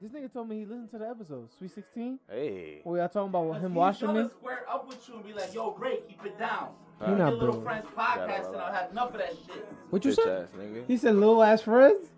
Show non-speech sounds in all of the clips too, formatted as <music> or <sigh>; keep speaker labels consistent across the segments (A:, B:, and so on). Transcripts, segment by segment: A: This nigga told me he listened to the episode, Sweet 16.
B: Hey.
A: Where y'all talking about him
C: He's
A: watching
C: gonna
A: me?
C: Square up with you and be like, yo, Ray, keep it down.
B: Huh?
A: He
C: Your
A: not
C: little
A: doing.
C: friends
B: Gotta
C: podcast, and
B: relax.
C: I'll have enough of that shit.
A: What you
B: Bitch
A: said?
B: ass nigga.
A: He said little ass friends.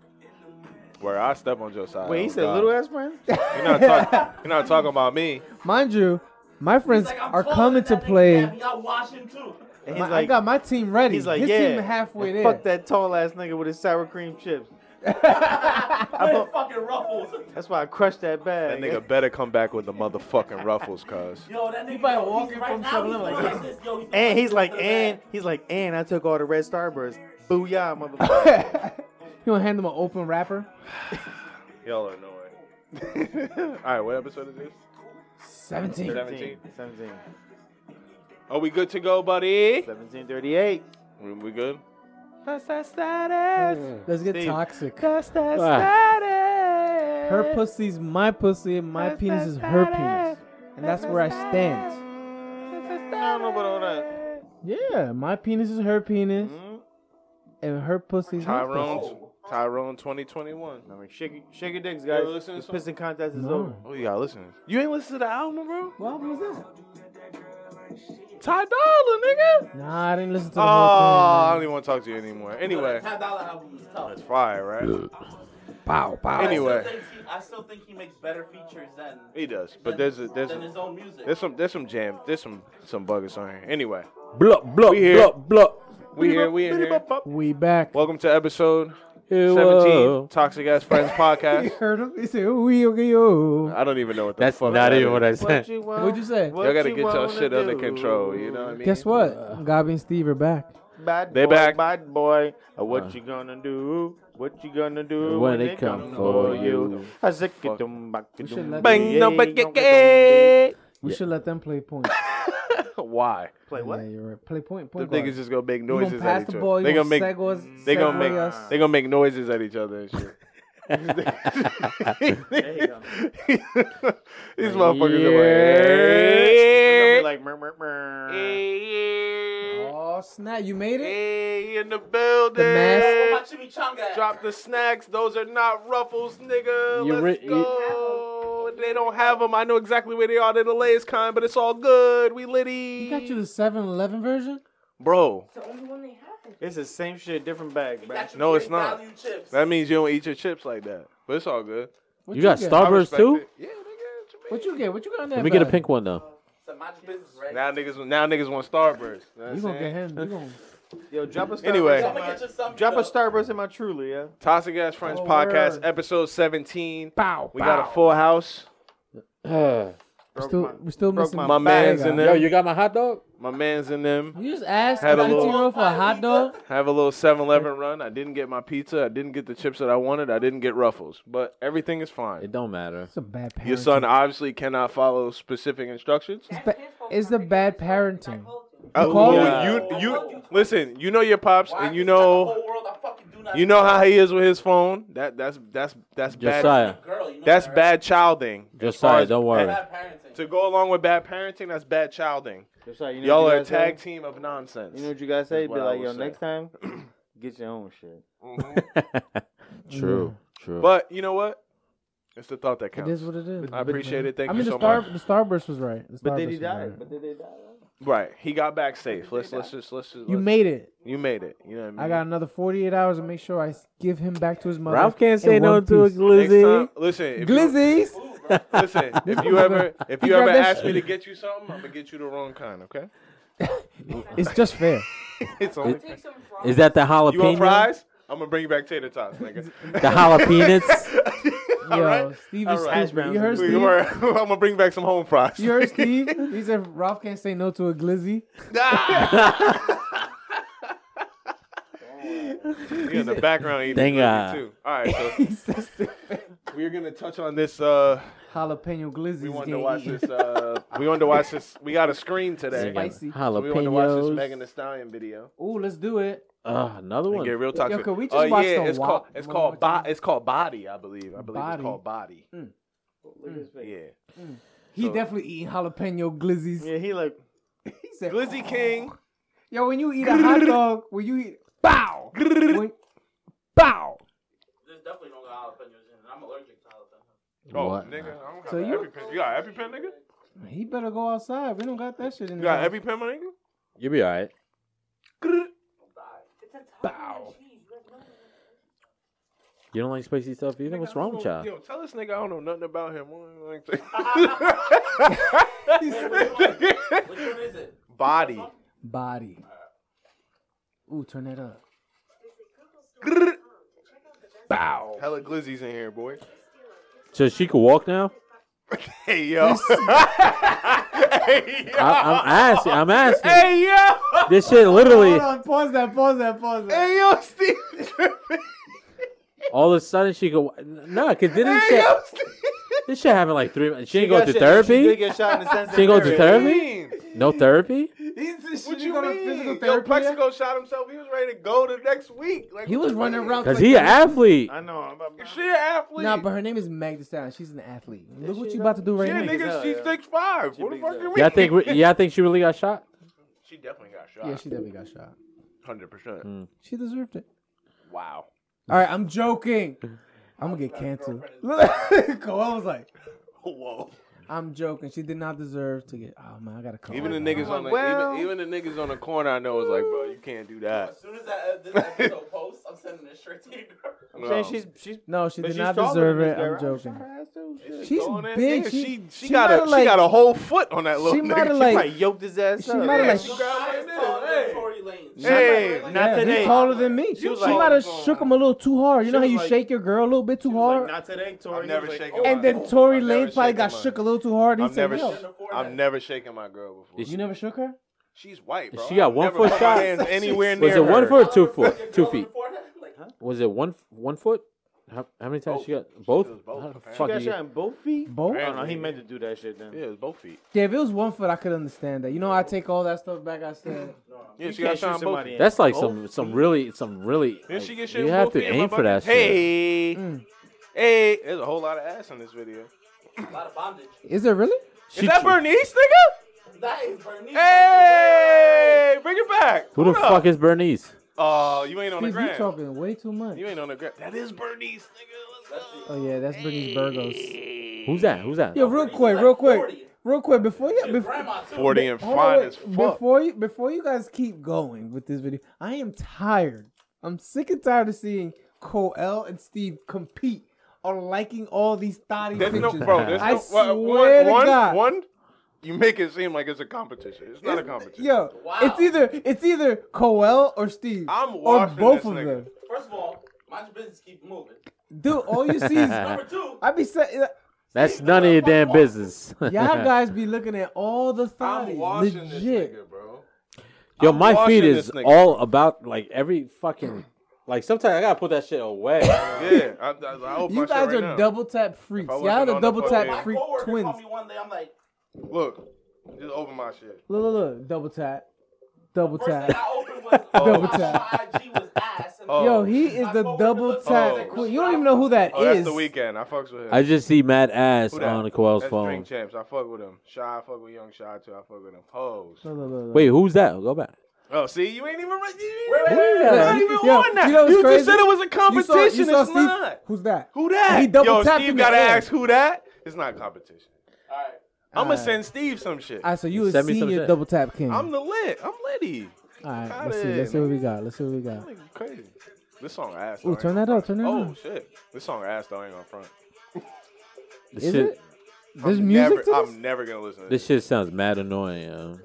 B: Where I step on your side.
D: Wait, he
B: oh,
D: said
B: God.
D: little
B: <laughs>
D: ass friends?
B: You're not,
D: <laughs>
B: talk- you're not talking about me.
A: Mind you, my friends
C: He's like, I'm
A: are
C: taller
A: coming to
C: than that nigga,
A: play.
C: Gabby, Y'all
A: <laughs>
C: watching too.
D: And
A: My-
D: he's
A: I
D: like,
A: got my team ready.
D: he's like,
A: His
D: yeah.
A: team halfway
D: and
A: there.
D: Fuck that tall ass nigga with his sour cream chips.
C: With
D: bu-
C: fucking ruffles.
D: That's why I crushed that
B: That
D: bag.
B: nigga better come back with the motherfucking ruffles, cuz.
C: Yo, that nigga.
A: probably
C: yo,
A: walking
C: he's right
A: from
C: now,
A: 7-Eleven
C: he's
A: like
C: doing
A: that.
C: this, yo, he's
D: <laughs> And he's like,
C: doing this
D: and
C: to
D: he's like, and I took all the red Starbursts. Booyah,
B: <laughs>
D: motherfucker.
A: <laughs> You gonna hand him an open wrapper?
B: Y'all are <laughs> annoying. All right, what episode is this?
A: 17.
B: 17.
D: 17.
B: Are we good to go, buddy?
D: 1738.
B: We- We good?
D: That's that status.
A: Let's get
D: Steve.
A: toxic.
D: That's that
B: Ah.
D: status.
A: Her pussy's my pussy, and my
D: That's
A: penis
D: that
A: is her
D: status.
A: penis. And that's where I stand.
B: I don't know about all that. Hmm?
A: Yeah, my penis is her penis,
D: Mhm.
A: and her pussy's my pussy.
B: Tyrone, Tyrone 2021.
D: I mean, shake, shake your dicks,
B: ever
D: guys.
B: listen to
D: This
B: some-
D: pissing contest is
A: No.
D: over.
B: Oh, you gotta listen. You ain't listen to the album, bro?
A: What album was that?
B: Ty Dolla, nigga.
A: Nah, I didn't listen to
B: Oh,
A: the whole
B: I
A: thing.
B: don't even want to talk to you anymore.
C: that.
B: Anyway,
C: Ten dollar album was tough.
B: it's fire, right?
A: Pow, pow.
B: Anyway.
C: I still, think he, I still think he makes better features than.
B: He does, but
C: than-
B: there's a, there's
C: than
B: a,
C: his own music.
B: there's some there's some jams, there's some some buggers on here. Anyway,
A: Blup, blup,
B: We here.
A: blup, blup.
B: we here, we in here.
A: We back.
B: Welcome to episode
A: Ew,
B: 17,
A: uh,
B: Toxic Ass Friends
A: <laughs> You <laughs>
B: Podcast.
A: heard him? He said, "We okay, yo."
B: I don't even know what the
E: That's
B: fuck
E: not
B: that
E: even
B: is.
E: what I
D: What
E: said.
D: you want?
A: What'd you say?
D: What
B: Y'all gotta
D: you
B: get y'all
D: wanna
B: shit under
D: do?
B: control. You know what I mean?
A: Guess what? Gabby and Steve are back.
D: Bad
B: They
D: boy,
B: back.
D: bad boy. Uh, what
E: Uh.
D: you gonna do? What you gonna do
E: When they come
B: for
E: you.
D: I said, "Get them back,
A: We
D: get
A: should
D: them
A: let
D: back,
A: them-
B: Bang,
D: yeah,
B: no,
D: yeah,
B: but
D: yeah."
B: get
A: We
E: Yeah.
A: should let them play point.
B: Why?
D: Play what?
A: Yeah, you're right. Play point.
B: The
A: Point guard.
B: niggas just gonna make
A: You gonna
B: noises
A: pass
B: at each
A: the
B: other.
A: ball, you
B: they
A: gonna
B: gonna make
A: segue-
B: they
A: segue
B: gonna make
A: us.
B: they gonna make noises at each other and
D: <laughs>
B: shit.
D: you
B: <laughs>
D: go.
B: These motherfuckers
D: They're
B: are
D: gonna
B: like,
D: be like, "Mer, mer, mer."
B: Eh. hey,
A: Oh snap! You made it.
B: hey, in the building.
A: The mask.
C: What about Chimichanga?
B: Drop the snacks. Those are not ruffles, nigga.
E: You
B: Let's
E: re- you-
B: go. They don't have them. I know exactly where they are. They're the latest kind, but it's all good. We litty.
A: He got you the 7-Eleven version.
B: Bro,
C: It's the only one they have.
D: It's the same shit, different bag,
C: He
D: bro.
C: got you
B: No, it's
C: great
B: not.
C: value chips.
B: that means you don't eat your chips like that. But it's all good.
A: What
E: You got
A: get?
B: I
E: Starburst
B: respect
E: too?
B: it. Yeah, nigga.
A: What you get? What you got in that?
E: Let me get a
A: bag?
E: pink
B: <sighs>
E: one though.
C: It's a magic business, right?
B: Now niggas, now niggas want Starburst. You know what I'm
A: You gonna get
B: saying?
A: him? You
B: <laughs>
A: gonna?
D: Yo, drop a Starburst.
B: Anyway.
D: in
C: I'ma
D: my-
C: get you something,
D: Drop a
C: though.
D: Starburst in my Truly, yeah.
B: Toxic Ass Friends
A: Oh,
B: Podcast,
A: word.
B: episode 17.
A: Bow.
B: We got a full house.
E: Uh,
A: We're
D: Broke
A: still,
D: my-
A: we're still
D: broke
A: missing
D: my
B: My man's
A: bag.
B: in
E: yo,
B: them.
E: you got my hot dog?
B: My man's in them.
A: You just asked a
B: Had a
A: 15
B: little-
A: year old for a hot dog.
B: Have a little 7 Eleven run. I didn't get my pizza. I didn't get the chips that I wanted. I didn't get ruffles. But everything is fine.
E: It don't matter.
A: It's a bad parenting.
B: Your son obviously cannot follow specific instructions.
A: It's, ba- it's the bad parenting.
B: Oh,
A: call
B: you, you, listen, you know your pops,
C: Why
B: and you
C: is that the
B: know
C: whole world I fucking do not
B: you know how he is with his phone. That that's that's that's bad. <laughs>
E: Josiah,
C: Girl, you know
B: That's
C: that, right?
B: bad childing. as
E: Josiah,
B: far as-
E: don't worry.
C: Bad parenting.
B: To go along with bad parenting, that's bad childing.
D: That's right, you know
B: Y'all
D: what
B: are
D: you
B: a
D: guys
B: tag
D: say?
B: team of nonsense.
D: You know what you guys say?
B: Is
D: Be
B: what I
D: like,
B: would
D: yo,
B: say.
D: next time,
B: <clears throat>
D: get your own shit.
E: True. <laughs> True.
B: But you know what? It's the thought that
A: It
B: counts.
A: is what it is.
B: I appreciate it. Thank
A: I
B: you
A: mean, the
B: so
A: star,
B: much.
A: the Starburst was right. The
D: But
A: Starburst
D: did he
A: was
D: die?
A: right.
D: But did they die?
B: Right. He got back safe. Let's let's just let's just
A: You
B: let's-
A: made it.
B: you made it. You know what I mean?
A: I got another 48 hours to make sure I s- give him back to his mother.
E: Ralph can't
A: in
E: say no
A: one
E: to a
A: piece.
B: Next
E: glizzy.
B: time, listen, if you,
A: Glizzies.
B: listen,
A: <laughs>
B: if you ever if
A: He
B: you ever
A: grabbed that
B: ask me to get you something, I'm gonna get you the wrong kind, okay?
A: It's just fair.
B: It's only
E: Is that the jalapeno?
B: you want fries? I'm gonna bring you back tater tots, <laughs> nigga.
E: The jalapenos?
B: <laughs> All
A: Yo,
B: right.
A: Steve
B: All
A: is
B: right.
A: stupid. You
D: Hash
A: heard
B: We
A: Steve?
B: were- I'm <laughs> gonna bring back some home fries.
A: You
B: <laughs>
A: heard Steve? He said Ralph can't say no to a glizzy. <laughs>
B: You're in the background eating
E: Dang,
B: glizzy,
E: uh,
B: too. All right, so <laughs>
A: He says
B: we're gonna touch on this. Uh,
A: jalapeno glizzy.
B: we wanted to watch this. Uh, we wanted to watch this. We got a screen today.
A: Spicy.
B: So we wanted to watch this
E: Jalapenos.
B: Megan Thee Stallion video.
A: Ooh, let's do it.
E: Ugh, another
B: And
E: one.
B: get real toxic.
A: could we
B: uh,
A: just watch
B: yeah,
A: the
B: it's
A: WAP
B: called it's
A: one more
B: called bo-
A: time?
B: it's called body. I believe. I believe it's
A: Body. Hmm.
B: called body.
D: Look at his face.
B: Yeah.
A: He
B: So-
A: definitely eating jalapeno glizzies.
D: Yeah, he like,
A: He said,
B: Glizzy King.
A: Yo, when you eat
B: <laughs>
A: a hot dog, when you eat bow, when, bow.
C: There's definitely no jalapenos in it. I'm allergic to jalapenos.
B: Oh,
E: What?
B: nigga, I don't got
A: So
B: an
A: you-
B: EpiPen. You got an EpiPen, nigga?
A: He better go outside. We don't got that shit in
B: You
A: the
B: got
A: house.
B: an EpiPen, my nigga?
E: You'll be all right.
A: Bow.
E: You don't like spicy stuff either.
B: Nigga,
E: What's
B: I
E: wrong
B: don't
E: with
B: know-
E: y'all?
B: Yo, tell this nigga I don't know nothing about him. What do you think?
C: Which one is it?
B: <laughs> Body.
A: Body. Ooh, turn that up.
B: Bow. Hella glizzies in here, boy. <laughs>
E: So she could walk now.
B: <laughs> Hey yo. hey yo.
E: I, I'm
B: <laughs>
E: asking. I'm asking.
B: hey yo.
E: This shit literally.
A: Hold on, pause that, pause that, pause that.
B: Hey yo, Steve. tripping.
E: All of a sudden she could. No, cause didn't
B: Hey
E: shit.
B: yo, Steve.
E: This shit happened like three. months. She didn't
D: got
E: go to
D: shit- She did
E: therapy.
D: get shot in the sense
E: She didn't go to
B: What
E: therapy.
B: you mean?
E: No therapy.
A: He's,
B: What
A: she
B: you
A: go to
B: mean?
A: physical
B: Yo,
A: therapy. yet?
B: Plexico shot himself. He was ready to go the next week. Like
A: He
B: what
A: was
B: the
A: running
B: fuck?
A: around.
E: Cause he an athlete.
D: I know. I'm about
B: She an athlete.
A: Nah, but her name is Meg Thee Stallion. She's an athlete. Look
D: she
A: what you
D: though?
A: about to do right now.
B: yeah,
D: as
B: nigga,
D: hell,
B: she's
D: yeah.
B: six five.
D: She
B: What the
D: big
B: fuck you
D: as hell.
B: mean?
E: Yeah, I think. re- Yeah, I think she really got shot.
B: she definitely got
A: Yeah,
B: shot.
A: she definitely got shot.
B: Hundred percent.
A: She deserved it.
B: Wow.
A: All right, I'm joking. I'm gonna get canceled. <laughs> Cole was like,
B: Whoa.
A: I'm joking. She did not deserve to get. Oh man, I gotta call.
B: Even
A: her
B: the
A: back.
B: niggas on the
D: Well-
B: even, even the niggas on the corner I know is like, bro, you can't do that.
C: As soon as that, uh, this episode posts, I'm sending this shirt to your girl.
D: I'm saying she's she's.
A: No, she
D: but
A: did
D: she's
A: not
D: taller
A: deserve
D: than
A: it.
D: this
A: I'm joking.
D: guy, right? Shot her ass, too. Shit.
A: She's
B: Throwing that
A: big.
B: nigga,
A: She-
B: she she,
A: she
B: got a
A: might've, like-
B: she got a whole foot on that little
A: She
B: nigga.
A: might've,
B: She
A: like-
B: <laughs>
D: Probably yoked his ass
A: She
D: up.
A: might
B: Yeah,
A: have
B: she
A: like.
B: got
C: Eyes
B: like
C: taller
B: this.
C: than
B: Hey.
C: Tory Lanez.
B: Hey.
D: Not
A: Yeah,
D: today.
A: he's taller than me. She,
D: She was
A: might
D: like-
A: have shook him a little too hard. You know how
D: was
A: you
D: like-
A: shake your girl a little bit too
D: She was
A: hard,
D: Like, not today, Tori.
B: I'm never
D: He was
B: shaking
D: Like,
B: my
A: and then
B: I've
A: Tory
B: never
A: Lane probably
B: shaken
A: got
B: mine.
A: shook a little too hard. He
B: I've
A: said,
B: never,
A: "Yo,
B: sh- I've never shaken my girl before.
A: you never shook her."
B: She's white, bro.
E: She got
B: I've
E: one
B: never
E: foot
B: put my
E: shot.
B: hands anywhere
E: Was
B: near
E: it one
B: her.
E: foot or two foot? Two
C: Your girl
E: feet.
C: on the forehead? Like, huh?
E: Was it one one foot? How, how many times she got both?
B: It was both,
E: How the
B: apparently.
D: she
E: fuck
D: got
E: you-
D: shot in both feet.
A: Both.
D: I don't know. He meant to do that shit then.
B: Yeah, it was both feet.
A: Yeah, if it was one foot, I could understand that. You know, I take all that stuff back. I said,
B: Yeah,
D: You
B: she got
D: can't
B: shot
D: shoot
B: in both
D: somebody.
B: feet.
D: in
E: That's like
D: both
E: some some
D: feet.
E: really some really.
B: Then
E: like,
B: she get shit
E: you
B: in
E: have
B: both
E: to
B: feet in my
E: aim for that
B: bucket.
E: shit.
B: Hey,
A: Mm.
B: hey, there's a whole lot of ass in this video.
C: A lot of bondage.
A: "Is it really?"
E: She
B: Is that
E: tr-
B: Bernice, nigga?
C: That is Bernice.
B: Hey, bring it back.
E: Who the
B: Hold up.
E: fuck is Bernice?
B: Oh, you ain't on the
A: Steve, you
B: ground.
A: talking way too much.
B: You ain't on the ground. That is Bernice, nigga. Let's go.
A: Oh yeah, that's Brittany Burgos.
E: Who's that? Who's that?
A: Yo, real quick,
C: like
A: real quick,
C: 40.
A: real quick. Before you,
C: Your
A: before,
C: grandma too.
B: 40 and
A: hold on,
B: fine
A: wait.
B: as fuck.
A: before you, before you guys keep going with this video, I am tired. I'm sick and tired of seeing Coel and Steve compete on liking all these thotty
B: There's
A: pictures.
B: no, bro, there's
A: I
B: no,
A: swear
B: one,
A: to
B: one,
A: God.
B: one, you make it seem like it's a competition. It's not a competition.
A: Yo,
C: Wow.
A: it's either it's either Coel or Steve
B: I'm
A: or
B: watching
A: both
B: this
A: of
B: nigga.
A: them.
C: First of all, mind your business. Keep moving.
A: Dude, all you see is
C: Number two.
A: I be saying
E: That's none of your damn business. <laughs>
A: y'all guys be looking at all the
B: I'm
A: thotties.
B: watching
A: Legit.
B: this nigga, bro.
E: Yo,
B: I'm
E: my
B: watching
E: feed
B: this
E: is
B: nigga.
E: all about like every fucking like. Sometimes I gotta put that shit away.
B: <coughs> Yeah, I, I, I hope
A: You
B: my
A: guys
B: shit right
A: are
B: now.
A: double tap freaks.
B: I
A: Y'all
B: wasn't
A: the
B: on the
A: double tap
B: fucking-
A: freak
C: My coworker
A: twins.
C: called me one day. I'm like,
B: Look, just open my shit.
A: Look, look, look. Double tap. Double
C: first thing
A: tap.
C: I opened was
A: Double
C: my
A: tap. Oh.
C: IG was ass. And
B: Oh.
A: Yo, he is
C: My
A: the
C: coworker
A: double
C: looks
A: tap
B: like
A: queen. You don't even know who that is.
B: Oh, that's the weekend. I fucks with him.
E: I just see mad ass
B: Who that?
E: on Coel's
B: that's
E: phone.
B: Drink champs. I fuck with him. Shy. I fuck with young Shy too. I fuck with him. Hoes.
A: Look, look, look, look.
E: Wait, who's that? Go back.
B: Oh, see, you ain't even. Right. You
C: Wait,
B: ain't
C: wait,
B: even, you're
C: wait,
A: wait.
B: not even
A: Yo,
B: on that.
A: you know what's crazy?
B: just said it was
A: You saw-
B: a
A: you
B: competition.
A: saw
B: it's
A: Steve-
B: not.
A: Who's that?
B: Who that?
A: He double
B: Yo,
A: tapped
B: Steve
A: in
B: gotta
A: the air.
B: ask who that. It's not competition.
C: All right.
B: I'm gonna
A: Alright.
B: send Steve some shit.
A: All right, so you a
E: Send me some
A: senior
E: shit.
A: double tap king.
B: I'm the lit. I'm litty.
A: All right,
B: Got
A: let's see.
B: it.
A: Let's see what we got. Let's see what we got.
B: Like, crazy. This song ass.
A: Ooh,
B: though,
A: turn that
B: ain't gonna
A: up,
B: front.
A: turn that
B: Oh
A: up.
B: shit, this song ass though I ain't gonna front.
E: This
A: Is
E: shit.
A: it? There's
B: I'm
A: music
B: never,
A: to this?
B: I'm never gonna listen to
E: This
B: this.
E: shit sounds mad annoying. Yo.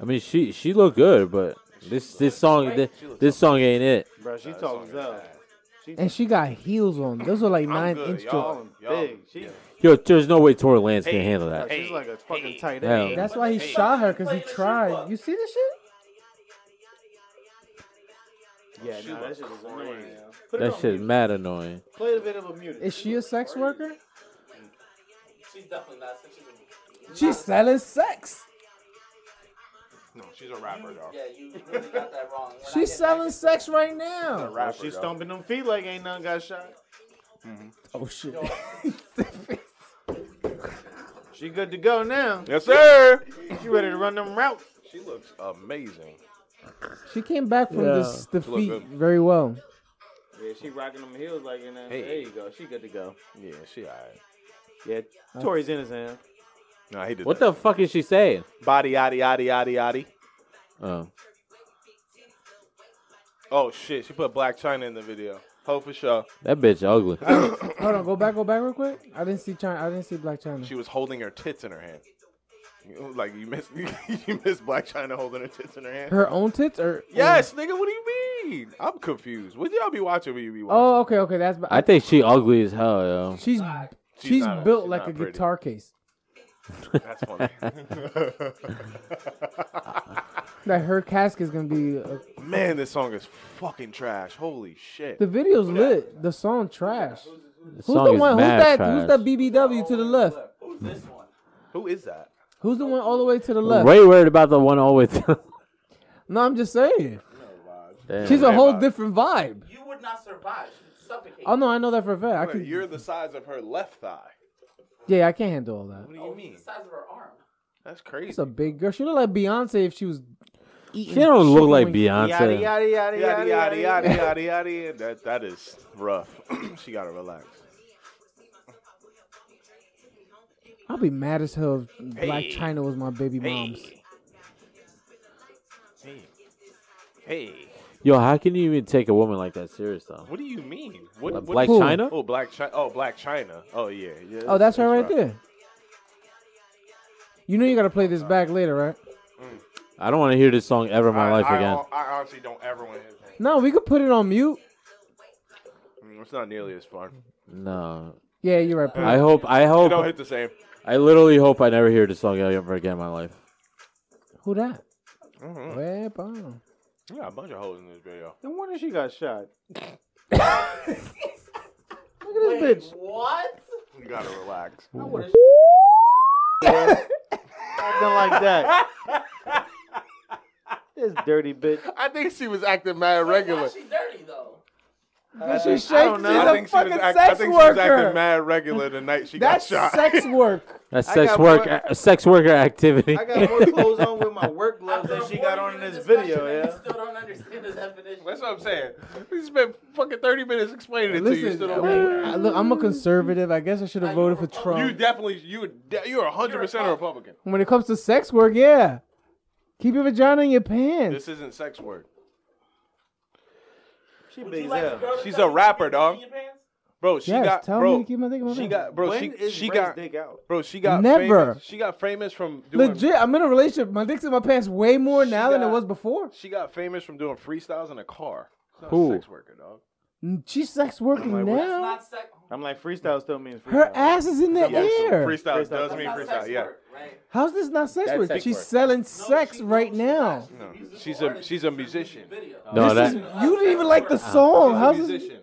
E: I mean, she she looked good, but this this song this, this song ain't it.
D: Bro, she
B: Nah, this
D: tall
B: song
D: as
B: is
D: hell.
B: bad.
A: And she got heels on. Those are like
B: I'm
A: nine
B: good,
A: inch
B: y'all.
A: joints.
B: Y'all-
D: Big. She,
E: Yo, there's no way Tory Lanez can handle that.
D: She's like a fucking tight
E: Hell.
D: end.
A: That's why he shot her because he tried. You see this shit?
D: Yeah, nah, that shit is annoying. yo. Put it
E: That
D: on
E: shit
D: mute.
E: mad annoying.
D: Play a bit of a muted.
A: Is she a sex worker?
C: She's definitely not. since She's
A: She's selling sex.
B: No, she's a rapper,
C: a,
B: dog.
C: yeah, you
B: <laughs>
C: really got that wrong. We're not getting
A: She's selling
C: back
A: sex right
B: She's a
A: now.
B: rapper.
D: She's
B: dog.
D: stomping them feet like ain't none got shot.
A: Oh shit. <laughs>
D: She good to go now.
B: Yes, sir.
D: She ready to run them routes.
B: She looks amazing.
A: She came back from
E: Yeah.
A: this
B: look
A: defeat
B: good.
A: very well.
D: Yeah, she rocking them heels like in that.
B: Hey.
D: There you go. She good to go.
B: Yeah, she alright.
D: Yeah, Tori's innocent.
B: No, he did
E: What
B: that.
E: the fuck is she saying?
D: Body, yaddy, yaddy, yaddy, yaddy.
E: Oh,
B: Oh shit, she put Black China in the video. Ho for sure.
E: that bitch ugly.
A: Hold on, go back, go back real quick. I didn't see China. I didn't see Black China.
B: She was holding her tits in her hand. You- Like you miss <laughs> you miss Black China holding her tits in her hand.
A: Her own tits or
B: Yes, nigga, what do you mean? I'm confused. What y'all be watching when you be watching?
A: Oh, okay, okay. That's
E: I think she ugly as hell, yo.
A: she's she's,
B: She's not-
A: built
B: she's
A: like
B: not
A: a
B: pretty.
A: guitar case.
B: That's funny.
A: Like her cask is gonna be. uh
B: <laughs> Man, this song is fucking trash. Holy shit.
A: the video's lit. The song trash.
E: The
A: Who's
E: song
A: the
E: is
A: one? Who's
E: mad
A: that?
E: trash.
A: Who's that BBW to the left?
C: Who's this one?
B: Who is that?
A: Who's the one all the way to the left?
E: Way worried about the one always. <laughs>
A: No, I'm just saying.
E: Damn.
A: She's a
B: Hey,
A: whole
B: Bob.
A: different vibe.
C: You would not survive. She'd suffocate.
A: Oh no, I know that for a fact. I
B: Wait,
A: can,
B: You're the size of her left thigh.
A: yeah, I can't handle all that.
B: What do
C: Oh,
B: you
C: it's
B: mean?
C: The size of her arm.
B: That's crazy.
A: She's a big girl. She look like Beyonce if she was.
E: she don't look like
D: Yaddy,
E: Beyonce.
D: yaddy, yaddy,
B: Yaddy,
D: yaddy,
B: yaddy,
A: <laughs>
D: yaddy.
B: yaddy, yaddy, yaddy. That, that is rough. <clears throat> she got to relax.
A: I'll be mad as hell if Black
B: Hey.
A: China was my baby mom's.
B: Hey. Hey. Hey.
E: Yo, how can you even take a woman like that serious though?
B: What do you mean? What,
E: Like
B: what-
E: Black
A: Who?
E: China?
B: Oh, Black China. Oh, Black China. Oh, yeah. yeah
A: Oh, that's her right
B: rough.
A: there. You know you gotta play this back later, right?
E: I don't want to hear this song ever in my
B: I-
E: life
B: I,
E: again.
B: I, honestly don't ever want to hear that.
A: No, we could put it on mute.
B: Mm, It's not nearly as fun.
E: No.
A: Yeah, you're right. Put it-
E: I hope. I
B: It
E: hope.
B: don't hit the same.
E: I literally hope I never hear this song ever again in my life.
A: Who that?
B: Mhm.
A: Well, bum.
B: You got a bunch of hoes in this video.
D: No wonder she got shot.
A: Look at
C: Wait,
A: this bitch.
C: what?
B: You gotta relax.
D: I would have Something like <laughs> that. This dirty bitch.
B: I think she was acting mad
C: Why
B: regular.
C: is she dirty though?
A: She's
D: think-
A: shaking.
D: I don't know.
A: She's
D: I
A: a
B: think she was
A: fucking
B: act- I
A: sex
B: think she was acting
A: worker.
B: mad regular the night she
A: That's
B: got shot.
A: sex
B: <laughs>
A: work.
E: That's
D: I
E: sex
D: got
E: work.
D: more-
E: a- sex worker activity.
D: I
E: <laughs>
D: got more clothes on with my work gloves
C: After
D: than
C: a
D: she got
C: 40
D: on in
C: minute
D: this
C: discussion
D: video,
C: and
D: yeah.
C: You still don't understand the definition.
B: That's what I'm saying. We spent fucking 30 minutes explaining it to you. You
A: Listen,
B: Still
A: I-
B: don't
A: I- look, I'm a conservative. I guess I should have voted for Trump.
B: you definitely, you, de- you're 100% a Republican.
A: When it comes to sex work, yeah. Keep your vagina in your pants.
B: This isn't sex work.
D: She
C: Would you
D: big
C: like
D: as
C: a girl
D: hell.
C: to
B: She's
C: tell
B: a
C: you
B: rapper,
C: you can
B: dog.
C: pee in your pants?
B: Bro, she
A: yes,
B: got,
A: tell
B: bro,
A: me to keep my dick in my
B: she
A: pants.
B: got, bro,
D: When
B: she,
D: is
B: she
D: Bray's
B: got,
D: dick out?
B: bro, she got
A: Never.
B: famous. She got famous from doing,
A: Legit, I'm in a relationship. My dick's in my pants way more
B: She
A: now than it
B: got-
A: was before.
B: she got famous from doing freestyles in a car. It's not
E: Who?
B: a sex worker, dog.
A: Mm, She's sex working
B: Like,
A: now.
B: what's
C: That's not sex.
D: I'm like, freestyle still means freestyle.
A: Her ass is in the
B: Yeah, so
A: air.
B: Freestyle,
D: Freestyle.
B: does
C: That's
B: mean
C: not
B: freestyle,
C: sex
B: yeah.
C: work, right?
A: How's this not sex
D: That's
A: work?
D: sex
A: She's
D: work.
A: selling
C: No,
A: sex
C: she-
A: right
C: no, she's
A: now.
C: not. She's a
B: No.
C: musical
B: She's a-
C: artist.
B: she's a
C: She's
B: musician.
C: video.
A: this
E: No, that-
A: is, you didn't even like the song.
B: She's
A: How's
B: a
A: this?
B: musician.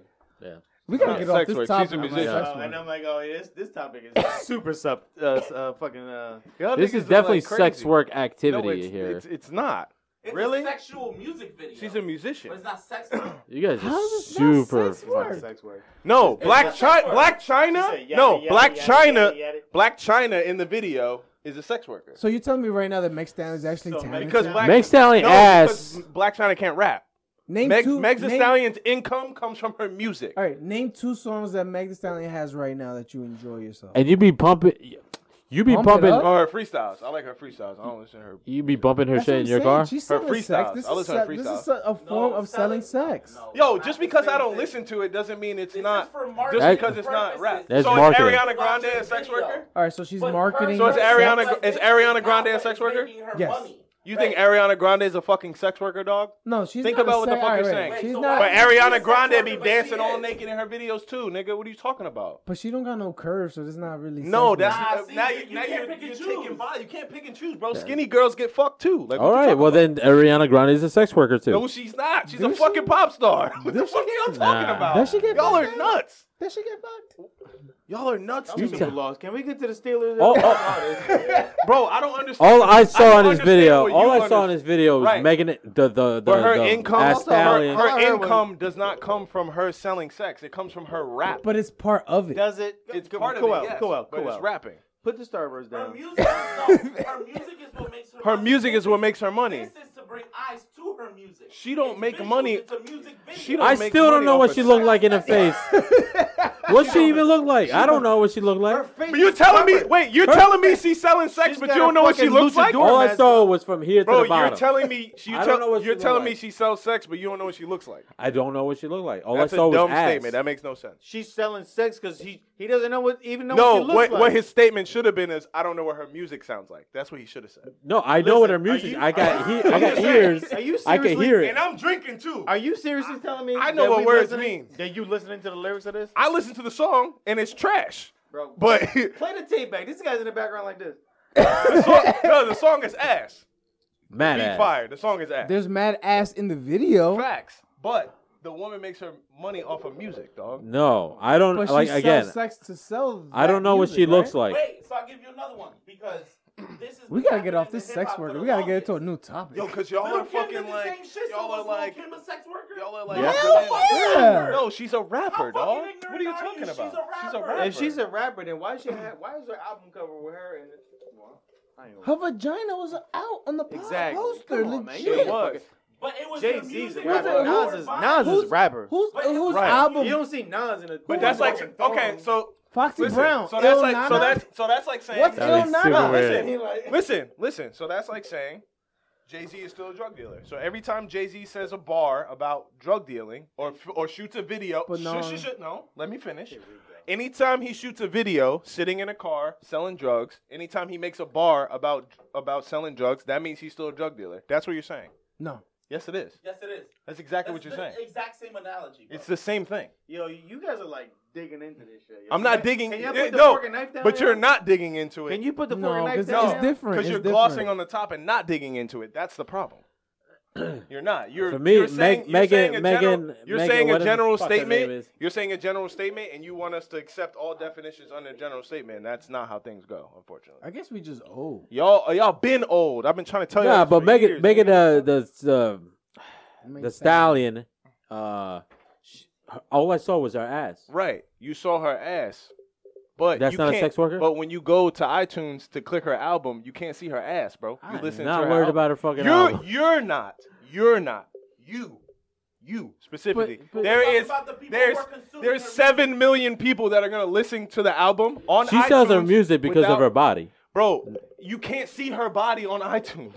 A: We gotta
B: She's
A: get
B: a
A: off
B: sex
A: this
B: work.
A: topic.
B: She's a
A: I'm like,
B: musician.
A: sex
D: Oh,
A: work.
D: and I'm like, oh, this this topic is <laughs> super sub, uh, uh, fucking. Uh,
B: Y'all
E: This
B: niggas
E: is
B: look
E: definitely
B: like
E: sex
B: crazy.
E: work
B: No,
E: activity
B: it's,
E: here.
B: It's, it's not.
C: It's
D: Really?
C: a sexual music video.
B: She's a
C: But
B: musician.
C: it's not sex. work.
E: you guys
A: How
E: are
A: is this not
E: super.
A: sex work?
E: fucking-
D: sex work.
B: No, Black
C: not sex
B: China.
C: work.
B: Black China.
D: She said, yadda,
B: No,
D: yadda,
B: Black
D: yadda,
B: China.
D: yadda, yadda.
B: Black China in the video is a sex worker.
A: So you're telling me right now that Meg Stallion is actually
D: So,
A: talented?
B: Because Black
E: Meg Stallion
B: no,
E: ass.
B: because Black China can't rap.
A: name
B: Meg,
A: two.
B: Meg Thee
A: name-
B: Stallion's income comes from her music.
A: All right, name two songs that Meg Thee Stallion has right now that you enjoy yourself.
E: and you be pumping. You be
A: Pump it
E: pumping.
A: up?
B: Or her freestyles. I like her freestyles. I don't listen to her.
E: You be bumping her
A: That's what
E: shit in
A: I'm
E: your
A: saying.
E: car.
A: She's
B: Her
A: selling sex.
B: freestyles.
A: This
B: I
A: is,
B: listen to
A: se-
B: her
A: this
B: freestyles.
A: is a, a
C: No,
A: form of selling
C: selling-
A: sex.
C: No,
B: Yo,
C: it's
B: just
C: not the
B: because I
C: same
B: don't
C: thing.
B: listen to it doesn't mean it's
C: This is
B: not.
C: for marketing
B: Just because it's not
C: purposes.
B: rap.
E: That's
B: so
E: marketing.
B: is Ariana Grande a sex worker?
A: All right, so she's
C: But
A: marketing.
C: her-
B: So it's
A: sex.
B: Ariana-
C: but
B: is
C: this
B: Ariana
C: not
B: Grande a
C: what
B: sex
C: is
B: worker?
C: making her
A: Yes.
C: money.
B: You
C: Right.
B: think Ariana Grande is a fucking sex worker, dog?
A: No, she's
B: Think
A: not a
B: about what the
A: sex-
B: fuck
A: all
B: you're
A: right,
B: saying.
A: She's
C: Wait, so
A: not.
C: why-
B: But
A: But,
C: Ari-
B: Ariana
C: She's a sex
B: Grande
C: worker,
B: be
C: but she
B: dancing all
C: is.
B: naked in her videos too, nigga. What are you talking about?
A: she don't got no curves, so it's not really.
B: No,
A: sex work.
B: that's
C: Nah,
B: uh,
C: see,
B: now
C: you-
B: you,
C: you
B: now
C: can't
B: you're,
C: pick and
B: you're
C: choose.
B: taking body. You can't pick and choose, bro. Skinny girls get fucked too. Like,
E: All
B: what you
E: right.
B: talking
E: Well,
B: about?
E: then Ariana Grande is a sex worker too.
B: no, she's not. She's
A: Does
B: a
A: she?
B: fucking pop star. <laughs> What the
A: Does she?
B: fuck are y'all talking
E: Nah.
B: about?
A: Does she get
B: y'all are
A: fucked?
B: nuts.
A: Does she get fucked?
B: Y'all are nuts,
D: I'm
E: You
B: to me.
E: tell-
D: super lost. Can we get to the Steelers?
E: Oh, oh.
D: this-
B: bro. I don't understand.
E: All I saw
B: I
E: in this
B: understand
E: video,
B: what
E: all
B: you
E: I saw in
B: under-
E: this video was
B: Right.
E: Megan the the the,
B: But her
E: the
B: income,
E: ass
B: also, her,
E: stallion.
B: her
D: All I heard was-
B: income does not come from her selling sex. It comes from her rap.
A: But it's part of it.
D: Does it?
B: it's
D: Go-
B: part
D: go
B: of
D: out,
B: it. Yes,
D: Go out.
B: but
D: Go
B: it's
D: out.
B: rapping.
D: Put the Starburst
C: Her
D: down.
C: music, is, no, her music is what makes her.
B: <laughs> Her
C: money.
B: music is what makes her money.
C: This is to bring eyes to her music. music.
B: She don't
C: It's
B: make
C: visuals,
B: money-
C: It's a music video.
B: she don't
E: I
B: make
E: still
B: money
E: don't know
B: off
E: what
B: of
E: she looked like in the face.
A: <laughs>
E: What she even looked like? I don't know what she looked
A: Her
E: like.
A: face.
B: But you telling me? Wait, you're telling me she's selling sex,
D: She's
B: but
D: got
B: you don't
D: a
B: know what she
D: fucking
B: looks like?
D: luchador
E: All I
D: mask
E: saw was from here to
B: Bro,
E: the
B: you're
E: bottom.
B: telling me she.
E: I
B: You
E: don't know what she
B: are
E: look
B: telling me
E: like.
B: she sells sex, but you don't know what she looks like.
E: I don't know what she looked like. All I
B: That's a
E: saw was
B: dumb
E: ass.
B: statement. That makes no sense.
D: She's selling sex because he he doesn't know what even know
B: No,
D: what
B: what,
D: she looks like.
B: what his statement should have been is, I don't know what her music sounds like. That's what he should have said.
E: No, I know what her
D: Listen, are
E: music.
D: you-
B: <laughs>
E: I got he, I
D: I'm
E: got
D: just saying,
E: ears.
D: Are you
E: I can
D: seriously-
E: hear it.
B: I'm drinking too.
D: Are you seriously telling me?
B: I know
D: that
B: what
D: we
B: words
D: listening-
B: mean.
D: That you listening to the lyrics of this?
B: I listened to the song and it's trash.
D: Bro,
B: But <laughs>
D: play the tape back. This guy's in the background like this.
B: the, song, no, the song is ass.
E: Mad
B: Be
E: ass.
B: fired. The song is ass.
A: There's mad ass in the video.
B: facts. But the woman makes her money off of music, dog.
E: No, I don't
A: But she
E: like
A: sells
E: again.
A: sex to sell.
E: I don't
A: that
E: know what
A: music,
E: she looks
A: right?
E: like.
C: Wait, so I'll give you another one
B: <clears throat>
C: because this is.
A: We gotta get off this sex worker. We gotta get into a new topic.
B: Yo, cause y'all
C: Little
B: are
C: Kim did
B: fucking
C: the same
B: like,
C: shit.
B: y'all are like,
C: Kim a sex worker.
B: y'all are like,
E: Yeah.
A: Yeah.
B: no, she's a rapper,
C: How fucking
B: dog. What are you
C: ignorant are you?
B: talking
C: She's a
B: about? She's a
C: rapper.
B: rapper.
D: If she's a rapper, then why she ha- why is her album cover with her in it? Well, I ain't
A: Her vagina was out on the po-
D: Exactly.
A: poster.
D: Come on, man.
A: legit.
D: You
B: it
D: a
B: was.
C: But it was
D: Jay
C: the
D: Z's a
C: music.
D: rapper.
A: Who-
D: Nas is Nas
A: who's-
D: is rapper.
A: Who's
C: But-
A: whose
B: Right.
A: album?
D: You don't see Nas in a.
B: But that's like,
D: fucking thong.
B: okay, so
A: Foxy
B: listen,
A: Brown.
B: so that's
A: Il
B: like, so
A: Nana?
B: that's, so that's like saying,
A: What's
E: That'd be
A: Il Nana?
E: super
B: No,
E: weird.
B: listen, listen, listen. So that's like saying Jay Z is still a drug dealer. So every time Jay Z says a bar about drug dealing or or shoots a video,
A: But
B: Shh,
A: no.
B: shh, shh, no, let me finish. Anytime he shoots a video sitting in a car selling drugs, anytime he makes a bar about about selling drugs, that means he's still a drug dealer. That's what you're saying.
A: No.
B: Yes, it is.
C: Yes, it is.
B: That's exactly what
C: That's
B: you're
C: the
B: saying.
C: Exact same analogy. bro.
B: It's the same thing.
D: Yo, you guys are like digging into this shit. yo.
B: I'm not
D: Can-
B: digging.
D: Can you
B: eh,
D: put the
B: no,
D: fork and knife down?
B: but
D: here?
B: you're not digging into it.
D: Can you put the fork
A: No,
D: and knife
A: because
D: down?
A: it's different.
B: because you're
A: It's different.
B: glossing on the top and not digging into it. That's the problem. You're not. You're
E: For me,
B: You're saying,
E: Meg-
B: you're saying
E: Megan-
B: a general,
E: Megan-
B: You're
E: Megan,
B: saying a
E: whatever the
B: general
E: fuck her name
B: statement.
E: is.
B: You're saying a general statement, and you want us to accept all definitions under general statement. That's not how things go, unfortunately.
A: I guess we just old.
B: Y'all, uh, y'all been old. I've been trying to tell you.
E: Nah,
B: this
E: but
B: for
E: Megan,
B: years.
E: Megan, uh, the
A: That
E: uh,
A: makes
E: the
A: sense.
E: stallion. Uh, sh her- all I saw was her ass.
B: Right. You saw her ass. But
E: uh, That's
B: you
E: not a
B: can't-
E: sex worker?
B: But when you go to iTunes to click her album, you can't see her ass, bro. You
E: I'm
B: listen
E: not
B: to her
E: worried
B: album.
E: about her fucking
B: you're,
E: album.
B: You're not. You're not. You. You specifically.
A: but-
B: there
C: Talk
B: is
C: about the people
B: there's
C: who are consuming
B: there's
C: her music.
B: seven million people that are gonna listen to the album on
E: She
B: iTunes.
E: sells her music because
B: without-
E: of her body.
B: Bro, you can't see her body on <laughs> iTunes.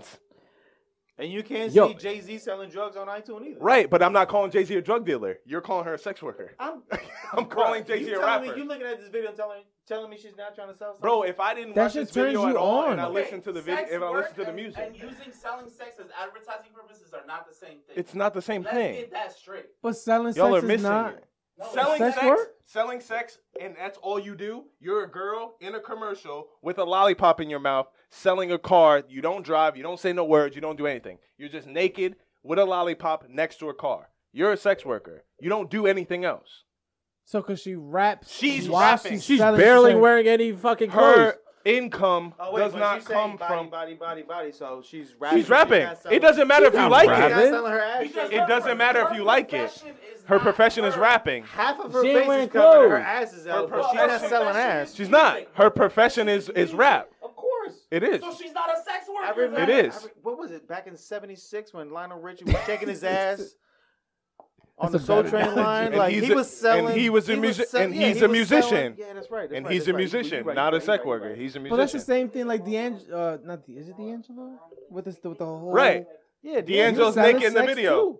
D: And you can't
E: Yo.
D: see Jay Z selling drugs on iTunes either.
B: Right, but I'm not calling Jay Z a drug dealer. You're calling her a sex worker.
C: Uh,
D: <laughs> I'm
B: I'm calling
D: Bro,
B: Jay Z
D: you
B: a
D: telling me-
B: rapper.
D: You looking at this video and telling telling me she's not trying to sell something?
B: Bro, if I didn't
A: That
B: watch
A: shit
B: this video
A: turns
B: at
A: you
B: all
A: on.
B: and I
A: Okay,
B: listened to the
C: Sex
B: video, if I
C: work
B: listened to the
C: and-
B: music,
C: And using selling sex as advertising purposes are not the same thing.
B: it's not the same
C: Let's
B: thing.
C: get that straight.
A: But selling
B: Y'all are
A: sex is
B: missing
A: not.
B: it.
C: No, it's
B: Selling
A: Sex
B: sex,
A: work?
B: selling sex, and that's all you do. You're a girl in a commercial with a lollipop in your mouth, selling a car. You don't drive. You don't say no words. You don't do anything. You're just naked with a lollipop next to a car. You're a sex worker. You don't do anything else.
A: So, cause she raps,
B: She's
A: while
B: rapping.
E: She's
A: selling
E: barely
A: sex.
E: wearing any fucking clothes.
B: Her income
D: Oh, wait,
B: does
D: but
B: not
D: she's
B: come
D: saying body,
B: from.
D: body, body, body. So she's rapping.
B: She's rapping.
D: not selling-
B: It doesn't matter if you
E: not
B: like
D: She's
E: rapping.
B: it.
D: not selling her ass.
C: Because
D: shit.
B: It doesn't matter if you like it.
C: profession is
B: Her
C: not
B: profession is
C: work.
B: rapping.
D: Half of her
E: She ain't
D: face
E: wearing
D: is covered. Her
E: clothes.
D: ass is
B: Her
D: out. but she's
B: profession-
D: not selling ass.
B: She's not. Her profession is is rap.
D: Of course.
B: It is.
C: So she's not a sex worker.
D: I remember.
B: It is.
D: I re- what was it back in '76 when Lionel Richie was
B: <laughs>
D: shaking his ass on
A: That's
D: the
A: a
D: Soul
A: bad
D: Train
A: analogy.
D: line?
B: And
D: Like
B: he's
D: he
B: a-
D: was selling.
B: and he was a musi-
D: sell-
B: and
D: yeah,
B: he's
D: he
B: a
D: was selling-
B: musician.
D: yeah, that's right. that's
B: And
D: right,
B: he's
D: that's
B: a
D: right. You-
B: musician,
D: you right,
B: not
D: you
B: a
D: right,
B: sex
D: you right, you
B: worker.
D: right.
B: He's a
A: But that's the
B: musician.
A: same thing, like D'Angelo. Uh, not the, is it D'Angelo? With this, with the whole
B: Right.
D: Yeah,
B: D'Angelo's
A: He was selling
B: naked in the
A: sex
B: video.
A: too.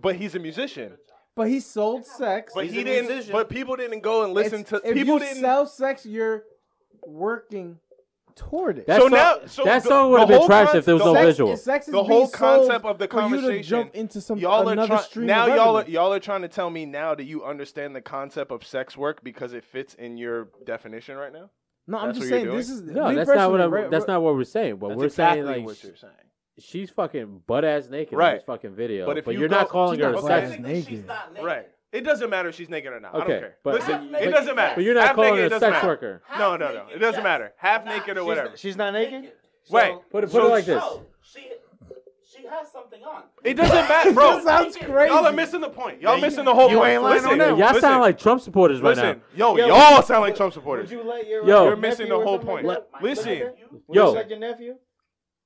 B: But he's a musician.
A: But he sold sex.
B: But
D: He's
B: he
D: a
B: didn't.
D: musician.
B: But people didn't go and listen
A: It's-
B: to.
A: If
B: people
A: you
B: didn't.
A: sell sex, you're working toward it.
E: That
B: so
E: song-
B: now, so
E: that
B: the-
E: song
B: the
E: would have been
B: whole
E: trash
B: con-
E: if there was
B: the
E: no
B: whole-
E: visual.
A: sex is
B: the
A: being
B: whole
A: sold
B: concept of the
A: for you to
B: conversation.
A: jump into some
B: Y'all are
A: another
B: try-
A: stream.
B: now.
A: of
B: Y'all are,
A: revenue.
B: y'all are trying to tell me now that you understand the concept of sex work because it fits in your definition right now.
A: No, I'm
B: that's
A: just
B: what you're
A: saying
B: doing?
A: this is
E: No,
A: me
E: that's not what
A: personally,
E: I'm,
A: right,
E: that's
A: right-
E: not what we're saying. But
B: That's
E: we're
B: exactly
E: saying like
B: what you're saying.
E: she's fucking butt ass naked in
B: Right.
E: this fucking video.
B: But if you
E: are not
B: go-
E: calling
A: She's
E: her
A: not
E: a
A: butt
E: sex.
A: ass
C: Technically, she's
A: naked.
C: not naked.
B: Right. It doesn't matter if she's naked or not. I
E: Okay,
B: don't care.
E: but-
B: Listen,
C: Half
B: it
C: naked,
B: doesn't matter.
E: But you're not
B: Half
E: calling
B: naked,
E: her
B: it
E: a
B: doesn't
E: sex
B: matter.
E: worker.
C: Half
B: No, no, no.
C: naked,
B: It doesn't
C: yes.
B: matter. Half
C: Not-
B: naked or
C: she's
B: whatever.
D: She's not naked.
B: Wait.
E: Put it- put
B: so
E: it like this.
C: No, she she has something on.
B: It doesn't matter, bro.
A: <laughs>
D: <laughs>
A: That sounds crazy.
B: Y'all are missing the point. Y'all missing the whole
D: you
B: point.
D: ain't lying
B: listen,
D: on that
E: Y'all
D: one.
B: listen,
E: sound like Trump supporters right
B: listen.
E: now.
B: Yo,
D: Yo,
B: y'all sound like Trump
D: Would
B: supporters.
D: you let your
E: Yo.
D: uh,
B: You're missing
D: nephew
B: the
D: or
B: whole
D: something like
B: point.
D: that?
C: My
B: Listen.
C: nephew?
D: Would
E: Yo.
D: you let your nephew?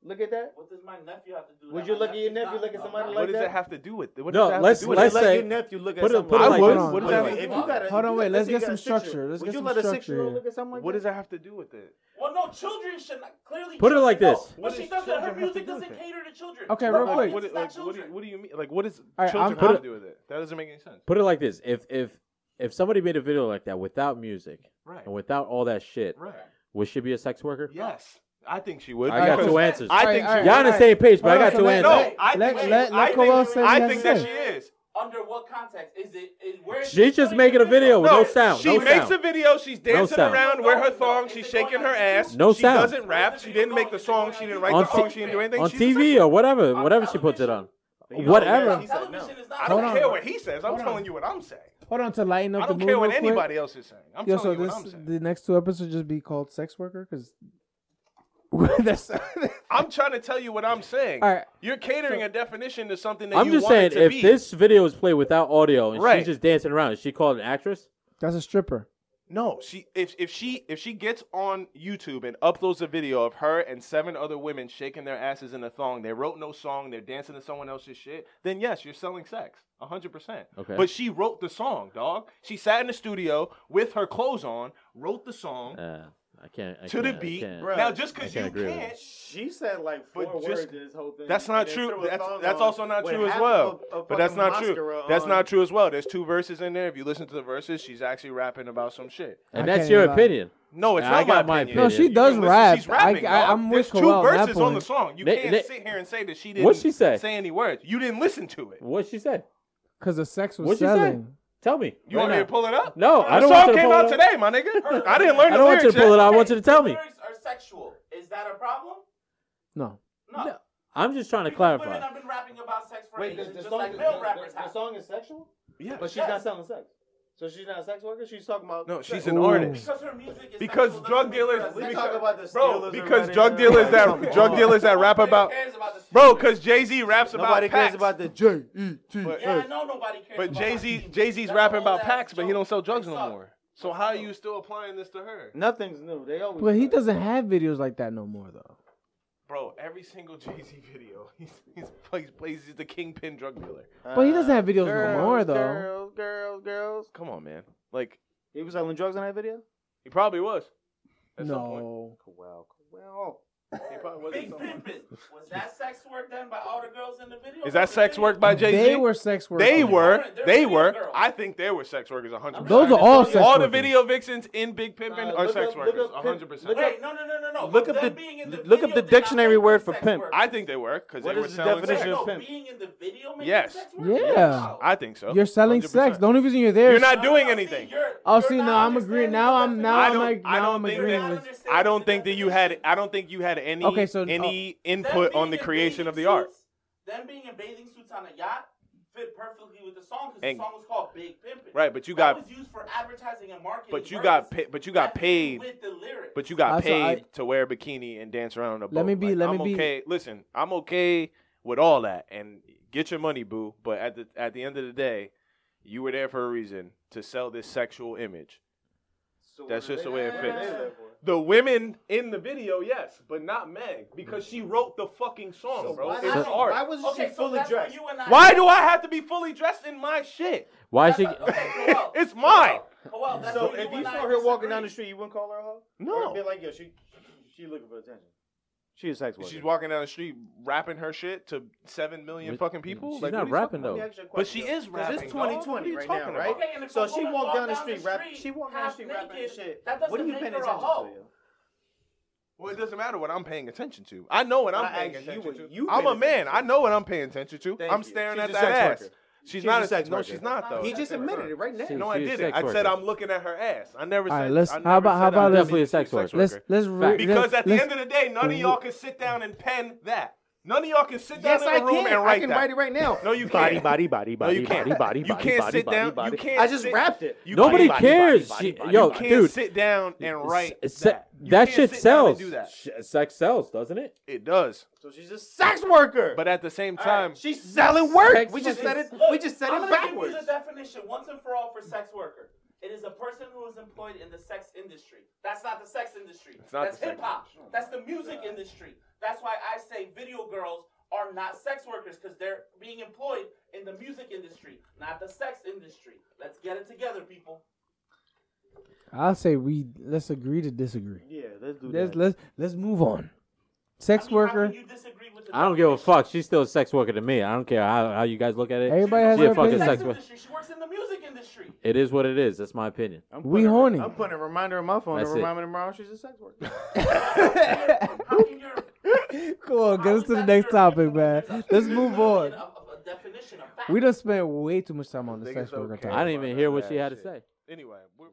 D: Look at that.
C: What does my nephew have to do? with
D: Would
C: that?
D: you
C: My
D: look at your
C: nephew's
D: nephew
C: not-
D: like at
C: I'm
D: somebody
C: not-
B: What
D: like
B: does
D: that?
B: it have to do with? What
E: No,
B: does it have
E: let's-
B: to do with?
D: Would you
E: let's-
D: let
E: say-
D: your nephew look at
E: put it-
D: somebody?
E: put it
B: I
D: like
B: would.
D: that?
B: What does
D: Wait,
B: that
D: wait,
B: mean?
D: If you got a,
A: Hold on, wait, let's
D: say
A: get
D: you got
A: some
D: a six-year-old.
A: structure. Let's
D: Would
A: get
D: you
A: some
D: let a
A: structure
D: six-year-old
A: here.
D: look at something like
B: What
D: that?
B: does that have to do with it?
C: Well, no, children should not. Clearly,
E: Put it like
C: children don't.
E: this.
B: What
C: What she
B: does
C: does that her
B: children have to
C: music
B: do with
C: doesn't
B: it?
C: cater to children.
A: Okay,
C: Her
A: real
C: audience
A: quick.
B: What,
C: is
B: it-
C: not
B: like, what, do
C: children.
B: you, what do you mean? Like, what is
A: right,
B: children
A: I'm-
B: have
E: I'm-
B: to do with it? That doesn't make any sense.
E: Put it like this: if if if somebody made a video like that without music
B: Right.
E: and without all that shit,
B: Right.
E: would she be a sex worker?
B: Yes. I think she would.
E: I got
B: because-
E: two answers.
B: I
A: All
B: think
A: right,
B: she.
A: all
E: Y'all on the
A: right.
E: same page, but I
A: Hold on,
E: got
A: so
E: two
A: let-
E: answers.
B: No, I
A: Let-
B: think she,
A: let- let
B: I
A: Kowal
B: think,
A: say
B: I
A: yes,
B: think that
A: sir.
B: she is.
C: Under what context is it? Is where? is she
E: She's just
C: shooting
E: making a
C: the
E: video with no
B: No,
E: sound.
B: She
E: no
B: makes
E: sound.
B: a video. She's dancing
E: sound.
B: around, wear her thong. She's shaking her ass.
E: No
B: she
E: sound.
B: doesn't rap. She didn't make the song. She didn't write
E: On
B: the song.
E: t-
B: She didn't do anything.
E: on
B: She's a sex-
E: TV or whatever,
C: On
E: whatever she puts it on.
C: television.
E: Whatever.
C: She
D: He said no.
C: Television is not.
B: I don't
A: Hold on.
B: care what he says. I'm
A: Hold
B: telling
A: on.
B: you what I'm saying.
A: Hold on to lighten up
B: I
A: the
B: don't
A: mood.
B: care what
A: real quick.
B: anybody else is saying. I'm
A: Yo,
B: telling
A: so
B: you
A: this
B: what I'm saying.
A: the next two episodes just be called sex worker because <laughs> that's
B: I'm trying to tell you what I'm saying.
A: All right.
B: You're catering a definition to something that
E: I'm
B: you
E: just
B: want
E: saying,
B: it to
E: if
B: be.
E: this video is played without audio and
B: Right.
E: she's just dancing around, is she called an actress?
A: that's a stripper.
B: No, she if if she if she gets on YouTube and uploads a video of her and seven other women shaking their asses in a thong, they wrote no song, they're dancing to someone else's shit, then yes, you're selling sex. 100%.
E: Okay.
B: But she wrote the song, dog. She sat in the studio with her clothes on, wrote the song
E: Uh, I can't. I
B: to the
E: can't, I
B: beat.
E: can't.
D: Bruh,
B: Now just
E: I
B: cuz
E: can't
B: you
E: agree with
B: can't
D: She said like four
B: But
D: words
B: just-
D: to this whole thing.
B: That's
D: and
B: not
D: then
B: true.
D: threw a
B: That's,
D: thong
B: that's
D: on
B: also not
D: with
B: true as
D: half
B: well.
D: of a- a
B: But that's
D: fucking
B: not true.
D: mascara
B: That's
D: on.
B: not true as well. There's two verses in there. If you listen to the verses, she's actually rapping about some shit.
E: And
A: I
E: that's
A: can't
E: your
A: lie.
E: opinion.
B: No, it's
E: Yeah,
B: not
E: I got
B: my
E: my
B: opinion.
E: opinion. No, she
B: You
A: does
B: can listen-
A: rap.
B: She's rapping.
A: I- I-
B: dog.
A: I'm
B: There's
A: with
B: two
A: Kowal on that
B: verses on the
A: point.
B: song. You
E: They-
B: can't
E: they-
B: sit here and say that she didn't
E: What'd she say?
B: any words. You didn't listen to it.
E: What she said?
A: Because the sex was
E: What she said?
A: selling.
E: Tell me.
B: You
E: right
B: want me
E: now.
B: to pull it up?
E: No,
B: the
E: I don't
B: song
E: want you to
B: came
E: pull
B: out
E: it up.
B: today, my
E: <laughs>
B: nigga. I didn't learn
E: I
B: the
E: don't want you
B: lyrics
E: to pull it
B: yet.
E: out. I
C: Okay,
E: want you to tell me.
C: Lyrics are sexual. Is that a problem?
A: No,
C: No.
E: No, I'm just trying to
C: Because
E: clarify.
C: Women have been rapping about sex for
D: Wait, the,
C: ages,
D: the
C: just
D: song,
C: like
D: the,
C: male
D: the-
C: rappers
D: the
C: have.
D: song is sexual,
B: Yeah.
D: but she's
C: Yes.
D: not selling sex. So she's not a sex worker. She's talking about
B: No,
D: sex.
B: she's an
A: Ooh.
B: artist.
C: Because her music is
B: Because
C: sexual
B: drug
C: doesn't make her a
B: dealers-
D: We
C: sex
B: Because-
D: talk
C: worker.
D: about the
B: Bro,
D: Steelers
B: because
D: and
B: drug
D: running
B: dealers
D: around.
B: that drug dealers that rap
C: Nobody
B: about
C: cares about the Steelers.
B: Bro, cuz Jay-Z raps
D: Nobody
B: about
D: cares
B: packs.
D: about the J E T.
B: But-
C: Yeah, I know nobody cares.
B: But
C: about
B: Jay-Z
C: Hakeem.
B: Jay-Z's
C: That's
B: rapping
C: an
B: about
C: old-ass
B: packs, but he
C: joke.
B: don't sell drugs
C: They
B: no
C: suck.
B: more. So how are you still applying this to her?
D: Nothing's new. They always.
A: but he
D: does.
A: doesn't have videos like that no more though.
B: Bro, every single Jay Z video, <laughs> he's, he's plays plays he's the kingpin drug dealer.
A: But he doesn't have videos no
D: girls,
A: more, though.
D: Girls, girls, girls.
B: Come on, man. Like
D: He was selling drugs in that video.
B: he probably was. At some point.
A: no,
D: Well, well.
B: He probably was. At
C: Big
B: some point.
C: Pimpin. Was that sex work done by all the girls in the video?
B: Is that sex work by Jay Z?
A: they were sex workers.
B: E They were.
C: They're
B: They
C: real
B: were.
C: girls.
B: I think they were sex workers. 100.
A: Those are all sex
B: All the
A: workers.
B: video vixens in Big Pimpin
D: Uh,
B: are
D: look
B: sex
D: up- look
B: workers.
D: up Pimp-
B: 100.
D: look
B: percent
C: Wait, no, no, no, no, no.
D: Look
C: But
D: up
C: them
D: the-
C: being in the
D: look up
C: video
D: the
C: did not
D: dictionary
C: make them
D: word for
C: sex
D: pimp.
C: workers.
B: I think they were because they
D: What
B: were
D: is the
B: selling
D: definition
B: sex.
C: no,
D: of pimp.
C: being in the video makes
B: Yes.
C: them sex workers?
A: Yeah.
C: No.
B: I think so.
A: You're selling
B: 100%.
A: sex. The only reason you're there.
B: You're
A: is-
B: not doing
C: No,
B: anything.
C: See, you're,
A: Oh,
C: you're
A: see,
C: not
A: no, I'm agreeing.
C: understanding
A: Now
C: the
A: I'm now
B: I
A: I'm
B: don't-
A: like
B: I
A: now
B: don't
A: I'm
B: think
A: agreeing
B: that-
A: with.
B: I don't think that you had. I don't think you had any.
A: Okay, so- oh.
B: any
C: Them
B: input
C: being
B: on the
C: in
B: creation
C: bathing
B: of the art.
C: suits- Them being in bathing suits on a yacht fit perfectly with the song because the
B: And-
C: song was called Big Pimpin.
B: Right, but you
C: That
B: got-
C: was used for advertising and marketing.
B: But you got.
C: purposes.
B: pa- But you got
C: That fit
B: paid.
C: with the lyrics.
B: But you got
A: Also,
B: paid
A: Ah, I-
B: to wear a bikini and dance around on a boat.
A: Let me be-
B: Like,
A: let me
B: I'm
A: be-
B: okay. Listen, I'm okay with all that, and get your money, boo. But at the at the end of the day, you were there for a reason to sell this sexual image. That's just the way it fits. The women in the video, yes, but not Meg because she wrote the fucking song, bro.
D: why,
B: it's art.
D: why was
C: okay,
D: she
C: so
D: fully
C: that's where
D: dressed?
C: you and I.
B: Why do I have to be fully dressed in my shit?
E: Why
C: That's
E: she?
C: not- okay, Joel,
B: It's mine.
C: Joel, Joel, that's
D: So
C: where
D: if you
C: and I
D: saw her walking down the
C: disagree.
D: street, you wouldn't call her a hoe?
B: No.
D: Or be like, yo, she she looking for attention. She a sex worker.
B: She's walking down the street rapping her shit to seven million
E: But
B: fucking people.
E: she's
B: Like,
E: not
B: what are you talking
E: rapping,
B: about?
E: though.
B: But she is rapping. dog.
D: It's 2020
B: What are
D: right
B: you
D: now,
B: talking
D: right?
B: about?
C: Okay, and if
D: So
C: a
D: she
C: woman
D: walked
C: walked
D: down the
C: down the
D: street, rap.
C: street
D: She walked down the
C: half
D: street rapping
C: naked,
D: her shit.
C: that
D: What are
C: doesn't
D: you
C: make
D: paying
C: her a
D: attention
C: hoe.
D: to? yo?
B: Well, it doesn't matter what I'm paying attention to. I know what I'm
D: I
B: paying
D: asked you
B: attention
D: what
B: to.
D: you
B: I'm
D: paying
B: a man.
D: attention to.
B: I know what I'm paying attention to.
D: Thank
B: I'm
D: you.
B: staring
D: She's
B: at
D: a
B: that
D: sex
B: ass.
D: worker.
B: She's,
D: She's
B: not
D: a sex
B: No,
D: worker.
B: she's not though.
D: He just admitted it right now.
E: See,
B: No, I
E: She's a
B: didn't.
E: sex
B: I said
E: worker.
B: I'm looking at her ass. I never said.
A: All right, let's-
B: I
A: how
B: never
A: about- how
B: said I
A: about
B: was
A: this?
E: Definitely a sex
B: she's
E: worker.
A: Let's let's re-
B: Because
A: let's-
B: at the
A: let's-
B: end of the day, none of y'all can sit down and pen that. None of y'all can sit down
D: Yes,
B: in a
D: I
B: room
D: can.
B: and
D: I
B: write
D: can
B: that.
D: write it right now.
B: No, you can't.
E: Body, body, body,
B: No, you
E: body,
B: can't.
E: body, body,
B: You
E: body,
B: can't
E: body,
B: sit down.
E: body,
B: You
E: body.
B: can't.
D: I just
B: sit-
D: rapped it.
B: you
E: Nobody
B: can't-
E: cares.
D: body,
E: She-
D: body,
E: Yo,
B: You can't
E: dude,
B: sit down and write
E: se- se-
B: that. You
E: that
B: can't
E: shit
B: sit down and
E: sells.
B: do that.
E: Sh- Sex sells, doesn't it?
B: It does.
D: So she's a sex worker.
B: But at the same
D: All right,
B: time,
D: she's selling work.
E: Sex
D: We just
E: worker.
D: said it.
C: Look,
D: We just said
C: I'm
D: it
C: gonna give you the
D: backwards.
C: definition once and for all for sex worker. It is a person who is employed in the sex industry. That's not the sex industry.
B: It's not
C: That's
B: the sex
C: hip hop. That's the music industry. That's why I say video girls are not sex workers because they're being employed in the music industry, not the sex industry. Let's get it together, people.
A: I'll say we let's agree to disagree.
D: Yeah, let's do
A: Let's
D: that.
A: let's let's move on. Sex
C: I mean, how
A: worker.
C: can you disagree with the
E: I don't give a fuck. She's still a sex worker to me. I don't care how, how you guys look at it.
A: Everybody has
E: She a
A: their
E: fucking
A: opinion.
E: sex worker.
C: industry. She works in the music industry.
E: It is what it is. That's my opinion.
D: I'm
A: We
D: putting a-
A: horny.
D: I'm putting a reminder on my phone
E: That's
D: to
E: it.
D: remind me tomorrow she's a sex worker. <laughs>
C: How can your
A: <laughs> Come on,
C: How
A: get us
C: is
A: to the
C: that
A: next
C: your
A: topic,
C: opinion?
A: man.
C: There's a-
A: Let's move
C: there's
A: on.
C: a- a- a definition of fact.
A: We done spent way too much time on the
B: Think
A: sex
B: it's
A: worker
B: okay.
E: I
A: topic.
E: didn't even hear what she had to say.
B: Anyway, we're,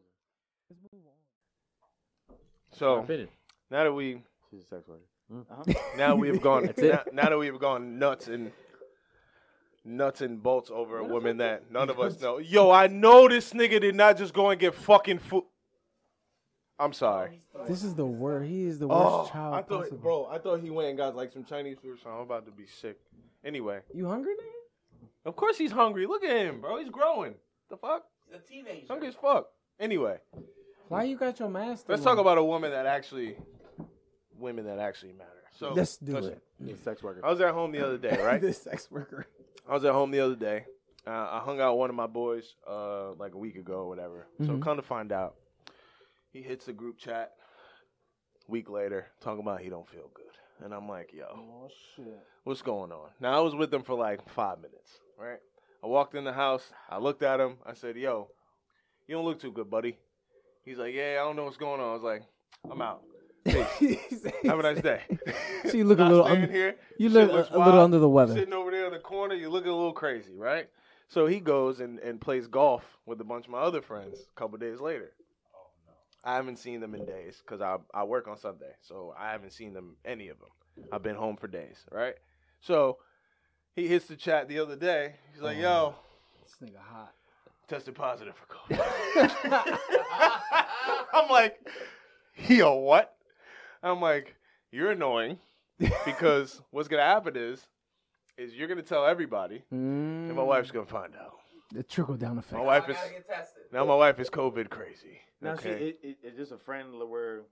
B: so
E: Opinion.
B: now that we
D: she's a sex worker.
B: now we have gone
E: <laughs> That's
B: now,
E: it.
B: now that we have gone nuts and nuts and bolts over a woman that none of us know. Yo, I know this nigga did not just go and get fucking food. I'm sorry.
A: This is the worst. He is the worst
B: Oh,
A: child
B: I thought,
A: possible.
B: bro, I thought he went and got like some Chinese food or something. I'm about to be sick. Anyway,
A: You hungry, nigga?
B: of course he's hungry. Look at him, bro. He's growing. The fuck?
C: He's a teenager.
B: Hungry as fuck. Anyway,
A: Why you got your mask?
B: let's
A: still
B: talk
A: on? <laughs>
B: about a woman that actually, women that actually matter. So
A: Let's do
B: listen,
A: it.
D: She's a sex worker.
B: I was at home the other day,
A: <laughs>
B: right?
A: this sex worker.
B: I was at home the other day. Uh, I hung out with one of my boys uh, like a week ago or whatever. So
A: Mhm.
B: come to find out, he hits the group chat. Week later, talking about he don't feel good, and I'm like, yo,
D: Oh shit.
B: what's going on? Now I was with him for like five minutes, right? I walked in the house. I looked at him. I said, yo, you don't look too good, buddy. He's like, yeah, I don't know what's going on. I was like, I'm out.
A: <laughs>
B: Peace. Have a nice day.
A: So you look a
B: Not
A: little
B: staying
A: un-
B: here.
A: You
B: Shit
A: look
B: looks
A: a, a little
B: wild.
A: under the weather.
B: Sitting over there in the corner, you looking a little crazy, right? So he goes and, and plays golf with a bunch of my other friends a couple days later. I haven't seen them in days because I, I work on Sunday. So I haven't seen them, any of them. I've been home for days, right? So he hits the chat the other day. He's like, yo,
A: This nigga
B: <laughs>
A: hot.
B: tested positive for COVID. <laughs> I'm like, yo, what? I'm like, you're annoying
C: <laughs>
B: because what's gonna happen is, is you're gonna tell everybody, and my wife's gonna find out.
A: Mm, The trickle down effect.
B: My wife
C: Hmm. I
B: is
C: gotta get tested.
B: now my wife is COVID crazy.
D: Now
B: okay?
D: she it, it, it's just a friend li- where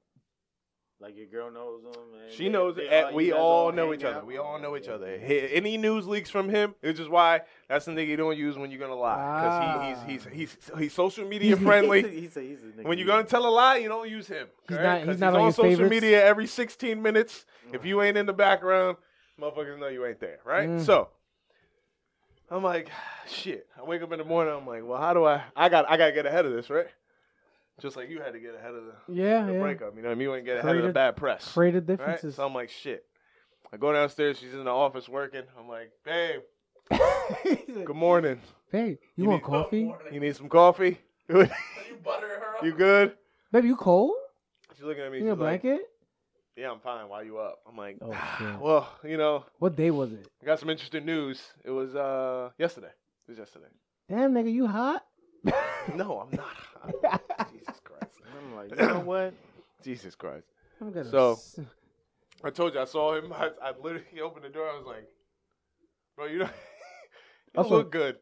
D: like your girl knows e-, him. And
B: She
D: they-
B: knows
D: they
B: eh,
D: you
B: we
D: guys
B: all know
D: hang
B: each other.
D: out.
B: We all know each
D: Yeah.
B: other. He- Any news leaks from him, which is why that's the nigga you don't use when you're gonna lie, because
A: Ah.
B: he, he's, he's he's he's social
D: <laughs>
B: media friendly.
D: He's a, he's a nigga.
B: When you're gonna tell a lie, you don't use him.
A: He's
B: correct?
A: not- he's
B: 'Cause
A: not on your
B: social
A: favorites.
B: media every 16 minutes. If you ain't in the background, motherfuckers know you ain't there, right?
A: Mm.
B: So I'm like, <sighs> shit. I wake up in the morning. I'm like, well, how do I? I got I gotta get ahead of this, right? Just like you had to get ahead of the,
A: Yeah,
B: the
A: yeah.
B: breakup. You know what I mean? You ain't get ahead of the
A: Created-
B: bad press.
A: Creative
B: right?
A: differences.
B: So
A: <laughs>
B: I'm like, shit. I go downstairs. She's in the office working. I'm like, babe, good morning.
A: Babe, you,
B: You
A: want
B: need-
A: coffee?
B: You need some coffee? <laughs> you
C: You butter her up.
B: good?
A: Baby, you cold?
B: She's looking at me.
A: You need a
B: she's like,
A: blanket?
B: yeah, I'm fine. Why you up? I'm like, "Ah,
A: Oh, shit.
B: well, you know,
A: What day was it?
B: I got some interesting news. It was uh yesterday. It
A: <laughs>
B: was yesterday.
A: Damn, nigga, you hot? <laughs>
B: No, I'm not. Jesus Christ.
D: I'm like, you know <coughs> what?
B: Jesus Christ.
A: I'm gonna
B: So-
A: s-
B: I told you I saw him. <laughs> I, I literally opened the door. I was like, bro, you don't, <laughs> you don't
A: Also-
B: look good.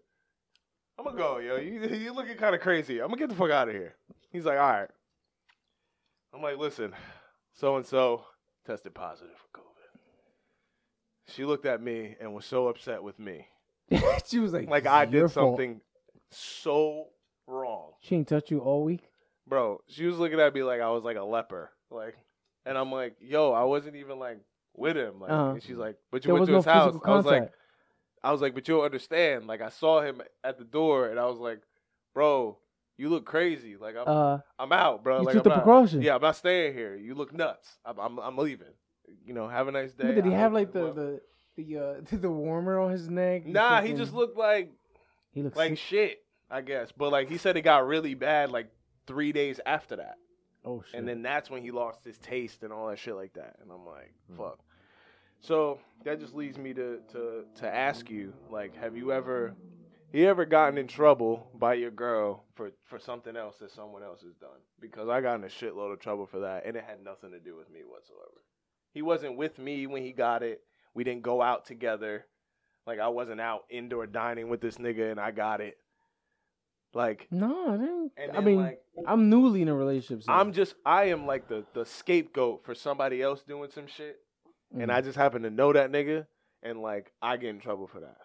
B: I'm gonna go, yo. You you looking kind of crazy. I'm gonna get the fuck out of here. He's like, all right. I'm like, listen, so and so tested positive for COVID. She looked at me and was so upset with me,
A: <laughs> she was like,
B: like
A: "This
B: I
A: is your
B: did
A: fault."
B: something so wrong,
A: She ain't touch you all week.
B: bro. She was looking at me like I was like a leper, like, and I'm like, yo, I wasn't even like with him. Like,
A: Uh-huh.
B: and she's like, but you
A: There
B: went
A: was
B: to
A: no
B: his house.
A: physical
B: I was like,
A: contact.
B: I was like, but you'll understand. Like I saw him at the door, and I was like, bro, you look crazy. Like I'm,
A: uh,
B: I'm out, bro.
A: you
B: like,
A: took
B: I'm
A: the
B: not-
A: precaution.
B: Yeah, I'm not staying here. You look nuts. I'm, I'm, I'm leaving. You know, have a nice day.
A: but did he
B: I
A: have
B: hope
A: like
B: you're
A: the
B: well.
A: the the uh <laughs> the warmer on his neck? The
B: Nah, he
A: fucking-
B: just looked like
A: he looks
B: like
A: sick.
B: shit, I guess. But like he said, it got really bad like three days after that,
A: oh shit.
B: and then that's when he lost his taste and all that shit like that. And I'm like,
A: Hmm.
B: fuck. So that just leads me to to to ask you, like, have you ever you ever gotten in trouble by your girl for for something else that someone else has done? Because I got in a shitload of trouble for that, and it had nothing to do with me whatsoever. He wasn't with me when he got it. We didn't go out together. Like I wasn't out indoor dining with this nigga, and I got it. Like,
A: No, I didn't.
B: and
A: I
B: then,
A: mean,
B: like,
A: I'm newly in a relationship. so-
B: I'm just I am like the the scapegoat for somebody else doing some shit,
A: Mm.
B: and
A: Mm-hmm.
B: I just happen to know that nigga, and like I get in trouble for that.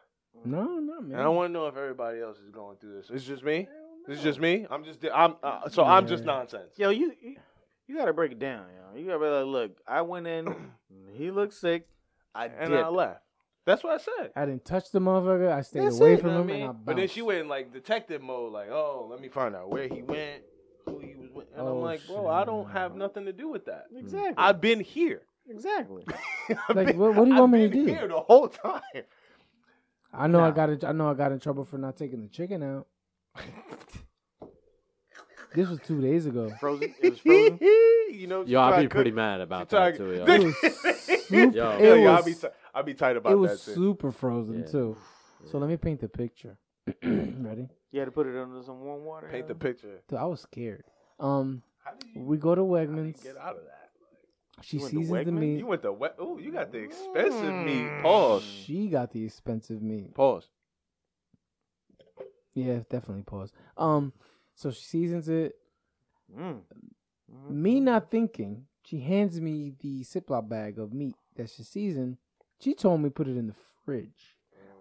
A: no, no, man.
B: And I want to know if everybody else is going through this. It's just me. It's just me. I'm just di- I'm uh, so I'm just
A: Yeah.
B: nonsense.
D: Yo, you you, you gotta break it down, yo. You gotta be like, look, I went <coughs> in, he looked sick, I
B: and
D: did.
B: I left. That's what I said.
A: I didn't touch the motherfucker. I stayed
B: That's
A: away
B: it,
A: from
B: you know
A: him,
B: what I
A: and I
B: mean?
A: bounced.
B: But then she went in like detective mode, like, oh, let me find out where he went, who he was with, and
A: Oh,
B: I'm like, bro, I don't
A: shit.
B: have nothing to do with that.
D: Exactly.
B: I've been here.
D: <coughs>
B: <laughs>
D: exactly.
B: I've
A: Like,
B: been-
A: what- what do you
B: I've
A: want me to
B: been
A: do?
B: Here the whole time.
A: I know I
D: Nah.
A: got in, I know I got in trouble for not taking the chicken
E: <laughs>
A: out. this was two days ago.
D: Frozen. It was <laughs> frozen.
B: <laughs> you know, she
E: Yo,
B: tried
E: I'd
B: to
E: be pretty
B: cook-
E: mad
B: she
E: about
B: tried to-
E: that too. Yo.
A: It was
B: <laughs>
A: super,
E: Yo.
A: it
B: Yeah, I'll be,
A: was-
B: t- I'll be tight about
A: it
B: that
A: was
B: too.
A: super frozen
E: Yeah.
A: too. So let me paint the
E: <clears throat>
A: picture. Ready?
D: You had to put it under some warm water.
B: Paint
D: yo.
B: the picture.
A: Dude, I was scared. Um,
B: How did you,
A: we go to
B: how did you
A: Wegmans.
B: get out of that?
A: She
D: You went to
A: seasons the
D: Wegmans?
A: meat.
B: You went the wet. Oh, you got the expensive
A: Mm.
B: meat. Pause.
A: She got the expensive meat.
B: Pause.
A: Yeah, definitely pause. Um, so she seasons it.
D: Mm.
A: Me not thinking, she hands me the Ziploc bag of meat that's just seasoned. She told me put it in the fridge.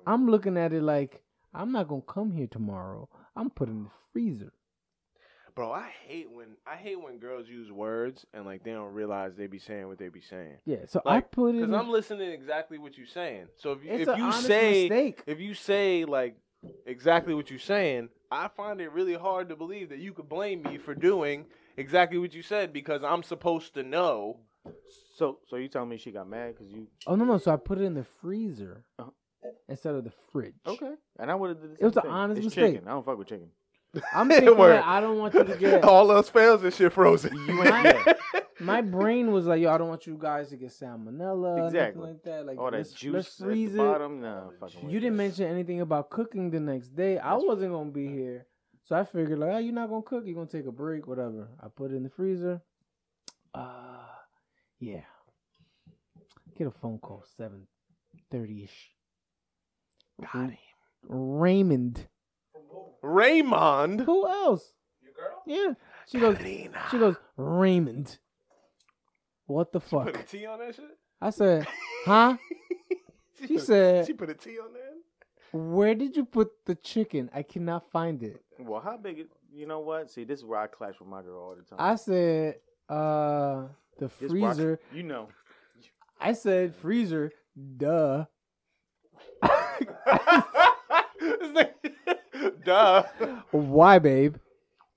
A: I'm looking at it like I'm not gonna come here tomorrow. I'm putting it in the freezer.
B: Bro, I hate when I hate when girls use words and like they don't realize they be saying what they be saying.
A: Yeah, so I
B: Like,
A: put it.
B: Because
A: In,
B: I'm listening exactly what you're saying. So if you,
A: it's
B: if
A: an
B: you
A: honest
B: say
A: mistake.
B: if you say like exactly what you're saying, I find it really hard to believe that you could blame me for doing exactly what you said because I'm supposed to know.
D: So, so you telling me she got mad because you?
A: Oh no, no. So I put it in the freezer
D: Uh-huh.
A: instead of the fridge.
D: Okay. And I would have did the
A: It was
D: same
A: an
D: thing.
A: honest
D: it's
A: mistake.
D: Chicken. I don't fuck with chicken.
A: I'm
B: <laughs>
A: thinking
B: Word. Oh.
A: that I don't want you to get.
B: <laughs> All else fails, this shit frozen.
D: <laughs> You ain't
A: My,
D: mad.
A: my brain was like, yo, I don't want you guys to get salmonella,
D: Exactly.
A: exactly. like that. Like,
D: All that
A: let's,
D: juice
A: let's freeze
D: at
A: it.
D: the bottom. Nah, I'm fucking with
A: You didn't
D: this.
A: mention anything about cooking the next day. I
D: That's-
A: wasn't gonna be here, so I figured like, oh, you're not gonna cook. You're gonna take a break, whatever. I put it in the freezer. Uh, yeah. Get a phone call seven thirty ish. Got him. Raymond.
C: From who?
B: Raymond.
A: Who else?
C: Your girl?
A: Yeah. She goes.
B: Karina.
A: She goes. Raymond. What the
B: Put a
A: fuck?
B: T on that shit.
A: I said, huh? She
B: put a-
A: said-
B: she put a T on there. <laughs>
A: Where did you put the chicken? I cannot find it.
D: Well, how big? Is, you know what? See, this is where I clash with my girl all the time.
A: I said, uh, the
D: This where I-
A: freezer.
D: you know.
A: I said freezer. Duh. <laughs>
B: <laughs>
A: <laughs>
B: Duh.
A: Why, babe?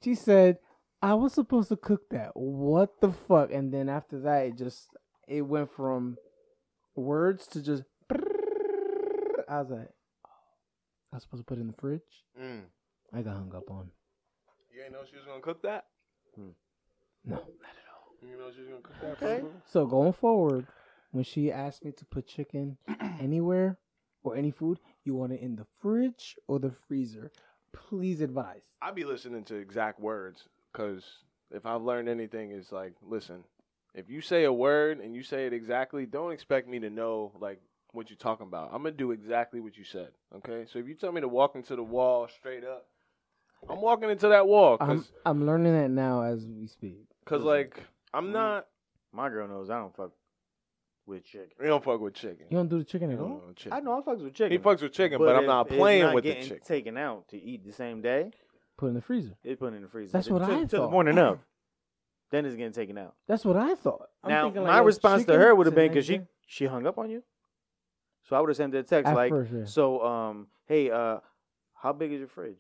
A: She said, I was supposed to cook that. What the fuck? And then after that, it just it went from words to just. I was like, I was supposed to put it in the fridge.
B: Mm.
A: I got hung up on.
B: You ain't know she was gonna cook that.
A: No.
B: You know she was gonna cook that. bro?
A: So going forward, when she asks me to put chicken <clears throat> anywhere or any food, you want it in the fridge or the freezer. Please advise.
B: I be listening to exact words because if I've learned anything, it's like, listen, if you say a word and you say it exactly, don't expect me to know like what you're talking about. I'm gonna do exactly what you said. Okay, so if you tell me to walk into the wall straight up, I'm walking into that wall
A: I'm,
B: because
A: I'm learning that now as we speak.
B: because like
A: Mm-hmm.
B: I'm not.
D: My girl knows I don't fuck with chicken.
B: We don't fuck with chicken.
A: You don't do the chicken
B: We
A: at
B: don't
A: all?
B: with chicken.
D: I know I fucks with chicken.
B: He fucks with chicken, but, I'm
D: if
B: not
D: it's
B: playing
D: not
B: with the <laughs>
D: getting
B: chicken.
D: Taken out to eat the same day.
A: Put it in the freezer.
D: It's put in the freezer.
A: That's
D: to-
A: what
D: to,
A: I
D: to the
A: thought.
D: morning of. Then it's getting taken out.
A: That's what I thought. I'm
D: now
A: thinking, like,
D: my
A: yo,
D: response to
A: chicken
D: her would
A: to
D: have
A: the
D: been because
A: next
D: she
A: day?
D: she hung up on you. So I would have sent that text
A: At
D: like,
A: first, yeah.
D: so um, hey uh, how big is your fridge?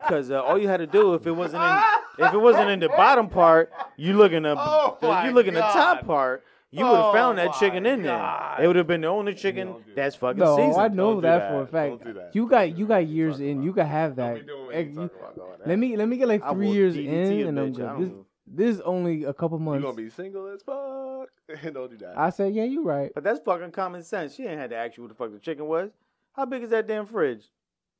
D: Because uh, all you had to do if it wasn't in, if it wasn't in the bottom part, you looking up.
B: Oh my
D: you looking the top
B: God.
D: part. You would have
B: Oh
D: found that
B: my
D: chicken in
B: God.
D: there. It would have been the only chicken
B: Don't do
D: that's fucking
A: No,
D: seasoned.
A: I know
B: Don't do
A: that,
B: that.
A: for a fact.
B: Don't do that.
A: You
B: Don't
A: got
B: do
A: you
B: that.
A: got
B: What you
A: years
B: talking
A: in.
B: about?
A: You can have that.
B: Don't be doing what
A: Hey,
B: you
A: you-
B: talking about going
A: Let me let me get like
D: I
A: three
D: will
A: years
D: DDT
A: in,
D: a
A: and I'm
D: bitch. I
A: like,
D: don't
A: this
D: give a-
A: this is only a couple
B: You're
A: months.
B: gonna be single as fuck. <laughs> Don't do that.
A: I said, yeah, you're right.
D: But that's fucking common sense. She ain't had to ask you what the fuck the chicken was. How big is that damn fridge?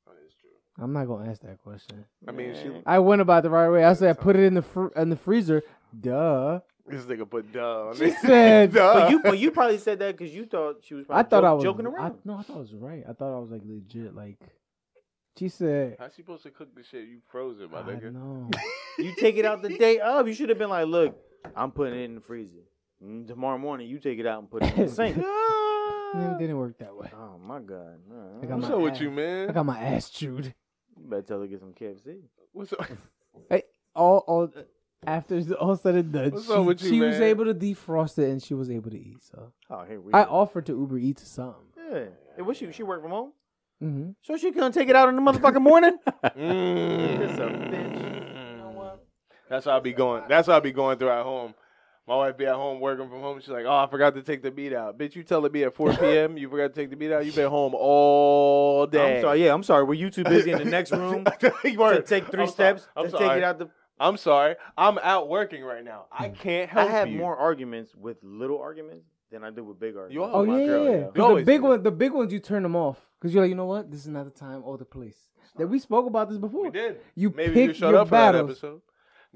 B: That is Oh, true.
A: I'm not gonna ask that question.
B: I mean, she,
A: I went about the right way. I said, put it in the fr- in the freezer. Duh.
B: this nigga put duh. On
A: She
B: it. <laughs>
A: said-
B: duh.
D: But you, <laughs> but you probably said that because you thought she was. Probably
A: I thought
D: joke-
A: I was
D: joking
A: I,
D: around.
A: no, I thought I was right. I thought I was like legit. Like She said,
B: <laughs> How she supposed to cook the shit? You frozen, my
A: I
B: nigga. <laughs>
A: know.
D: You take it out the day of. You should have been like, look, I'm putting it in the freezer. Mm, Tomorrow morning, you take it out and put it in <laughs> the sink.
A: It didn't work that way.
D: Oh my god! Nah,
A: I got
B: What's
A: my
B: up with
A: ass.
B: you,
A: I
B: man?
A: got my ass chewed.
D: you better tell her to get some KFC.
B: <laughs>
D: <laughs>
B: What's up? <laughs>
A: All, all after it's all said and done,
B: What's
A: she,
B: up with you,
A: she was
B: man?
A: able to defrost it and she was able to eat. So
D: Oh, here we.
A: I
D: go.
A: offered to Uber Eats something.
D: Yeah. Hey, what she? She work from home,
A: Mm-hmm.
D: so she couldn't take it out in the motherfucking <laughs> morning.
B: Mm.
D: This a bitch.
C: You know what?
B: That's how I be going. That's how I be going through at home. My wife be at home working from home. She's like, "Oh, I forgot to take the meat out." Bitch, you telling me at
D: <laughs>
B: 4 p.m. you forgot to take the meat out? You been home all day.
D: I'm sorry. Yeah, I'm sorry. Were you too busy in
B: <laughs>
D: the <laughs> next room
B: You
D: to
B: were.
D: take 3
B: I'm so-
D: steps
B: I'm
D: to take
B: sorry.
D: it out the?
B: I'm sorry. I'm out working right now. I can't
D: I
B: help
D: have
B: you.
D: more arguments with little arguments than I do with big arguments.
A: Oh,
B: Oh, my
A: yeah,
B: girl,
A: yeah,
B: yeah.
A: yeah. 'Cause The
B: Always
A: big
B: do.
A: one, the big ones, you turn them off because you're like, you know what? This is not the time or the place. That we spoke about this before.
B: We did.
A: You
B: Maybe
A: pick
B: you shut
A: your
B: up for that
A: battles.
B: episode.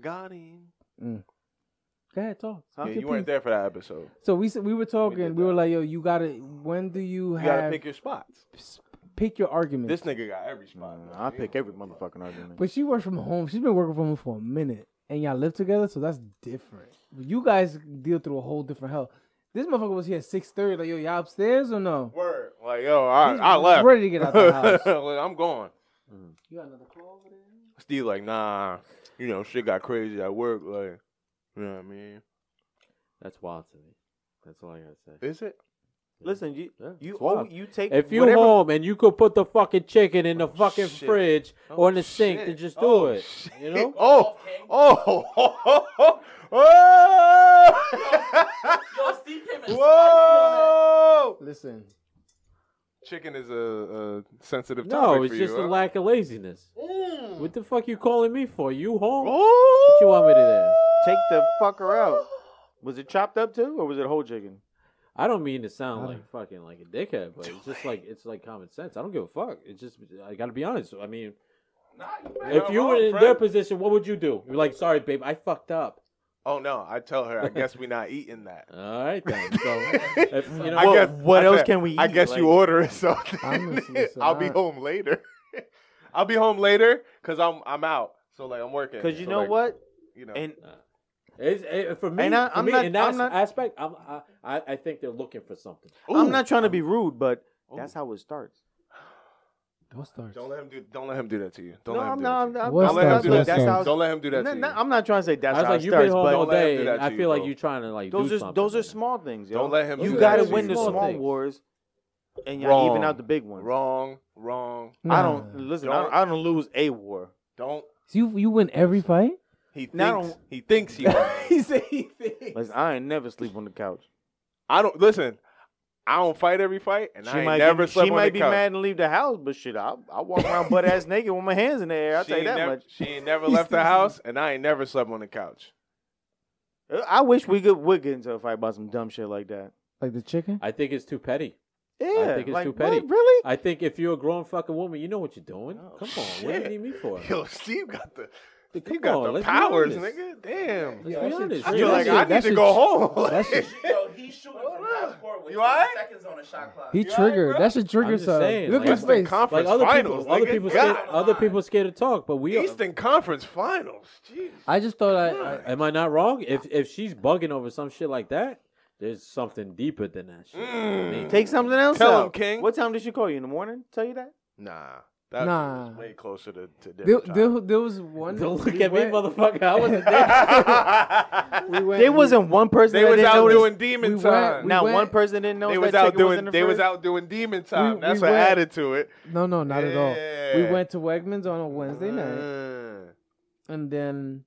B: Got him.
A: Go ahead, talk.
D: Huh?
B: Yeah,
A: Speak
B: you
A: your
B: weren't
A: piece.
B: there for that episode.
A: So we s- we were talking. We,
B: did
A: were
B: that.
A: like, yo, you gotta. When do you
B: You gotta
A: have
B: pick your spots.
A: s- pick your arguments?
B: This nigga got every spot.
D: Mm,
B: man.
D: I pick every motherfucking argument.
A: But she works from home. She's been working from home for a minute, and y'all live together, so that's different. You guys deal through a whole different hell. This motherfucker was here at six thirty. Like, yo, y'all upstairs or no?
B: Word. Like yo, I,
A: He's
B: I left.
A: Ready to get out
B: <laughs>
A: the house.
B: Like, I'm going.
A: you got another call over there?
B: Steve like, nah, you know, shit got crazy at work. Like, you know what I mean?
E: That's wild to me. That's all I gotta say.
B: Is it?
D: Listen, you
E: Yeah,
D: you
E: it's wild.
D: owe- you take
E: If you
D: whatever-
E: home and you could put the fucking chicken in the fucking
B: Oh, shit.
E: fridge or in the
B: Oh,
E: sink,
B: shit.
E: then just do
B: Oh,
E: it.
B: shit.
E: You know?
B: <laughs> Oh, oh, oh, oh, oh, <laughs> oh. <laughs>
C: Yo, Steve came in spicy on
B: Whoa!
A: Listen,
B: Chicken is a, a sensitive topic
E: No, it's
B: for
E: just
B: you.
E: a
B: huh?
E: lack of laziness.
B: Mm.
E: What the fuck you calling me for? You home?
B: Oh!
E: What you want me to do?
D: take the fucker out. Was it chopped up too, or was it whole chicken?
E: I don't mean to sound
A: I
E: like fucking like a dickhead, but it's just like it's like common sense. I don't give a fuck. It's just I gotta be honest. I mean,
C: that. Nah, you better-
E: if you were in
B: friend.
E: their position, what would you do? You're like, sorry, babe, I fucked up.
B: Oh no! I tell
D: <laughs>
B: her. I guess we not eating that.
E: All right then. So if, you know,
B: I
E: well,
B: guess,
D: what
B: I
D: else
B: said,
D: can we
B: I
D: eat?
B: guess you
E: Like-
B: ordering
D: <laughs>
A: I'm
B: something.
A: listening, listen,
B: I'll be
A: I-
B: home later. <laughs> I'll be home later because I'm I'm out. So like I'm working.
D: Because you
B: So,
D: know
B: like,
D: what,
B: You know.
D: and
E: it's, it, for me,
D: And I-
E: for
D: I'm
E: me,
D: not-
E: in that
D: I'm not-
E: aspect, I'm, I I I think they're looking for something.
D: I'm
B: Ooh.
D: not trying to be rude, but
B: Ooh.
D: that's how it starts.
A: what starts?
B: Don't let him do. Don't let him do that to you. Don't
D: no,
B: let him
D: I'm
B: do
D: not. I'm
B: that.
D: not-
A: What
D: I'm
B: to you. Don't let him
D: not.
A: starts? What
B: do that. to you.
D: doing- That's how.
A: starts?
D: it's-
B: Don't let him do that
D: No,
B: to you.
D: no, I'm not trying to say that's
E: I was
D: how
E: like,
D: it
E: you've been
D: starts,
E: home
D: but
E: all
B: Don't let him do
E: day.
B: that
E: and
B: to
E: I
B: you,
E: feel like
B: bro.
E: you're trying to like
D: those
E: do
D: are
E: something.
D: those are small things. Yo.
B: Don't let him
D: You
B: do
D: gotta
B: that to
D: win the
B: you.
E: Small
D: small
E: things.
D: wars, and y'all
B: Wrong.
D: even out the big ones.
B: Wrong, wrong.
D: I
A: Nah.
D: don't listen. I
B: Don't-
D: don't, I don't lose a war.
B: Don't.
A: So you you win every
B: <laughs>
A: fight.
B: He thinks.
D: Now
B: he thinks he. won.
A: <laughs> he said he thinks.
D: Listen, I ain't never sleep on the couch.
B: I don't listen. I don't fight every fight, and I ain't
D: might
B: never
D: be,
B: slept
D: she
B: on
D: might
B: the
D: be
B: couch.
D: mad and leave the house, but shit, I I walk around butt <laughs> ass naked with my hands in the air. I
B: she
D: tell you
B: ain't
D: that
B: never,
D: much.
B: she ain't never
A: He's
B: left the
A: thinking-
B: house, and I ain't never slept on the couch.
D: Uh, I wish we could would get into a fight about some dumb shit like that.
A: Like the chicken.
E: I think it's too petty.
D: Yeah,
E: think it's
D: like,
E: too petty.
D: What, really?
E: I think if you're a grown fucking woman, you know what you're doing.
D: Oh,
E: Come on, what do you
B: shit.
E: need
D: <laughs>
E: me for?
B: Yo, Steve got the.
E: Come
B: Steve got
E: on,
B: the
E: let's be
B: powers,
E: honest.
B: nigga. Damn.
A: Yeah,
E: Let's be
A: that shit-
E: honest.
A: I
B: I
A: Yeah,
B: feel
A: that
B: like
A: shit-
B: I
A: that
B: need to
A: shit-
B: go home.
A: that
B: <laughs>
A: shit-
C: Yo, he's shooting from half court with
B: You alright?
C: 20 seconds on the shot clock.
A: He
B: You all right,
A: triggered.
B: bro?
A: that should trigger
E: I'm just
A: something.
E: saying,
A: Look
E: like-
A: at his
B: Eastern
A: face.
B: Conference
E: like other
B: Finals,
E: people, other
B: nigga.
E: people,
B: God.
E: scared, other people scared to talk, but we.
B: Eastern Conference Finals. Jeez.
E: I just thought I, I. Am I not wrong? If if she's bugging over some shit like that, there's something deeper than that shit.
B: Mm.
E: I mean,
D: Take something else
B: Tell
D: out.
B: him, King.
D: What time did she call you in the morning? Tell you that?
B: Nah. That
A: Nah.
B: was way closer to, to
A: There,
B: dinner
A: there, there was one.
E: <laughs> Don't
A: we
E: look at me,
A: went-
E: motherfucker. I wasn't <laughs> there.
B: time. <laughs>
A: We went,
D: There wasn't one person.
B: they
D: that
B: was
D: didn't
B: out
D: notice.
B: doing demon
A: we went-
B: time.
A: we
D: Not
A: went-
D: one person didn't know
B: they
D: that
B: was out
D: chicken was
B: doing.
D: in the
B: they was
D: fridge?
B: out doing demon time.
A: we
B: That's what
A: went-
B: added to it.
A: No, no, not at all. We
B: Yeah.
A: went to Wegmans on a Wednesday night,
B: Mm.
A: and then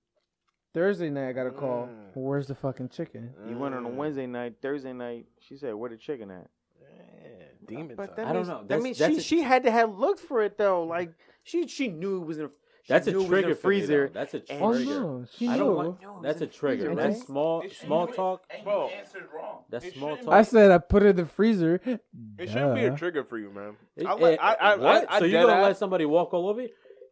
A: Thursday night I got a call.
B: Mm.
A: Well, where's the fucking chicken?
D: You went on a
B: Mm.
D: Wednesday night, Thursday night. She said, "Where the chicken at?"
B: Yeah, Demon
D: But
B: time.
D: that
E: I don't
D: means-
E: know.
D: That
E: That's-
D: means
E: that's
D: she
E: a-
D: she had to have looked for it though. Like she she knew it was in. A, she
E: That's a
D: knew it was in
E: trigger
D: the freezer.
E: For me, though. That's a trigger.
D: and-
A: Oh no, she
E: I
A: knew.
E: don't like.
D: No, it was
E: That's
D: in
E: a
D: the
E: trigger.
D: freezer,
E: That's
D: right?
E: small.
B: It should
E: Small
B: be-
E: talk.
C: And
B: Bro.
C: you answered wrong.
E: That's
B: it
E: small
B: shouldn't
E: talk.
A: I said I put it in the freezer.
B: It shouldn't be a
A: Duh.
B: trigger for you, man.
E: It-
B: I let-
E: it-
B: I- I-
E: what?
B: I- I
E: so you're
B: dead
E: gonna
B: ass-
E: let somebody walk all over you?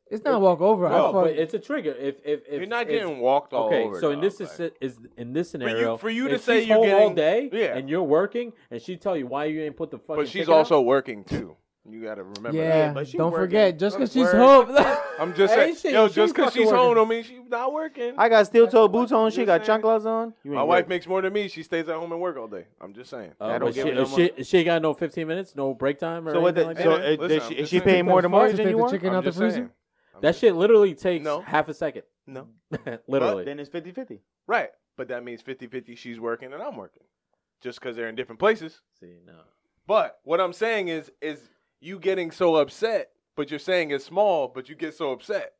A: It's not walk over.
E: No,
A: I
E: but
A: fuck-
E: it's a trigger. If if, if
B: You're not
E: if-
B: getting walked all
E: okay,
B: over.
E: so in
B: dog,
E: this
B: like-
E: is, is in this scenario
B: for you to
E: if
B: say
E: she's
B: you're
E: home all
B: getting-
E: day
B: yeah.
E: and you're working and she tell you why you ain't put the fucking.
B: but she's
E: chicken out,
B: also working too. You gotta remember.
A: Yeah,
D: but she
A: don't
D: working.
A: forget, just because she's
D: Work.
A: home.
B: that. <laughs> I'm just
A: Hey,
B: saying.
A: she-
B: yo,
A: she
B: just because
A: fucking
B: she's home
A: working.
B: don't mean she's not working.
D: I got steel toe boots on. She got
B: Just saying.
D: chanclas on. You
B: My
D: ain't
B: wife
D: working.
B: makes more than me. She stays at home and work all day. I'm just saying.
E: Uh,
D: That don't
E: but she,
D: give her no
E: if she, she ain't got no 15 minutes, no break time or
D: So what? The,
E: anything like
D: so
E: that.
B: Hey,
D: it,
B: man,
D: does
B: listen,
D: she,
B: I'm
D: is she
B: just saying.
D: paying more than
A: Take
D: mortgage
A: the
D: than you want?
A: chicken out the freezer.
B: I'm
E: That
B: just-
E: shit literally takes
B: No.
E: half a second. <laughs>
B: No.
E: literally.
D: Then it's 50-50.
B: Right. But that means 50 50 she's working and I'm working. Just because they're in different places.
E: See, no.
B: But what I'm saying is, is you getting so upset, but you're saying it's small, but you get so upset.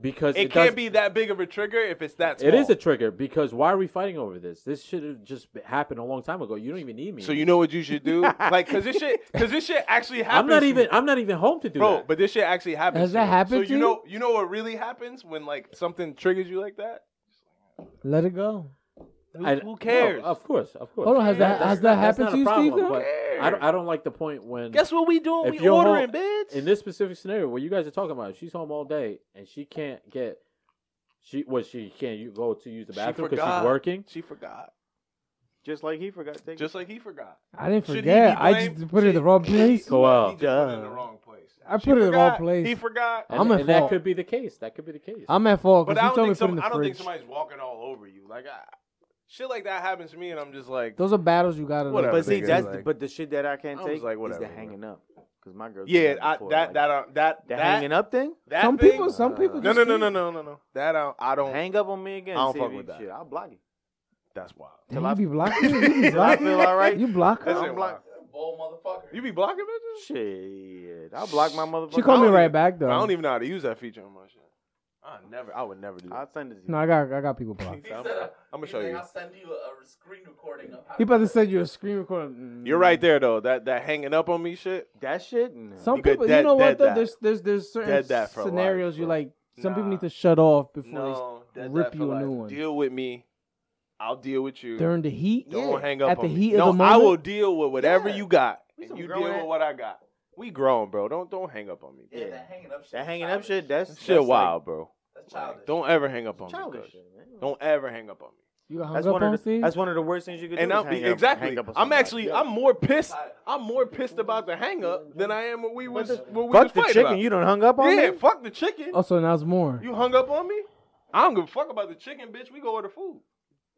E: Because
B: It,
E: it,
B: can't
E: does-
B: be that big of a trigger if it's that small.
E: It is a trigger because why are we fighting over this? This should have just be- happened a long time ago. You don't even need me.
B: So you know what you should do? like, cause this shit, cause this shit actually happens.
E: I'm not
B: to
E: even.
B: me.
E: I'm not even home to do
B: bro.
E: that.
B: But this shit actually happens.
A: Has
B: to
A: that
B: me.
A: happened
B: So
A: to
B: you
A: you?
B: know, you know what really happens when like something triggers you like that.
A: Let it go.
B: Who,
E: I-
B: who cares?
E: No, of course, of course.
A: Hold on, has that
E: That's-
A: has that
E: that's
A: happened
E: not
A: to
E: a
A: you,
E: problem,
A: Steve?
E: but
A: though?
E: I don't. I don't like the point when
B: Guess what we doing? We
E: If you're home-
B: ordering, bitch.
E: in this specific scenario where you guys are talking about. She's home all day and she can't get. She what? She can't you go to use the
B: She
E: bathroom because
B: forgot.
E: she's working.
B: she forgot.
D: Just like he forgot to take
B: Just like he forgot.
A: I didn't
B: Should he
A: forget.
B: be
A: I just
B: blamed?
A: put it in the
B: Should-
A: wrong place.
B: He put-
E: Wow.
B: he just put it in the
D: Duh.
B: wrong place.
A: I
B: She
A: put it in the wrong
B: forgot.
A: place.
B: He forgot.
E: And,
A: I'm at
E: and
A: fault.
E: that could be the case. That could be the case.
A: I'm at fault
B: But
A: because
B: I
A: you
B: don't
A: told me
B: think
A: to put it in
B: some, I
A: the
B: don't think
A: fridge.
B: somebody's walking all over you. Like I, shit like that happens to me, and I'm just like,
A: Those are battles you gotta.
B: Whatever,
A: learn.
D: But see,
B: Nigga,
D: that's the,
B: like-
D: but the shit that I can't
B: I was
D: take
B: like,
D: is
B: whatever,
D: the
B: bro.
D: hanging up. Cause my girl.
B: yeah, I, that, that,
D: that
B: uh, that, that,
D: hanging up thing.
B: that
A: some
B: thing-
A: people, some people.
B: No,
A: just
B: no, no,
A: can't.
B: no, no, no, no. That I don't. I don't
D: Hang up on me again.
B: I don't
D: see
B: fuck
D: if you-
B: with that.
D: Shit, I'll block you.
B: that's
A: <laughs>
B: wild.
A: Damn,
D: Till I-
A: you be blocking.
B: <laughs>
A: You be
D: Till I
A: blocking.
D: feel all right.
A: You block
B: That's
A: her.
B: it.
D: I'll block.
C: Bold motherfucker.
B: You be blocking bitches?
D: Shit, I'll block my motherfucker.
A: She called me
B: I don't
A: right
B: even-
A: back though.
B: I don't even know how to use that feature on my shit. I never. I would never do that.
D: I'll send it to you.
A: No, I got I got people blocked.
C: He
B: I'm,
C: said, uh,
B: gonna
C: he
B: show
C: said,
B: you.
C: I'll send you a, a screen recording of how
A: He about to send you a screen Mm. recording.
B: You're right there though. That that hanging up on me shit.
D: That shit. Nah.
A: Some
B: You could
A: people,
B: dead-
A: you know
B: dead
A: what though?
B: that.
A: There's there's there's certain
B: Dead that for life,
A: scenarios you
B: bro.
A: like. Some people
B: Nah.
A: need to shut off before
B: No,
A: they
B: dead
A: s- rip
B: that for
A: you a
B: life.
A: new one
B: Deal with me. I'll deal with you.
A: during the heat.
B: Don't
A: yeah.
B: hang up
A: at the
B: on
A: heat
B: me.
A: of
B: no,
A: the moment.
B: I will deal with whatever
D: Yeah.
B: you got.
D: We
B: and
D: some
B: you deal
D: grown
B: with
D: ass-
B: what I got. We grown, bro. Don't don't hang up on me.
C: Yeah,
D: Yeah.
C: that hanging up shit.
D: That
C: is
D: hanging up shit.
C: childish.
D: That's
B: Shit,
D: that's
B: wild, bro.
C: That's
B: Like,
C: childish.
B: don't ever hang up on
D: Like,
B: me.
D: childish.
B: cuz.
D: shit, man.
B: Don't ever hang up on me.
A: You got hung
D: That's
A: up
D: one
A: on
D: of the,
A: Steve.
D: that's one of the worst things you could do.
B: And
D: is
B: I'm e,
D: hang up-
B: exactly.
D: hang up on
B: I'm
D: somebody.
B: actually.
D: Yeah.
B: I'm more pissed. I'm more pissed about the hang up than I am what we was what we was
D: Fuck the
B: fighting
D: chicken.
B: about.
D: You done hung up on
B: yeah,
D: me.
B: fuck the chicken.
A: oh, so now it's more.
B: You hung up on me. I don't give a fuck about the chicken, bitch. We go order food.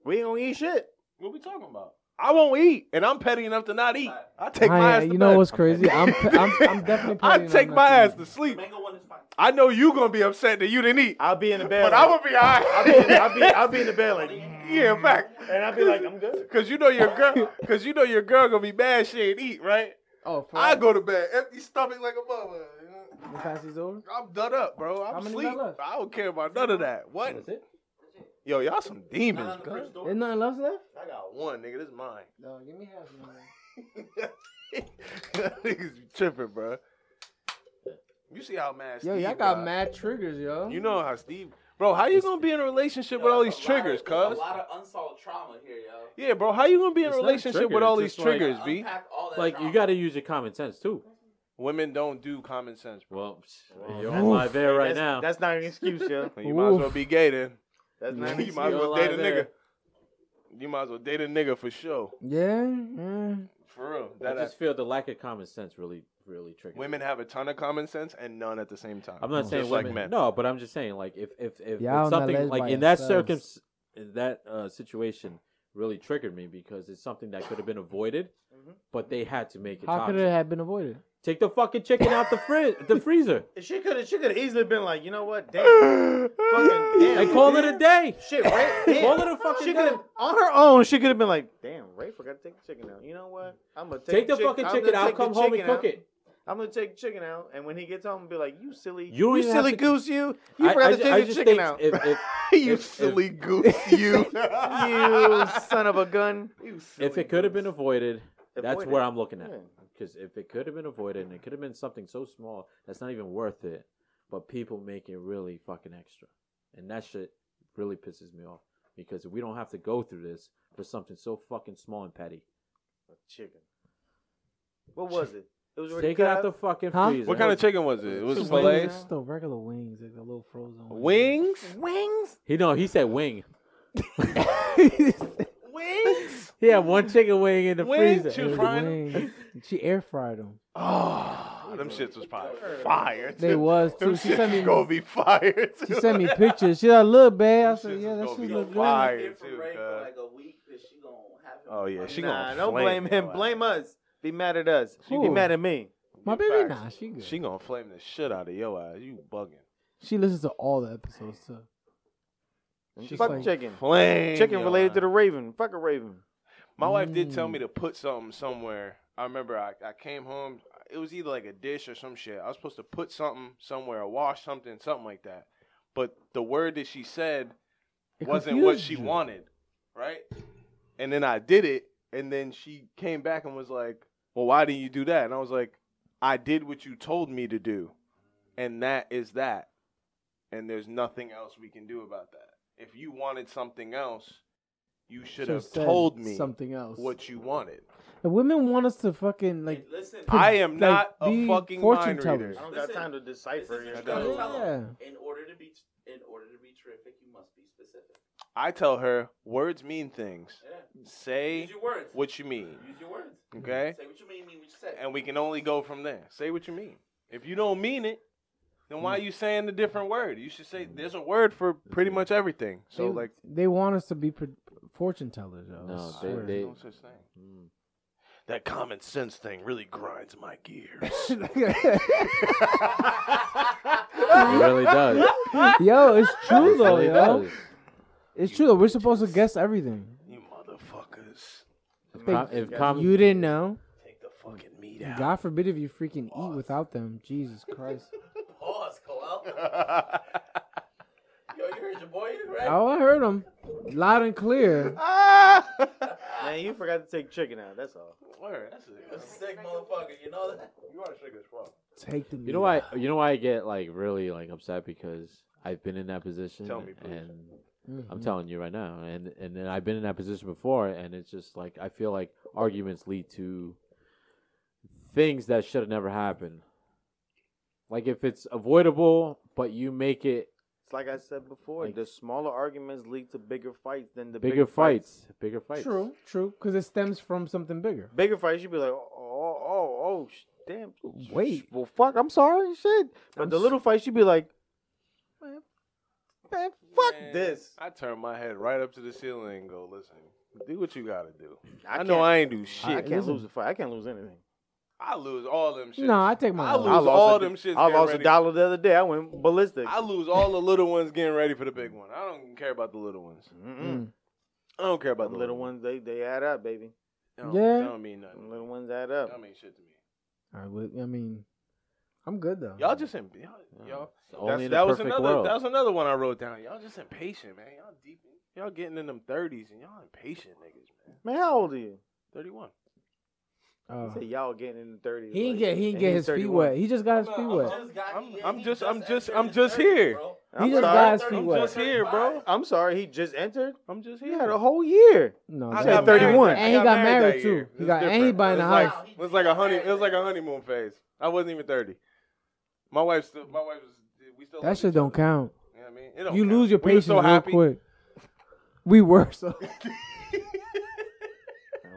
D: We ain't gonna eat shit.
B: What we talking about? I won't eat, and I'm petty enough to not eat. I take
A: I-
D: uh,
B: my ass. To
A: you know
B: bed.
A: what's
B: <laughs>
A: crazy? I'm pe- I'm, I'm definitely.
B: I
A: petty and
B: take
A: I'm
B: my
A: not
B: ass
A: doing
B: to
A: it.
C: The
B: sleep.
C: mango one is fine.
B: I know you gonna be upset that you didn't eat,
D: I'll be in the bed.
B: but
D: like,
B: I'm gonna be alright.
D: I'll be, I'll be, I'll be in the bed like,
B: <laughs> yeah, in fact,
D: and I'll be like, I'm good.
B: <laughs> cause you know your girl, cause you know your girl gonna be mad she ain't eat, right?
A: Oh, for
B: I go to bed empty stomach like a mother.
A: the past is over.
B: I'm done up, bro.
A: How
B: I'm
A: many
B: asleep.
A: got left?
B: I don't care about none of that. What?
E: That's it.
B: Yo, y'all some
C: Not
B: demons.
C: on the
B: cuz.
C: fridge door.
A: There's nothing else left.
B: I got one, nigga. This is mine.
A: No, give me half. Man.
B: <laughs> Niggas be tripping, bro. You see how mad?
A: Yo,
B: Steve
A: y'all got mad triggers, yo.
B: You know how Steve, bro. How you gonna be in a
C: Yo,
B: relationship with all
C: that's
B: these
C: a lot of-
B: triggers,
C: there's
B: cuz?
C: A lot of unsolved trauma here, yo.
B: Yeah, bro. How you gonna be in
E: It's
B: a
E: not a
B: relationship
E: trigger,
B: with all these
E: it's just like-
B: triggers, B?
C: Unpack all that
E: Like you
C: trauma.
E: got to use your common sense too.
B: Women don't do common sense, bro.
E: Well,
D: Well,
E: you're
A: that's-
E: on live air right
D: that's,
E: now.
D: That's not an excuse, yo.
B: You might as well
A: Oof.
B: be gay then.
D: That's not
B: <laughs>
D: an
B: You
D: excuse.
B: might as
E: You're
B: well date a
E: live air.
B: nigga. You might as well date a nigga for sure.
A: Yeah. mm.
B: For real.
E: I
B: That uh,
E: just feel the lack of common sense really, really triggers.
B: women have a ton of common sense and none at the same time.
E: I'm not saying
B: Mm. Just like
E: women.
B: men.
E: No, but I'm just saying like if if if,
A: Y'all not
E: if something
A: led by
E: like in that
A: yourselves.
E: circum in that uh, situation really triggered me because it's something that could have been avoided,
D: Mhm.
E: but they had to make it.
A: How could
E: toxic.
A: it have been avoided?
E: Take the fucking chicken out the fridge, the freezer,
D: She could have, she could have easily been like, you know what, damn,
B: <laughs>
D: fucking damn.
E: and call it a day.
D: <laughs> Shit, Ray, damn.
E: Call it a fucking
D: she
E: day.
D: could on her own. She could have been like, "Damn, Ray forgot to take the chicken out." You know what? I'm gonna
E: Take
D: take,
E: the
D: chick-
E: fucking
D: I'm
E: chicken
D: gonna
E: out.
D: take the
E: Come home and
D: chicken
E: cook
D: out.
E: it.
D: I'm gonna take chicken out, and when he gets home, be like, "You silly,
E: You don't
D: you
E: even
D: silly
E: have to-
D: goose, you! You
E: I-
D: forgot
E: I
D: to
E: ju-
D: take
E: I
D: the
E: just
D: chicken
E: think
D: out,
E: If,
B: <laughs>
E: if,
B: you
A: <laughs>
E: If-
B: silly goose, <laughs> you.
D: you son of a gun!"
B: You silly
E: if it
D: <laughs>
E: could have been
B: goose.
E: avoided, that's
D: Avoid
E: where
D: it.
E: I'm looking at.
D: Yeah.
E: Because if it could have been avoided, and it could have been something so small that's not even worth it, but people make it really fucking extra, and that shit really pisses me off. Because we don't have to go through this for something so fucking small and petty.
D: Chicken. What was it? It was already
E: Take it
D: cut
E: out the fucking
A: Huh?
E: freezer.
B: What kind of chicken was it? It was
D: Just
B: fillets,
A: Just the regular wings, like the little frozen <laughs>
B: wings,
D: wings.
E: He no, he said wing.
A: wings.
B: <laughs> wings.
E: He had one chicken wing in the
B: Wings?
E: freezer.
B: She was frying 'em? <laughs>
A: Wings. She air fried them.
B: Oh, Nah, them shits was probably
C: Sure.
B: fire.
A: They
B: too.
A: was
B: <laughs> Them
A: too. She sent
B: shits
A: me.
B: gonna be fire.
A: <laughs>
B: Too.
A: She sent me pictures. She like, look, babe. I
B: Them
A: said,
B: shits
A: yeah,
B: is
A: that
B: gonna
A: shit
B: be
A: look
B: fire.
A: good.
B: Fire,
C: Get from
B: too,
C: Ray for
B: cuz.
C: like a week, 'cause she gonna have him.
B: Oh, yeah, she
D: nah,
B: gonna
D: don't
B: flame
D: blame him.
B: your
D: Blame us. Be mad at us.
A: She
D: Be
A: gonna-
D: mad at me.
A: My baby, nah, she good.
B: She
A: She,
B: gonna flame the shit out of your ass. You bugging.
A: listens to all the episodes too. She's
D: Fuck
A: like-
D: chicken.
B: Flame.
D: Chicken
B: your
D: related
B: ass.
D: to the Raven. Fuck a Raven.
B: My wife did tell
A: Mm.
B: me to put something somewhere. I remember I, I came home. It was either like a dish or some shit. I was supposed to put something somewhere, or wash something, something like that. But the word that she said
A: It
B: wasn't what
A: confused
B: she
A: you.
B: wanted, right? And then I did it, and then she came back and was like, "Well, why didn't you do that?" And I was like, "I did what you told me to do, and that is that, and there's nothing else we can do about that. If you wanted something else, you should
A: Should've
B: have
A: said
B: told me
A: something else.
B: what you wanted.
A: The women want us to fucking like.
C: And listen,
A: Put-
B: I am
A: like,
B: not a
A: be
B: fucking
A: fortune
B: mind
A: tellers.
B: reader.
D: I don't
C: Listen,
D: got time to
C: this
D: decipher.
C: is your
B: I don't-
C: show. Tell
D: <laughs>
C: 'em,
A: Yeah.
C: In order to be, in order to be terrific, you must be specific.
B: I tell her words mean things.
C: Yeah.
B: Say
C: Use your words.
B: what you mean,
C: Use your words.
B: okay?
C: Say what you mean. Mean what you say.
B: And we can only go from there. Say what you mean. If you don't mean it, then
A: Hmm.
B: why are you saying a different word? You should say there's a word for pretty much everything. So
A: they,
B: like,
A: they want us to be pre- fortune tellers. Though, I
E: No,
A: swear.
E: they- hmm.
B: no such thing. That common sense thing really grinds
A: <laughs>
B: my gears.
E: It really does.
A: <laughs> yo, it's true
E: It
A: though,
E: really
A: yo.
E: does.
A: It's true though. We're supposed to guess everything. <laughs>
B: you motherfuckers,
E: Com- if com-
A: you didn't know.
B: take the fucking meat out.
A: God forbid if you freaking eat without them. Jesus Christ. <laughs>
C: Pause, Cole.
B: <laughs>
C: Yo, you heard your boy, right?
A: oh, I heard them loud and clear.
D: Ah! Man, you forgot to take chicken out. That's all.
B: Word, that's
C: You a
B: it.
C: sick motherfucker. You know that.
B: You are sick as fuck.
A: Take the.
E: You know why? You know why I get like really like upset because I've been in that position.
B: Tell me, please.
E: And I'm telling you right now, and and then I've been in that position before, and it's just like I feel like arguments lead to things that should have never happened. Like if it's avoidable, but you make it
D: It's like I said before.
E: Like-
D: the smaller arguments lead to bigger fights than the
E: bigger,
D: bigger
E: fights, bigger fights.
A: True, true, because it stems from something bigger.
D: Bigger fights, you'd be like, oh, oh, oh, oh sh- damn.
A: Wait.
D: Well, fuck. I'm sorry. Shit. But
A: I'm
D: the
A: s-
D: little fights, you'd be like, man, man, fuck
B: Man,
D: this.
B: I turn my head right up to the ceiling and go, listen, do what you gotta do. I,
D: can't-
B: know I ain't do
D: I
B: shit.
D: can't
A: Listen.
D: lose a fight. I can't lose anything.
B: I, lose all them shit.
A: No, I take my.
B: I lose
D: I lost
B: all
D: a-
B: them shits.
D: I
B: getting
D: lost
B: ready.
D: a dollar the other day. I went ballistic.
B: I lose all the little ones getting ready for the big one. I don't care about the little ones.
D: Mm-mm.
A: Mm.
B: I don't care about
D: Them
B: the
D: little ones, they, they add up, baby.
B: Don't,
A: Yeah.
B: don't mean nothing.
D: Them little ones add
B: That
D: up.
B: don't mean shit to me.
A: All right, well, I mean, I'm good though.
B: Y'all just imp- y'all.
E: Yeah.
B: y'all
E: It's Only
B: that's-
E: in a
B: that was
E: perfect
B: another.
E: world.
B: That was another one I wrote down. Y'all just impatient, man. Y'all deep. Y'all getting in them thirties and y'all impatient niggas, man.
D: Man, how old are you?
B: Thirty-one.
A: Uh,
D: He said y'all getting in the
A: he
D: 30s. like-
A: didn't get. He
D: and
A: didn't get
D: he's
A: his feet
D: 31.
A: wet. He just got his
C: No,
A: feet
C: I'm
A: wet.
C: just got-
B: I'm-
C: yeah,
B: I'm
C: he
B: just- I'm just-
C: entered
B: I'm
C: his
B: just
C: 30s,
B: here.
C: bro.
A: He
D: I'm
A: just
D: sorry.
A: got his feet
B: I'm
A: wet.
B: just here, bro.
D: I'm sorry. He just entered.
B: I'm just
D: He
B: here.
D: had a
B: <laughs>
D: whole year.
A: No,
B: I
A: that-
D: said
B: got
D: 31.
B: married- I
A: And he got married,
B: that
A: too.
B: year.
A: He
B: It's
A: got- and he
B: different.
A: buying
B: It
A: a
B: was like-
A: house.
B: It was like a honey. It was like a honeymoon phase. I wasn't even thirty. My wife still. My wife was. We still.
A: That
B: loved
A: shit
B: each
A: don't
B: other.
A: count.
B: You know what I mean? It don't
A: you
B: count.
A: lose your
B: We were
A: patience
B: so
A: real
B: happy.
A: quick. We were so. <laughs>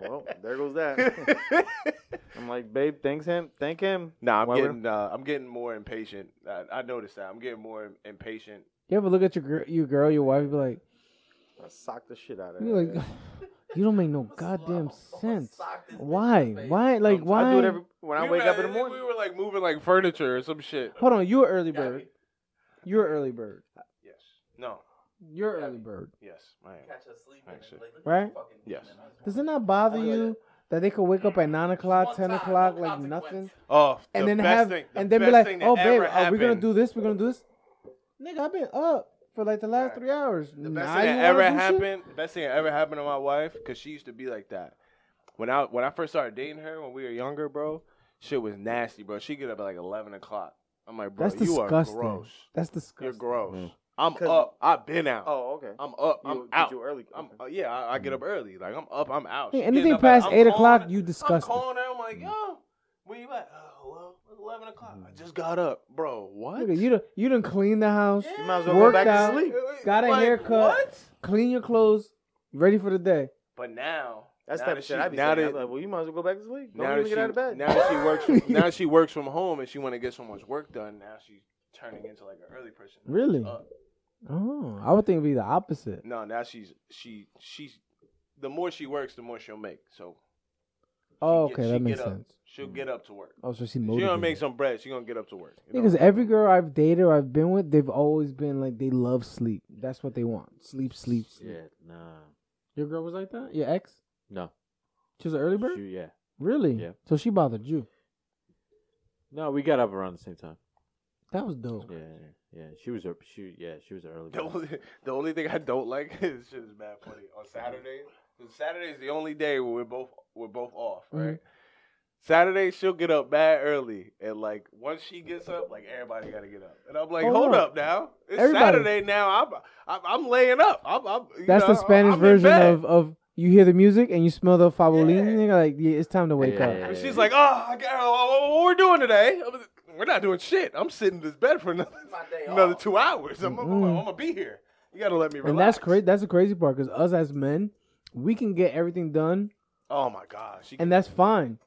D: Well, there goes
B: <laughs>
D: that. I'm like, babe, thanks him. Thank him.
B: nah, I'm
D: Why we're-
B: getting. Uh, I'm getting more impatient. I, I noticed that. I'm getting more impatient.
A: You ever look at your girl, your girl, your wife, you be like,
D: I socked the shit out of
A: you
D: him.
A: like, <laughs> you don't make
C: <laughs>
A: no
C: I'ma
A: goddamn
C: slap- I'ma
A: sense.
C: sock this bitch in the
A: Why?
C: face.
A: Why? Like
B: I
A: why?
D: I do it every when I
B: We
D: wake
B: were-
D: up in the
B: I think
D: morning.
B: We were like moving like furniture or some shit.
A: Hold on, you're early
C: Got
A: bird.
C: me.
A: You're early bird.
B: Yes. No.
A: You're early bird.
B: Yes. I am.
C: Catch her sleeping
B: Right,
C: and
B: shit.
C: like, look at
A: Right?
C: this fucking
B: Yes.
C: demon. I just
A: Does
C: wanna-
A: it not bother
C: Oh, yeah.
A: you that they could wake up at nine o'clock,
C: One
A: ten
C: time,
A: o'clock,
C: no
A: like
C: consequence.
A: nothing,
B: Oh,
A: and
B: the
A: then
B: best
A: have
B: thing, the
A: and then be
B: best
A: like,
B: thing that
A: oh babe,
B: ever
A: are we gonna
B: happened-
A: do this? We're gonna do this. Nigga, I've been up for like the last
B: Right.
A: three hours.
B: The best
A: Now you
B: thing that
A: wanna
B: ever
A: do shit?
B: happened. Best thing that ever happened to my wife, cause she used to be like that. When I when I first started dating her, when we were younger, bro, shit was nasty, bro. She get up at like eleven o'clock. I'm like, bro,
A: That's
B: you
A: disgusting.
B: are gross.
A: That's
B: You're
A: disgusting.
B: gross.
E: Mm.
B: I'm
D: 'Cause-
B: up. I've been out.
D: Oh, okay.
B: I'm up. I'm
D: You-
B: out.
D: You early.
B: I'm
D: okay. Mm-hmm.
B: uh, yeah. I, I get up early. Like I'm up. I'm out.
A: Hey,
B: She
A: anything
B: getting up
A: past
B: at- I'm
A: eight
B: calling
A: o'clock,
B: her-
A: you
B: I'm
A: disgusting.
B: calling her. I'm like,
D: Mm-hmm.
B: yo, where you at? Oh, well, it's eleven o'clock. I just got up, bro. What?
A: Nigga, you done you done clean the house,
D: You might as well go
A: Worked
D: back
A: out.
D: to sleep.
A: Got a haircut.
B: What?
A: clean your clothes, ready for the day.
B: But now Now
D: That's the type
B: that
D: of shit
B: she-
D: I'd be
B: now
D: saying. I'd
B: that-
D: be like, well, you might as well go back to sleep. Don't
B: now
D: even
B: that
D: get
B: she,
D: out of bed.
B: Now that she works from, now she works from home and she want to get so much work done. Now she's turning into like an early person.
A: Really?
B: Uh,
A: Oh, I would think it'd be the opposite.
B: no, now she's she she's the more she works, the more she'll make. So
A: Oh,
B: get-
A: okay,
B: she
A: that
B: get
A: makes
B: up.
A: sense.
B: she'll
D: Mm.
B: get up to work.
A: Oh, so she
B: She
A: motivated.
B: gonna make some bread. She gonna get up to work. You know?
A: Because every girl I've dated or I've been with, they've always been like they love sleep. That's what they want. Sleep, sleep, sleep.
E: Yeah, nah.
A: Your girl was like that. Your ex,
E: No.
A: she was an early bird.
E: She, yeah.
A: really?
E: Yeah.
A: So she bothered you.
E: No, we got up around the same time.
A: That was dope.
E: Yeah, yeah. She was a she yeah, she was an
B: <laughs>
E: early
B: The
E: bird.
B: only, the only thing I don't like <laughs> is shit is mad funny on Saturday. 'cause Saturday's the only day where we're both we're both off,
A: Mm-hmm.
B: right? Saturday she'll get up mad early, and like once she gets up, like everybody gotta get up, and I'm like,
A: Hold
B: hold,
A: on.
B: up. now, it's
A: Everybody.
B: Saturday now. I'm I'm, I'm laying up. I'm, I'm you
A: That's
B: know,
A: the Spanish
B: I'm in
A: version
B: bed.
A: of of you hear the music and you smell the favolini.
B: Yeah.
A: nigga, Like yeah, it's time to wake
E: Yeah,
A: up.
E: yeah,
B: And she's like, oh, I got, oh, what we're doing today? I'm like, we're not doing shit. I'm sitting in this bed for another,
C: My day
B: <laughs> another
C: off.
B: two hours. I'm, I'm-
A: Mm-mm.
B: I'm gonna be here. You gotta let me relax.
A: Mm-hmm. And that's crazy. That's the crazy part because us as men, we can get everything done,
B: Oh my gosh. She
A: and that's fine.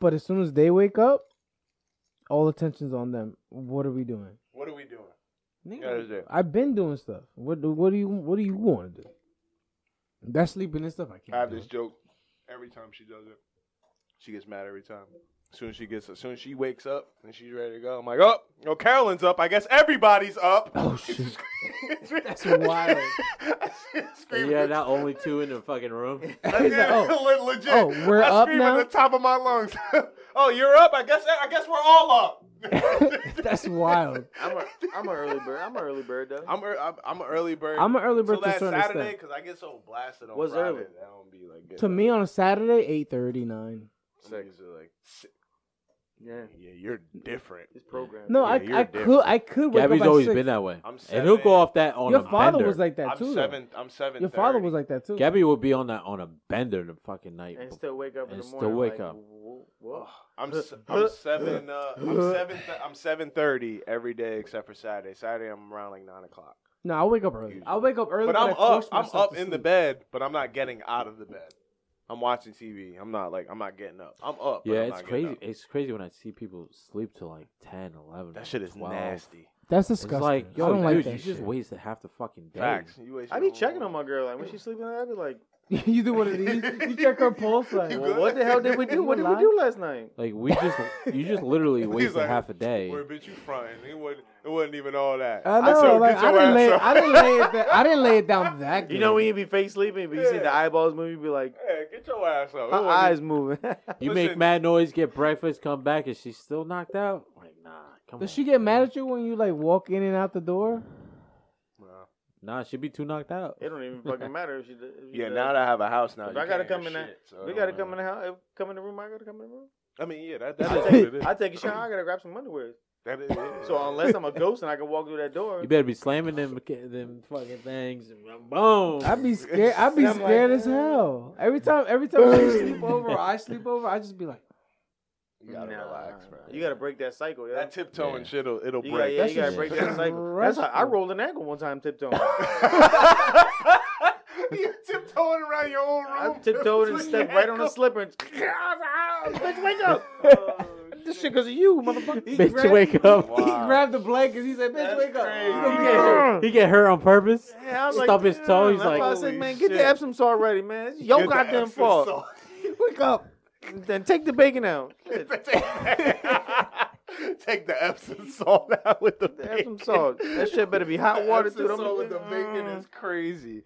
A: But as soon as they wake up, all attention's on them. What are we doing?
B: What are we doing?
A: Nigga,
B: Yeah, that's it.
A: I've been doing stuff. What do what do you what do you want to do? That's sleeping and stuff. I can't.
B: I have
A: do. <laughs>
B: this joke every time she does it. She gets mad every time. As soon as she gets, as soon as she wakes up and she's ready to go, I'm like, oh, no, Carolyn's up. I guess everybody's up. <laughs>
A: Oh shit!
B: That's <laughs>
A: wild.
B: Screaming.
E: yeah,
B: <laughs>
E: not only two in the fucking room.
A: He's like, oh,
B: Le- legit.
A: oh, we're
B: I
A: up
B: scream
A: now?
B: at the top of my lungs. <laughs> oh, you're up. I guess. I guess we're all up.
A: <laughs> that's wild.
D: <laughs> <laughs> I'm a, I'm an early bird. I'm an early bird though.
B: I'm, ear- I'm I'm an early bird.
A: I'm an early bird
B: Till
A: to a
B: that
A: certain
B: Saturday
A: extent.
B: because I get so blasted on
D: What's
B: Friday.
D: early?
B: that I don't be like.
A: To me, on a Saturday, eight thirty nine.
B: six is like. Six.
D: yeah,
B: Yeah, you're different.
D: it's programmed.
A: No,
B: Yeah,
A: I,
B: you're
A: I
B: different.
A: could I could wake
E: Gabby's
A: up at
E: always
A: six.
E: been that way.
B: I'm
E: And he'll
B: seven.
E: go off that on
A: Your
E: a
A: father
E: bender.
A: was like that
B: I'm
A: too. though.
B: seven. I'm seven.
A: Your father was
B: like.
A: like that too.
E: Gabby will be on that on a bender the fucking night.
D: and still wake up in
E: And
D: the
E: still
D: morning.
E: wake
D: like,
E: up.
D: wh- wh-
B: I'm s- I'm seven. Uh, I'm
A: <laughs>
B: seven. Th- I'm seven thirty every day except for Saturday. Saturday I'm around like nine o'clock.
A: No, I wake up early. I wake up early,
B: But
A: but,
B: I'm
A: I
B: up.
A: force
B: I'm
A: myself
B: up
A: to
B: in the
A: sleep.
B: bed, but I'm not getting out of the bed. I'm watching TV. I'm not like I'm not getting up. I'm up. but
E: yeah,
B: I'm
E: it's
B: not getting
E: crazy.
B: up.
E: It's crazy when I see people sleep till like 10, 11.
B: That shit is
E: 12.
B: nasty.
A: That's
E: It's
A: disgusting.
E: like, yo,
A: I don't
E: dude,
A: like
E: you
A: that
E: just wasted half the fucking day.
B: Facts. You waste
D: I
B: your
D: be
B: whole
D: checking on
B: morning.
D: my girl. Like when she's sleeping, I
B: <laughs>
D: be like,
A: shit. <laughs> you do one of these. You check her pulse. Like,
B: You <laughs>
D: well,
B: good?
D: what the hell did we do?
A: You
D: What did we
A: alive?
D: do last night?
E: Like we
B: <laughs>
E: just, you just literally
B: He's
E: wasted
B: like,
E: half a day.
B: Boy, bitch, you fronting. It wasn't. It wasn't even all that.
A: I know.
B: said,
A: like,
B: "Get
A: I
B: your
A: didn't,
B: ass
A: lay,
B: up."
A: I
B: <laughs>
A: didn't lay it. That, I didn't lay it down that good.
D: You know when you be fake sleeping, but you see the
B: Yeah.
D: eyeballs moving, you be like,
B: Yeah, get your ass up. It
D: her
B: wasn't-
D: eyes moving. <laughs>
B: Listen.
E: You make mad noise, get breakfast, come back, and she's still knocked out. Like, nah, come
A: Does
E: on.
A: she get mad at you when you like walk in and out the door?
B: Nah.
E: Nah, she'd be too knocked out.
D: it don't even fucking matter if she. Does, if she
B: Yeah,
D: does.
B: now that I have a house now,
D: If
B: you
D: I gotta
B: can't
D: come
B: hear
D: in that-
B: shit, so it
D: we
B: don't
D: gotta
B: matter.
D: come in the house. Come in the room. I gotta come in
B: <laughs>
D: the room.
B: I mean, yeah, that,
D: I
B: that is what it
D: take,
B: is.
D: I take a shower. I gotta grab some underwear.
B: That is it.
D: So unless I'm a ghost and I can walk through that door,
E: You better be slamming them, them fucking things. and Boom.
A: I'd
B: <laughs>
A: be scared. I'd be
D: I'm like,
A: scared as hell. Every time, every time
B: <laughs>
A: you sleep over, or I sleep over, I just be like,
B: you gotta
D: Nah.
B: relax, man.
D: You gotta break that cycle. Yeah.
B: that tiptoeing
E: Yeah.
B: shit, will it'll
D: You gotta,
B: break.
D: yeah,
A: That
D: you gotta
E: shit's
D: break <laughs> that cycle. That's how I
A: stressful.
D: rolled an ankle one
B: <laughs>
D: time tiptoeing.
B: you tiptoeing around your own
D: I
B: room.
D: tiptoed and stepped right
B: <laughs>
D: on the slipper and bitch wake up. This shit cause of you, motherfucker.
E: bitch, wake up.
B: Wow.
A: he grabbed the blanket. He's like, bitch,
B: That's
A: wake up.
B: crazy.
A: You
E: He
A: gonna be alone.
E: get, he get hurt on purpose.
D: Yeah, I was
E: Stub his toe,
D: "Damn."
E: he's
D: That's
E: like,
D: why I said,
B: "Holy
D: man, get the
B: shit."
D: Epsom salt ready, man. It's your goddamn <laughs> fault.
A: Wake up.
D: Then take the
B: <laughs>
D: bacon out. Shit,
B: Take the Epsom salt out with the,
D: The Epsom
B: bacon.
D: salt. That shit better be
B: <laughs>
D: hot
B: The
D: water
B: Epsom
D: too. Don't
B: salt with
D: be-
B: the bacon is crazy.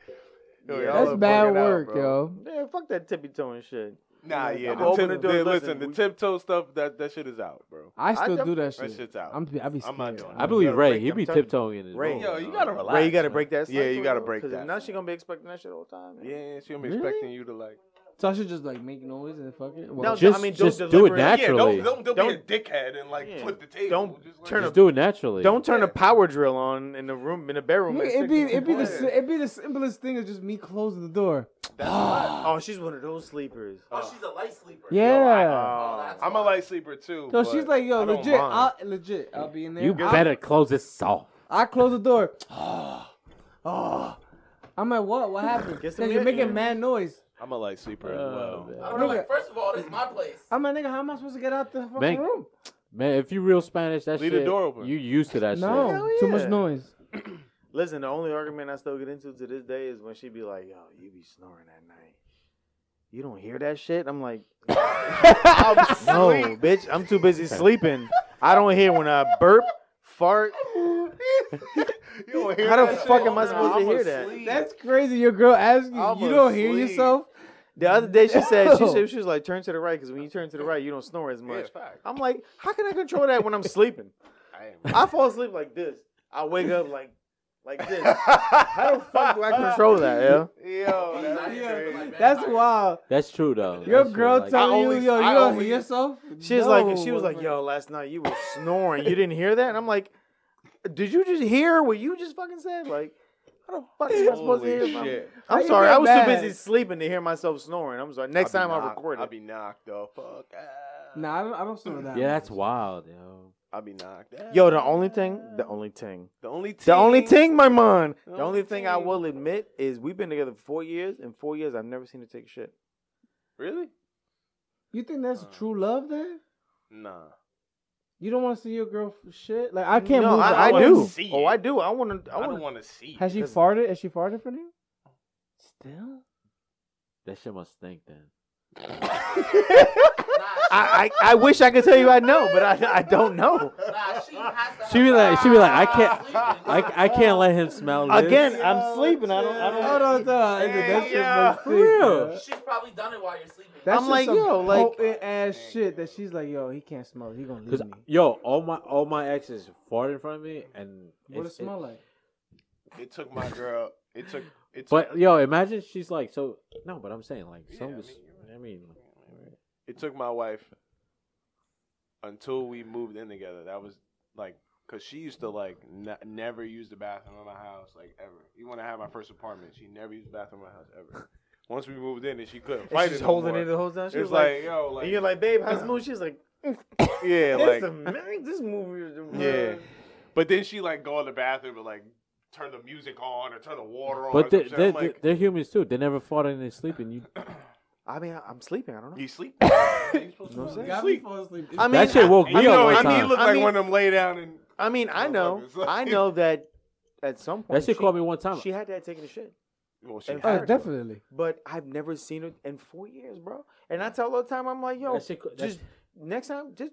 B: Yo,
D: Yeah,
B: y'all
A: That's
B: are
A: bad
B: bugging out,
A: work,
B: bro.
A: yo.
D: Mm. Yeah, fuck that tippy toeing shit.
B: Nah,
D: Yeah,
B: yeah.
D: I'm
B: The
D: open
B: tip,
D: to
B: the,
D: doing-
B: listen,
D: listen,
B: the
D: we-
B: tiptoe stuff, that, that shit is out, bro.
A: I still
D: don't-
A: do that shit.
B: That shit's out.
A: I'm, I be scared.
B: I'm not doing
E: I
B: that.
E: believe
D: gotta
E: Ray.
D: break
E: He'd
D: them
E: be
D: toe-
E: tiptoeing in his
D: Ray,
E: room.
B: Yo, you gotta relax.
D: Ray, you gotta
E: man.
D: break that.
B: Yeah, you
D: cycle,
B: gotta
D: yo,
B: break
D: Cause
B: that
D: if not,
B: cycle.
D: she gonna be expecting that shit all the time. man.
B: Yeah, she gonna be
A: Really?
B: expecting you to like.
A: So I should just like make noise and fuck it. Well,
D: No,
E: Just,
D: I mean, don't
E: just do it
D: deliberate-
B: Yeah,
E: naturally.
B: don't don't, don't,
D: Don't-
B: be a dickhead and like
D: Yeah.
B: flip the table.
D: Don't
B: Just
D: turn
B: like,
E: just do it naturally.
D: Don't turn a power drill on in the room in the bedroom.
A: Nigga,
D: at
A: it'd be
D: six in
A: it'd be the
D: morning.
A: si- it'd be the simplest thing of just me closing the door.
D: <gasps>
B: That's fine.
D: Oh, she's one of those sleepers.
C: Oh, she's a light sleeper.
A: Yeah.
C: Oh, that's
B: um, I'm a
C: why.
B: light sleeper too.
A: So
B: but
A: she's like, yo,
B: I don't
A: legit,
B: mind.
A: I'll, legit, I'll be in there.
E: You
A: I'll-
E: better close this off.
A: I close the door. <sighs> oh, I'm like, what? What happened?
D: Get
A: Cause
D: some
A: you're
D: air-
A: making mad noise.
B: I'm a light sleeper as
E: Oh,
B: well. <laughs>
E: man.
C: I don't know. Like, first of all, this is my place.
A: I'm a nigga. How am I supposed to get out the fucking
E: Bank.
A: room?
E: Man, if you real Spanish, that
B: Leave the
E: shit,
B: door open.
E: you used to that
A: no,
E: shit.
D: Hell
A: too
D: yeah.
A: much noise.
D: Listen, the only argument I still get into to this day is when she be like, "Yo, you be snoring at night. You don't hear that shit." I'm like, <laughs> "No, bitch, I'm
B: <laughs>
D: too busy sleeping. I don't hear when I burp, fart.
B: you don't hear
D: How the
B: that
D: fuck
B: shit?
D: am I supposed to
B: I'm
D: hear that?
B: asleep.
A: That's crazy. Your girl asked you.
B: I'm
A: you don't hear
B: asleep.
A: yourself.
D: The other day she said she,
A: No.
B: <laughs>
D: said she was like, "Turn to the right, because when you turn to the right, you don't snore as
B: Yeah,
D: much."
B: fact.
D: I'm like, "How can I control that when I'm sleeping?
B: I
D: <laughs>
B: ain't-
D: I fall asleep like this. I wake up like like this. How the fuck do I control that, yo?
B: <laughs> Yo, that's
C: Yeah.
B: crazy.
A: That's wild.
E: That's true though.
A: Your
E: That's
A: girl
E: true. Like,
B: tell-
A: telling
B: only-
A: you, yo, you
B: I
A: don't
B: only-
A: hear yourself.
D: She's
A: No,
D: like, she was like,
A: motherfucker.
D: yo, last night you were snoring. You didn't hear that? And I'm like, did you just hear what you just fucking said? Like, how the fuck am I supposed to hear?
B: Holy
D: my-
B: shit.
A: How
D: I'm
A: you
D: sorry,
A: get
D: I was
A: mad?
D: too busy sleeping to hear myself snoring. I'm sorry. Next time I record
B: I'll
D: it.
B: be knocked the fuck out.
A: Nah, I don't, I don't snore that.
E: yeah,
A: much.
E: that's wild, yo.
B: I'll be knocked out.
D: Yo, the only thing, the only thing,
B: The only thing.
D: the only thing, my man, the
B: The
D: only
B: only
D: thing I
B: thing.
D: will admit is we've been together for four years. In four years, I've never seen her take a shit.
B: Really?
A: You think that's
B: Uh.
A: true love then?
B: Nah.
A: You don't want to see your girl f- shit? Like I can't
D: no,
A: move.
D: I,
A: I
D: I
A: wanna
D: do.
A: see-
B: see
D: Oh,
B: it.
D: I do. I want to.
B: I,
D: I
B: don't
D: want to.
B: want to see.
A: Has she
D: Because-
A: farted? Has she farted for you? Still?
E: That shit must stink then.
B: <laughs>
C: Nah, she,
D: <laughs> <laughs> I, I I wish I could tell you I know, but I I don't know.
C: <laughs> nah, she has to.
E: She be like, she be like, I can't, I, I can't let him smell this.
D: Again,
B: Yo,
D: I'm sleeping. I don't. I
B: dude.
D: don't.
A: Hold on, hold on.
B: Hey,
A: that shit
B: yeah.
A: must stink,
E: Real.
A: bro.
C: She's probably done it while you're sleeping.
A: That
D: I'm
A: shit's
D: like,
A: some
D: yo, like-
A: potent ass shit that she's like, yo, he can't smell. it. He gonna leave
E: Cause
A: me.
E: yo, all my all my exes fart in front of me, and
A: What it
E: it's- it-
A: smell like?
B: It took my girl. It took. It took.
E: But yo, imagine she's like so. No, but I'm saying like
B: Yeah,
E: some.
B: I
E: was-
B: mean, you're
E: I mean, like,
B: it took my wife until we moved in together. That was like because she used to like n- never use the bathroom in my house like ever. Even when I had my first apartment, she never used the bathroom in my house ever. Once we moved in, and she couldn't
D: And
B: fight
D: she's
B: it no
D: holding
B: more.
D: it the whole time.
B: It's
D: She was
B: like,
D: like,
B: yo, like
D: and you're like, babe, how's the movie? She's like,
B: yeah, like
D: this, amazing, this movie is amazing.
B: yeah. But then she like go in the bathroom and like turn the music on or turn the water on.
E: but
B: or
E: they,
B: some shit.
E: they,
B: I'm like,
E: they're humans too. They never fart in their sleep, and you.
D: I mean, I- I'm sleeping. I don't know.
B: you sleep. you supposed to
E: You know what I'm
B: fucking
E: saying?
B: sleep.
D: I uh, mean,
E: that shit woke
B: And
E: me
B: you know,
E: up one
B: I mean, you
E: time.
B: look
D: I
B: like
D: mean-
B: one of them lay down and
D: I mean, I know,
B: Motherfuckers,
D: I
B: like-
D: know that at some point
E: that shit
D: she,
E: called me one time.
D: She had that taking a shit,
B: well, she
D: And-
B: had
A: Oh,
B: to.
D: <laughs>
A: definitely.
D: but I've never seen it in four years, bro. And I tell all the time, I'm like, yo,
E: that shit, ca- that,
D: just next time, just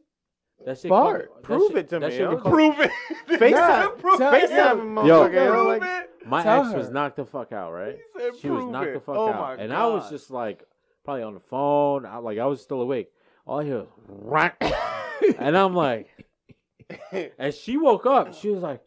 E: that shit
D: fart.
E: called- that
D: Prove
E: shit-
D: it to
E: that
D: me,
E: shit
D: yo.
E: called-
B: Prove
E: <laughs>
B: it.
D: FaceTime.
B: Prove
A: Tell-
B: it.
D: FaceTime,
A: yo,
D: him,
E: yo,
D: motherfucker. yo,
A: yo,
D: like,
E: My
A: Tell
E: ex was
A: her.
E: knocked the fuck out, right?
B: said,
E: She was
B: "Prove
E: knocked the
B: it."
E: fuck
B: Oh my
E: out, and I was
B: God. <laughs>
E: just like, probably on the phone. I like, I was still awake. All I hear was "Rah." and I'm like, and she woke up. She was like,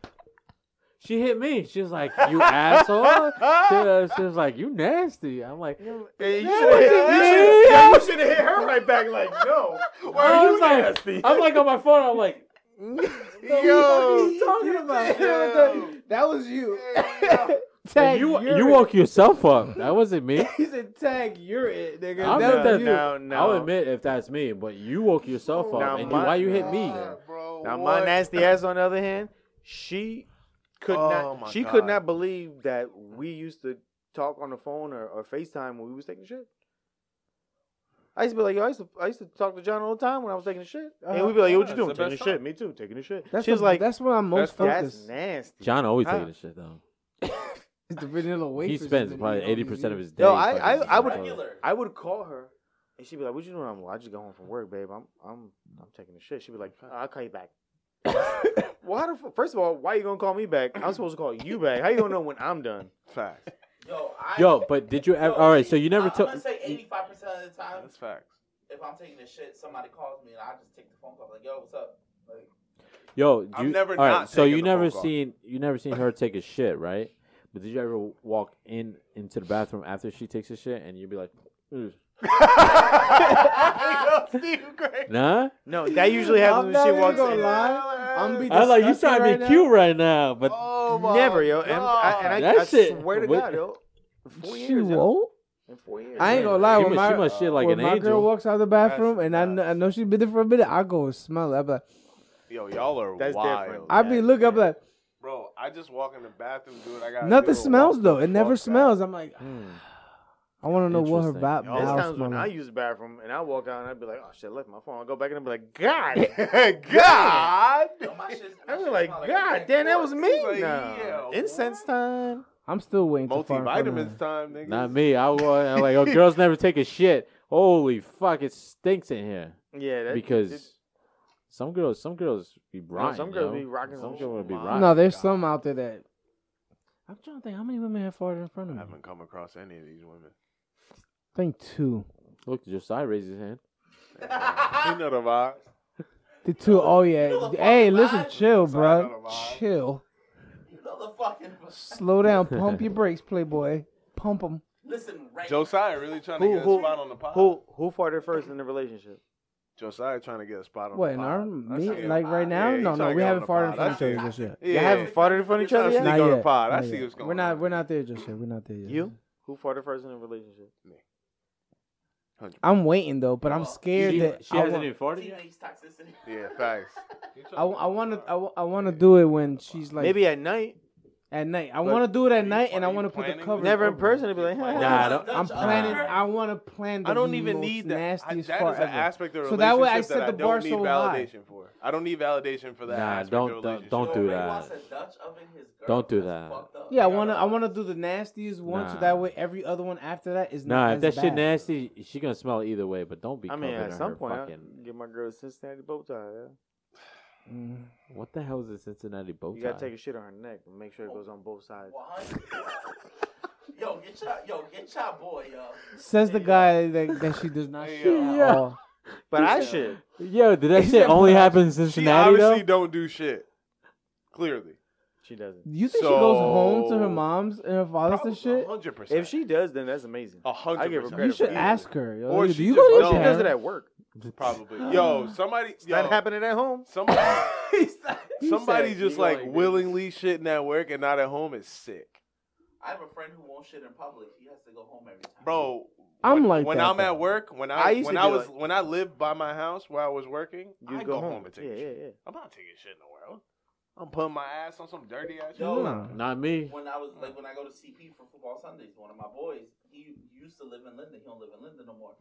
E: she hit me. She was like, you asshole. She
D: Ah!
E: was, she was like, you nasty. I'm like,
D: Hey, you
E: Yeah,
D: should have hit,
E: yeah,
D: you shoulda-
E: yeah.
D: you shoulda hit her right back. Like,
E: <laughs>
D: no, why
E: I
D: are you
E: was like-
D: nasty?
B: <laughs>
E: I'm like on my phone. I'm like,
A: What are
B: Yo,
A: you talking about?
D: <laughs>
B: Yo.
A: That was you.
E: <laughs>
B: Yo.
A: tag,
E: you
A: you're
E: you
A: it.
E: woke yourself up. That wasn't me.
A: He said, "Tag, you're it, nigga."
E: I'm
A: that was
E: not- no,
A: you.
D: no, no.
E: I'll admit if that's me, but you woke yourself up.
D: Now
E: and
D: my-
E: you, why you hit me?
B: God, bro?
D: Now
B: what?
D: my nasty ass, on the other hand, she could
B: Oh, my
D: not. She could
B: God.
D: not believe that we used to talk on the phone or, or Facetime when we was taking shit. I used to be like, yo, I used to, I used to talk to John all the time when I was taking a shit, and
A: Uh,
D: we'd be like, yo, what
B: yeah,
D: you doing?
B: it's the
D: Taking a
B: best
D: shit?
B: time.
D: Me too, taking a shit.
A: That's
D: she was
A: the-
D: like,
A: that's where I'm most
D: that's
A: focused.
D: nasty.
E: John always
D: Huh?
E: taking this shit though.
A: It's the vanilla wafer.
E: He spends probably eighty percent of his day.
D: No, I-
E: fucking
D: I-
E: just
D: I would-
E: on the phone.
C: regular.
D: I would call her, and she'd be like, "What you doing?" I'm, like, "I just got home from work, babe. I'm, I'm, I'm taking a shit." She'd be like, "Uh, "I'll call you back." <laughs> well, how the, fu- first of all, why you gonna call me back? I'm supposed to call you back. How you gonna know when I'm done?
B: facts.
C: Yo, I,
E: Yo, but did you ever? All right, so you never
C: I,
E: took.
C: I'm gonna say 85 percent of the time,
B: That's facts.
E: <laughs>
B: <laughs>
C: if I'm taking a shit, somebody calls me and I just take the phone call. Like, yo, what's up? Like,
E: Yo, you,
B: I've never
E: all right,
B: not
E: so
B: taken the
E: you
B: phone
E: never
B: call.
E: seen you never seen her take a shit, right? But did you ever walk in into the bathroom after she takes a shit and you'd be like, "Ugh."
B: Yo, Steve Gray.
E: nah?
D: No, that usually happens when she walks
A: gonna
D: in.
A: lie. I'm be
E: I was like, you
A: disgusting
E: trying to
A: right
E: be
A: now.
E: cute right now, but
B: Oh my
D: Never, yo. And, I,
B: God.
D: and I,
E: That
D: I
E: shit-
D: swear to
E: what-
D: God, yo. in Four
A: She
D: years, yo.
A: woke.
D: In four years.
A: I ain't
D: yo.
A: gonna lie.
E: she,
A: When
E: must,
A: my,
E: she must shit like
A: when
E: an
A: my girl
E: angel.
A: walks out the bathroom
B: That's
A: and I, kn- I
B: nuts.
A: know she's been there for a minute, I go and smell it. I be like,
B: Yo, y'all are
D: That's
B: wild.
D: different.
A: I be
D: Yeah,
A: looking. I be
D: yeah.
A: like,
B: Bro, I just walk in the bathroom, dude. I got <laughs>
A: nothing smells though. It never smells. I'm like,
E: Mm.
A: I want to know what her
E: Interesting.
A: ba-
D: There's
A: bowel
D: times
A: smell
D: when I
A: like.
D: use the bathroom and I walk out and I'd be like, oh shit, I left my phone. I go back and I'd
B: <laughs>
D: be like, God.
B: God.
C: Yo, my
E: <laughs>
C: shit's- my
D: I'd be
C: shit
D: like,
C: smell
D: God
C: bad
D: damn, that was
C: corpse.
D: me.
B: Like,
D: Nah.
B: yeah,
D: Incense
B: what?
D: time.
A: I'm still waiting to fart from her.
B: Multivitamins time, nigga.
E: Not me. I was I'm like, oh, girls never take a shit. Holy fuck, it stinks in here
D: Yeah, that,
E: because
D: it-
E: some girls, some girls be rotten.
D: some girls
E: yo.
D: be rocking some
E: Some girls
D: shit.
E: be
B: No,
E: rotten.
A: No,
B: Oh,
A: there's
B: God.
A: some out there that. I'm trying to think how many women have farted in front
B: I
A: of me.
B: haven't come across any of these women.
A: I think two.
E: Look, Josiah raised his hand.
B: <laughs> you know the vibe.
A: The two oh
C: You know
A: yeah.
C: the
A: Hey,
C: fucking
A: listen,
C: vibe.
A: chill,
B: Sorry, I know
A: bro.
B: the vibe.
A: Chill.
C: <laughs> You know the fucking.
A: Slow down. Pump your brakes, Playboy. Pump them.
C: Listen, right.
B: Josiah really trying to
D: Who-
B: get a
D: who-
B: spot on the pod.
D: who who farted first in the relationship?
B: Josiah trying to get a spot on
A: What
B: the
A: in
B: pod.
A: our
B: That's
A: meet?
B: it.
A: Like right now?
B: Yeah, he
A: no, no,
B: tryna
A: we
B: get on
A: haven't
B: the
A: farted in
B: pod.
A: front of
B: That's
A: each other just yet.
B: Yeah.
D: Y'all haven't farted in front of each other
B: Tryna
D: yet?
B: sneak
A: Not
B: on the
A: yet.
B: pod. I
A: Not
B: see
A: yet.
B: what's going
A: We're not.
B: on.
A: We're not there just yet. We're not there yet.
D: You? Who farted first in the relationship?
A: I'm waiting though, but
B: Oh,
A: I'm
C: Well,
A: scared
E: she
A: that
E: she
A: I
E: hasn't
A: want.
E: even farted yet.
C: Teenage toxicity.
B: Yeah,
C: <laughs>
B: facts.
A: I, want to. I, want to do it when she's like
D: Maybe at night.
A: at night. I
E: But-
A: want to do it at
B: you
A: night, and I
B: planning-
A: want to put the
B: planning?
A: cover.
D: Never in
A: over.
D: person. It'd be like,
B: Nah,
E: I don't-
A: I'm
C: Judge
A: planning.
C: Oliver.
A: I want to plan. The
B: I don't even
A: most
B: need that. I, that is
A: nastiest
B: an
A: fart ever.
B: aspect of the
A: So that way I
B: relationship
A: set
B: that
A: the
B: I
A: bar
B: don't need
A: so high.
B: validation for. I don't need validation for that.
E: Nah,
B: aspect of
E: don't- don't-
B: relationship.
E: don't
C: Yo,
E: do
C: Ray
E: that.
C: wants a Dutch oven his girl.
E: Don't do
C: That's
E: that.
C: fucked up.
A: Yeah, I
B: Yeah,
A: wanna
B: no.
A: I wanna do the nastiest one, so
E: Nah.
A: that way every other one after that is not
E: Nah, if
A: as
E: that shit
A: bad.
E: nasty, she gonna smell it either way. But don't be.
D: I mean,
E: covering
D: at some
E: her
D: point,
E: fucking.
D: I get my girl a Cincinnati bow tie. Yeah?
A: Mm.
E: What the hell is a Cincinnati bow tie?
D: You gotta take a shit on her neck and make sure it goes on both sides.
C: One. yo, get your yo, get your boy, yo.
A: Says the guy that, that she does not
B: Hey,
A: shit
B: yo.
A: at
E: Yeah.
A: all.
D: But I should.
E: Yo, did that
A: He
E: shit
A: said
E: only
A: black.
E: happen in
B: She
E: Cincinnati
B: obviously
E: though?
B: don't do shit. Clearly,
D: She doesn't.
A: You think she goes
B: So-
A: home to her mom's and her father's and shit?
B: hundred percent.
D: If she does, then that's amazing.
B: a hundred
D: I give her
B: percent.
D: credit
A: You should
D: for
A: ask her. Yo,
B: Or
A: do
B: she
A: you go
B: just-
A: to
B: Oh, no.
A: your
D: she does
A: parents?
D: it at work. <gasps>
B: Probably. Yo, somebody.
D: It's
B: Yo,
D: not happening
B: <laughs>
D: at home.
B: Somebody,
C: He's like-
B: somebody
D: said,
B: just
D: <laughs> "You know
B: like
D: I do."
B: willingly shitting at work and not at home is sick,
C: I have a friend who won't shit in public. He has to go home every time.
B: bro.
A: I'm
B: when,
A: like
B: when
A: that,
B: I'm
A: though.
B: at work, when I,
D: I used
B: when
D: to
B: I
D: be
B: was
D: like-
B: when I lived by my house where I was working,
D: You
B: I
D: go, home.
B: and take
D: yeah,
B: a
D: yeah,
B: shit.
D: yeah.
B: I'm not taking shit in the world. I'm putting my ass on some dirty ass.
C: Yo,
B: shit.
A: Nah.
E: Not me.
C: When I was
B: Mm.
C: like when I go to CP for football Sundays, one of my boys, he used to live in Linden. He don't live in Linden no more.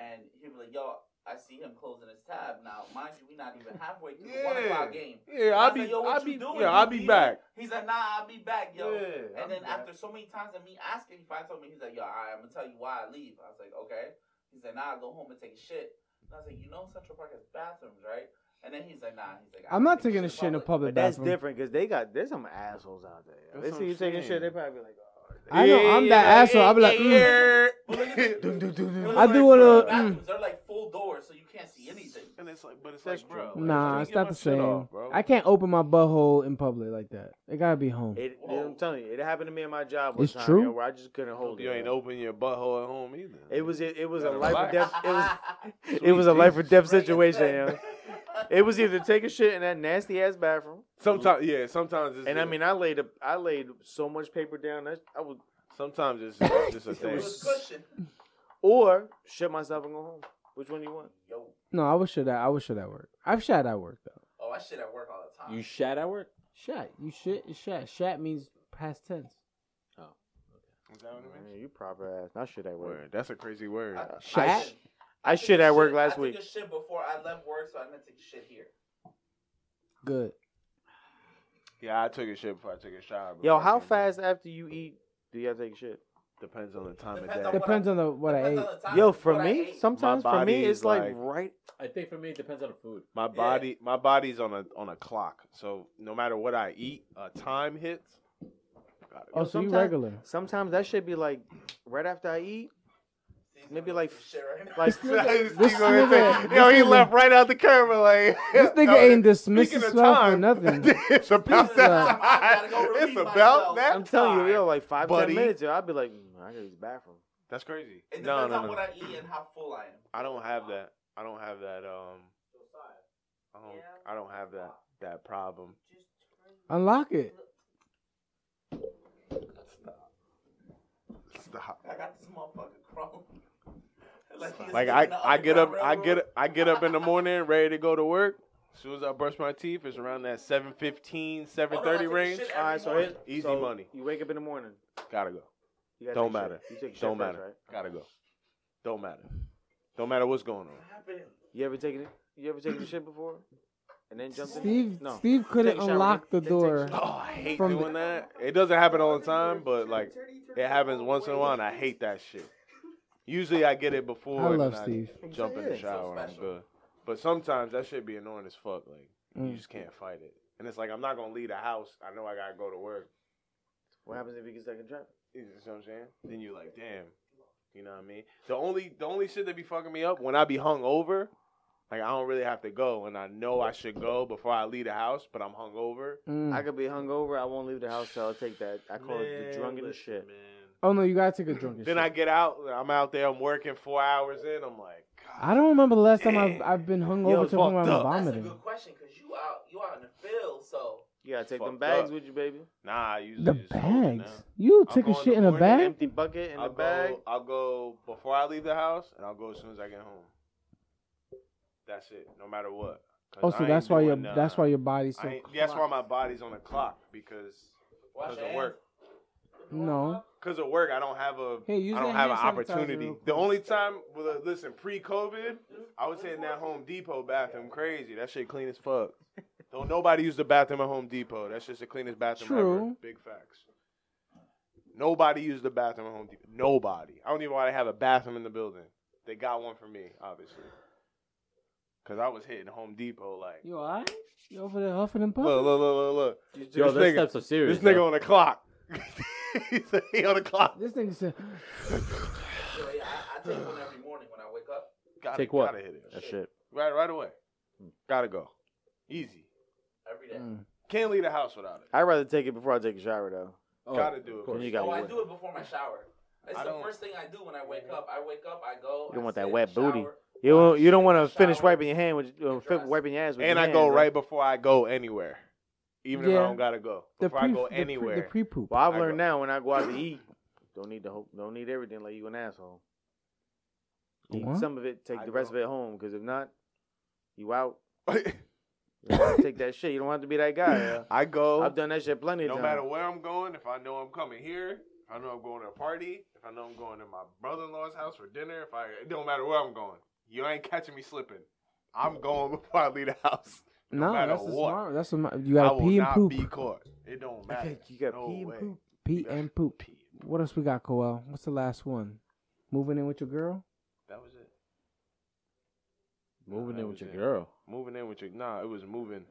C: And he was like, "Yo, I see him closing his tab now. Mind you, we not even halfway through the one
B: Yeah.
C: o'clock game.
B: Yeah,
C: I
B: I'll
C: said,
B: be,
C: "Yo, what
B: I'll
C: you
B: be,
C: doing?
B: yeah,
C: You
B: I'll be
C: leaving?"
B: <laughs> back.
C: He's like, "Nah, I'll be back, yo."
B: Yeah, I'll
C: And then
B: be back.
C: after so many times of me asking, he finally told me, he's like, yo, all right, I'm going to tell you why I leave. I was like, okay. He said, nah, I'll go home and take a shit. And I was like, you know Central Park has bathrooms, right? And then he's like, nah. He's like, I
A: I'm
C: don't
A: not
C: take
A: taking a shit in a public
D: But that's
A: bathroom.
D: different because they got there's some assholes out there.
B: That's
D: they
B: what
D: see
B: I'm
D: you taking
B: saying.
D: shit, they probably be like, oh,
A: I know I'm that asshole. I'll be like, mm.
B: yeah.
C: But look at
B: <laughs>
C: the-
D: Dun, dun, dun, dun.
C: But look
A: I
C: at
A: do
C: the
A: wanna-
D: Uh,
C: bathrooms.
D: mm.
C: They're like full doors, so you can't see
D: <laughs>
C: anything.
B: and it's like, but it's
D: That's
B: like, bro,
D: true.
B: like, let
A: Nah,
B: me
A: it's
B: get
A: not
B: my
A: the
B: shit
A: same.
B: off, bro.
A: I can't open my butthole in public like that. It gotta be home.
D: It,
C: Whoa.
D: I'm telling you, it happened to me in my job one
A: It's
D: time
A: true.
D: yo, where I just couldn't hold
B: You
D: it.
B: ain't
D: yo.
B: open your butthole at home either.
D: It was it, it was a
B: Gotta
D: life or
B: relax.
D: death.
B: <laughs>
D: It was
C: <laughs>
D: it
B: Sweet
D: was a life or
B: Jesus.
D: death
C: Bring it
D: situation. yo.
C: back.
D: It was either take a shit in that nasty ass bathroom,
B: sometimes, yeah, sometimes. It's
D: and I
B: a-
D: mean, I laid a, I laid so much paper down. That I was
B: sometimes it's it's just a
D: It
C: It
B: thing.
C: was cushion.
D: or shut myself and go home. Which one do you want?
C: Yo.
A: No, I was shit at I was shit at work. I've shot at work though.
C: Oh, I shit at work all the time.
E: You shat at work?
A: Shat. You shit is shat. Shat means past tense.
B: Is that what it means?
D: Man, you proper ass. Not shit at work.
B: Word. That's a crazy word.
C: I-
A: Shat?
C: I-
D: I shit at work last
C: I
D: week.
C: took a shit before I left work, so I meant to take a shit here.
A: Good.
B: Yeah, I took a shit before I took a shower.
D: Yo,
B: before I
D: how
B: came
D: fast after you eat do y'all take a shit?
B: in. Depends on the time of
C: Depends
B: day.
C: on what
A: Depends on the what I
C: Depends
A: ate.
C: on the time
D: Yo,
C: of
D: for
C: what I
D: me,
C: ate.
D: sometimes for
B: body
D: me
B: is
D: it's like,
B: like-
D: right.
E: I think for me it depends on the food.
B: My body, my body's on a on a clock. So no matter what I eat, a time hits. Gotta go.
A: Oh, so you
B: <laughs>
D: sometimes-
A: regular.
D: Sometimes that should be like right after I <laughs> eat.
C: Season
D: maybe
C: of
D: like-
C: the shit right now.
D: Like <laughs>
A: this
B: He gonna
A: nigga-
B: say-
A: this
B: yo, he
A: nigga-
B: left right out the camera like <laughs>
A: This nigga
B: yo,
A: ain't
B: speaking
A: dismissing
B: of
A: swell for
B: time,
A: nothing.
B: <laughs> it's about
A: of
B: that.
A: time,
C: I gotta
B: time.
C: <laughs> go relieve
B: It's about
C: myself.
B: that.
D: I'm telling you,
B: time.
D: yo, like five
B: buddy.
D: ten minutes, yo, I'd be like, mm, I gotta use the bathroom.
B: That's crazy.
C: <laughs> It depends
B: No, no,
C: on what
B: no.
C: I eat and how full I am.
B: I don't have that. I don't have that. Um, I don't.
C: Yeah.
B: I don't have that. That problem.
A: Unlock it.
B: Stop.
C: I got this motherfucker crawling. like, he is
B: Like
C: living
B: I,
C: in the
B: I get up, I
C: Underground
B: get, I get up in the morning, ready to go to work. As soon as I brush my teeth, it's around that 7.15,
C: Railroad. Oh, no, I
B: 7.30
C: take a
B: range.
C: shit every
D: All right, so
C: morning.
D: it,
B: Easy
D: so
B: money.
D: You wake up in the morning.
B: Gotta go.
D: You guys
B: Don't
D: took shit.
B: matter.
D: You took shit
B: Don't
D: first,
B: matter.
D: right?
B: Gotta go. Don't matter. Don't matter what's going on.
C: Happened.
D: You ever taken it? You ever taken a shit before? And then jumped in?
A: Steve
D: No.
A: Steve couldn't
D: Take a shower,
A: unlock the
D: dude. Take- take a
A: door.
D: shower.
B: Oh, I hate
A: From the-
B: doing that. It doesn't happen all the time, but like it happens once in a while, and I hate that shit. Usually, I get it before.
A: I
B: and
A: love
B: then
A: Steve.
B: Jump in the
D: Yeah.
B: shower. I'm
C: special.
B: good. But sometimes that shit be annoying as fuck. Like you
A: Mm.
B: just can't fight it, and it's like I'm not gonna leave the house. I know I gotta go to work.
D: What happens if you get stuck in traffic?
B: You know what I'm saying? Then you're like, damn. You know what I mean? The only the only shit that be fucking me up when I be hung over, like I don't really have to go, and I know I should go before I leave the house, but I'm hung over.
A: Mm.
D: I could be hungover. I won't leave the house till I take that. I call it the drunk and the shit.
B: man.
A: Oh no, you gotta take a drunk. and
B: Then
A: shit.
B: I get out, I'm out there, I'm working four hours in, I'm like, God.
A: I don't remember the last time I've,
B: Damn.
A: I've been hungover
B: Yo,
A: to the point where I'm
B: fucked up.
C: That's a
A: vomiting.
C: good question because you out you out in the field, so
D: You gotta take them
B: Fucked
D: bags
B: up.
D: with you, baby.
B: Nah, I usually
A: The
B: just hold
A: bags.
B: it now.
A: You
B: I'll
A: took
B: go
A: a shit
B: in the
A: in a
B: morning
A: bag?
D: Empty bucket in
B: I'll
D: the bag.
B: go I'll go before I leave the house and I'll go as soon as I get home. That's it, no matter what. 'Cause
A: Oh,
B: I
A: so
B: ain't
A: that's why your
B: doing none.
A: that's why your body's
B: I
A: so.
B: ain't- that's why my
A: clocked.
B: body's on the clock because
C: wash
B: Doesn't
C: your hands.
B: work.
A: No.
B: because of work, I don't have a
A: Hey, use
B: I don't
A: that
B: have an
A: hand sanitizer real
B: opportunity.
A: quick.
B: The only time, well, listen, pre-COVID, I was hitting that Home Depot bathroom crazy. That shit clean as fuck. don't nobody use the bathroom at Home Depot. That's just the cleanest bathroom ever.
A: True.
B: Big facts. Nobody used the bathroom at Home Depot. Nobody. I don't even know why they have a bathroom in the building. They got one for me, obviously. Cause I was hitting Home Depot like,
A: You alright? You over there huffing and puffing?
B: look, look, look, look, look.
E: Yo,
B: this
E: those
B: nigga,
E: steps are serious.
B: this nigga
E: yo.
B: on the clock. <laughs> He's like, he on the clock.
A: This nigga said,
C: Yeah, yeah, I, I take one every morning when I wake up.
B: Gotta,
E: Take what? Hmm.
B: Gotta hit it.
E: that shit.
B: Right, right away. Gotta go. Easy.
C: Every day.
A: Mm.
B: Can't leave the house without it.
D: I'd rather take it before I take a shower though.
E: Oh,
B: Gotta do
E: of
B: it.
E: course.
D: You
C: Oh,
D: gotta
C: I
D: wet.
C: do it before my shower. It's
B: I
C: the
B: don't-
C: first thing I do when I wake up. I wake up, I go.
D: You
C: I
D: want that
C: sit,
D: wet booty.
C: shower,
D: You don't, you don't want to
C: shower.
D: finish wiping your hand with uh,
C: Dress.
D: fi- wiping your ass with
B: and
D: your
B: I go
D: hands,
B: right before I go anywhere. Even if I
A: Yeah.
B: don't gotta go.
A: the
B: Before
A: pre,
B: I go
A: the pre-
B: anywhere.
A: the pre poop.
D: Well, I've
B: I
D: learned
B: go.
D: now when I go out to eat, don't need the hope, don't need everything like you an asshole. Eat
A: What?
D: some of it, take
B: I
D: the rest
B: go-
D: of it home, because if not, you out.
B: <laughs> I
D: You don't have to take that shit. You don't have to be that
B: <coughs>
D: guy. yeah.
B: go
D: I've done that shit plenty of
B: no
D: times.
B: matter where I'm going, if I know I'm coming here, if I know I'm going to a party, if I know I'm going to my brother in law's house for dinner, if I it don't matter where I'm going. You ain't catching me slipping. I'm going <laughs> before I leave the house. No
A: No,
B: matter
A: that's the
B: what.
A: smart. That's the smart. You
B: I
A: gotta
B: will
A: pee and
B: not
A: poop.
B: be caught. It don't matter.
D: You got
B: no
D: pee and
B: way.
D: poop.
A: Pee
B: <laughs> Yeah.
A: and poop.
B: Pee.
A: What else we got, Coel? What's the last one? Moving in with your girl?
B: That was it.
E: Moving
B: That
E: in
B: was
E: with your
B: it.
E: girl.
B: Moving in with your nah, it was moving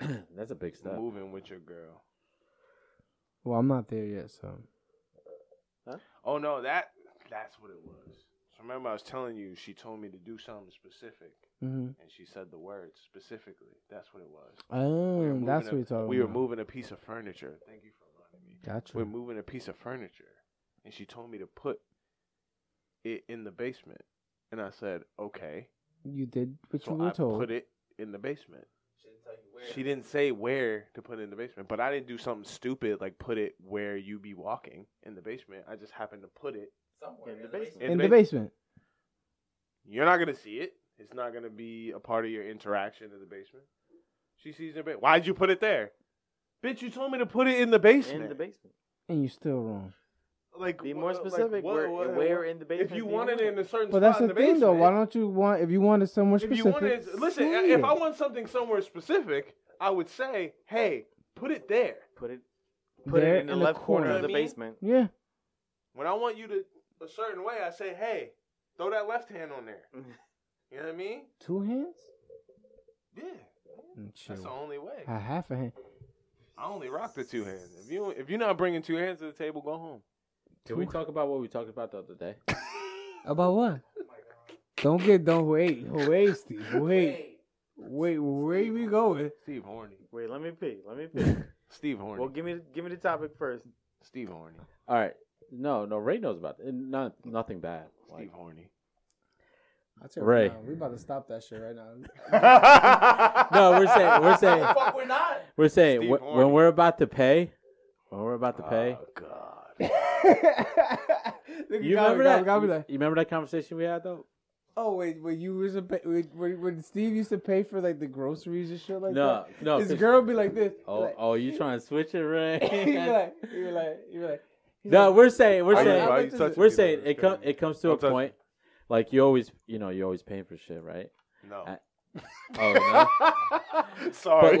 E: <clears throat> That's a big step.
B: moving with your girl.
A: Well, I'm not there yet, so
B: Oh no, that that's what it was. So remember I was telling you she told me to do something specific
A: hmm
B: and she said the words specifically. That's what it was.
A: Oh,
B: We were moving
A: that's
B: a-
A: what you're talking
B: We were
A: about.
B: moving a piece of furniture. Thank you for reminding me.
A: Gotcha.
B: We're moving a piece of furniture and she told me to put it in the basement. And I said, "Okay."
A: you did what
B: so
A: you were
B: I
A: told.
B: put it in the basement.
C: She didn't tell you where.
B: She didn't say where to put it in the basement, but I didn't do something stupid like put it where you be walking in the basement. I just happened to put it.
C: Somewhere
D: In the basement.
A: in
B: the
A: the basement.
B: You're not gonna see it. It's not gonna be a part of your interaction in the basement. She sees it. Ba- Why'd you put it there, bitch? You told me to put it in the basement.
D: In the basement.
A: and you're still wrong.
B: like
D: Be
B: what-
D: more
B: like,
D: specific.
B: what-
D: where,
B: what-
D: where in the basement?
B: If you
D: do
B: wanted
D: want
B: it in a certain
A: But
B: spot
A: that's
B: in
A: the,
B: the
A: thing, though. Why
B: basement,
A: don't you want if you wanted somewhere
B: if
A: specific?
B: you wanted, listen.
A: say
B: If
A: it.
B: I want something somewhere specific, I would say, hey, put it there.
D: put it put
A: There
D: it in the
A: in the
D: left corner,
A: corner.
D: of the
B: You know what I mean?
D: basement.
A: yeah,
B: When I want you to a certain way, I say, hey, throw that left hand on
E: <laughs>
B: there. You know what I mean?
A: two hands.
B: Yeah.
A: Mm, chill.
B: That's the only way.
A: A half a hand.
B: I only rock the two hands. If you if you're not bringing two hands to the table, go home.
E: Can we talk about what we talked about the other day?
A: About what? Don't get don't wait wait Steve wait
C: Wait.
A: wait where we going?
B: Steve Horny.
D: Wait, let me pee. Let me pee.
B: Steve Horny.
D: well, give me the- give me the topic first.
B: Steve Horny.
E: All right. No, no, Ray knows about it. Not nothing bad. Like,
B: Steve Horny.
A: I tell
E: you Ray.
A: now,
E: now,
A: we about to stop that shit
E: <laughs>
A: right now.
E: <laughs> no, we're
B: <laughs>
E: saying we're saying
C: Fuck, we're not.
E: we're saying
B: Steve
E: wh-
B: Harvey.
E: when we're about to pay, when we're about to pay.
B: Oh God.
E: you remember that? you remember that conversation we had though?
A: Oh wait, when you was a pay, when, when when Steve used to pay for like the groceries and shit like
E: no,
A: that.
E: no.
A: His
E: 'cause-
A: girl be like this.
E: <laughs>
A: <laughs>
E: Oh,
A: like,
E: oh, you trying to switch it, Ray?
A: you be like, you be like, you be like, He's
E: No,
A: like, <laughs>
E: we're saying we're
A: Are you-
E: saying
A: are you touching
E: we're
A: people?
E: saying it comes it comes to a
B: Don't touch
E: point, like you always you know you always paying for shit, right?
B: <laughs> No.
E: Oh <laughs>
B: <laughs>
E: no.
B: Sorry.
E: Uh, But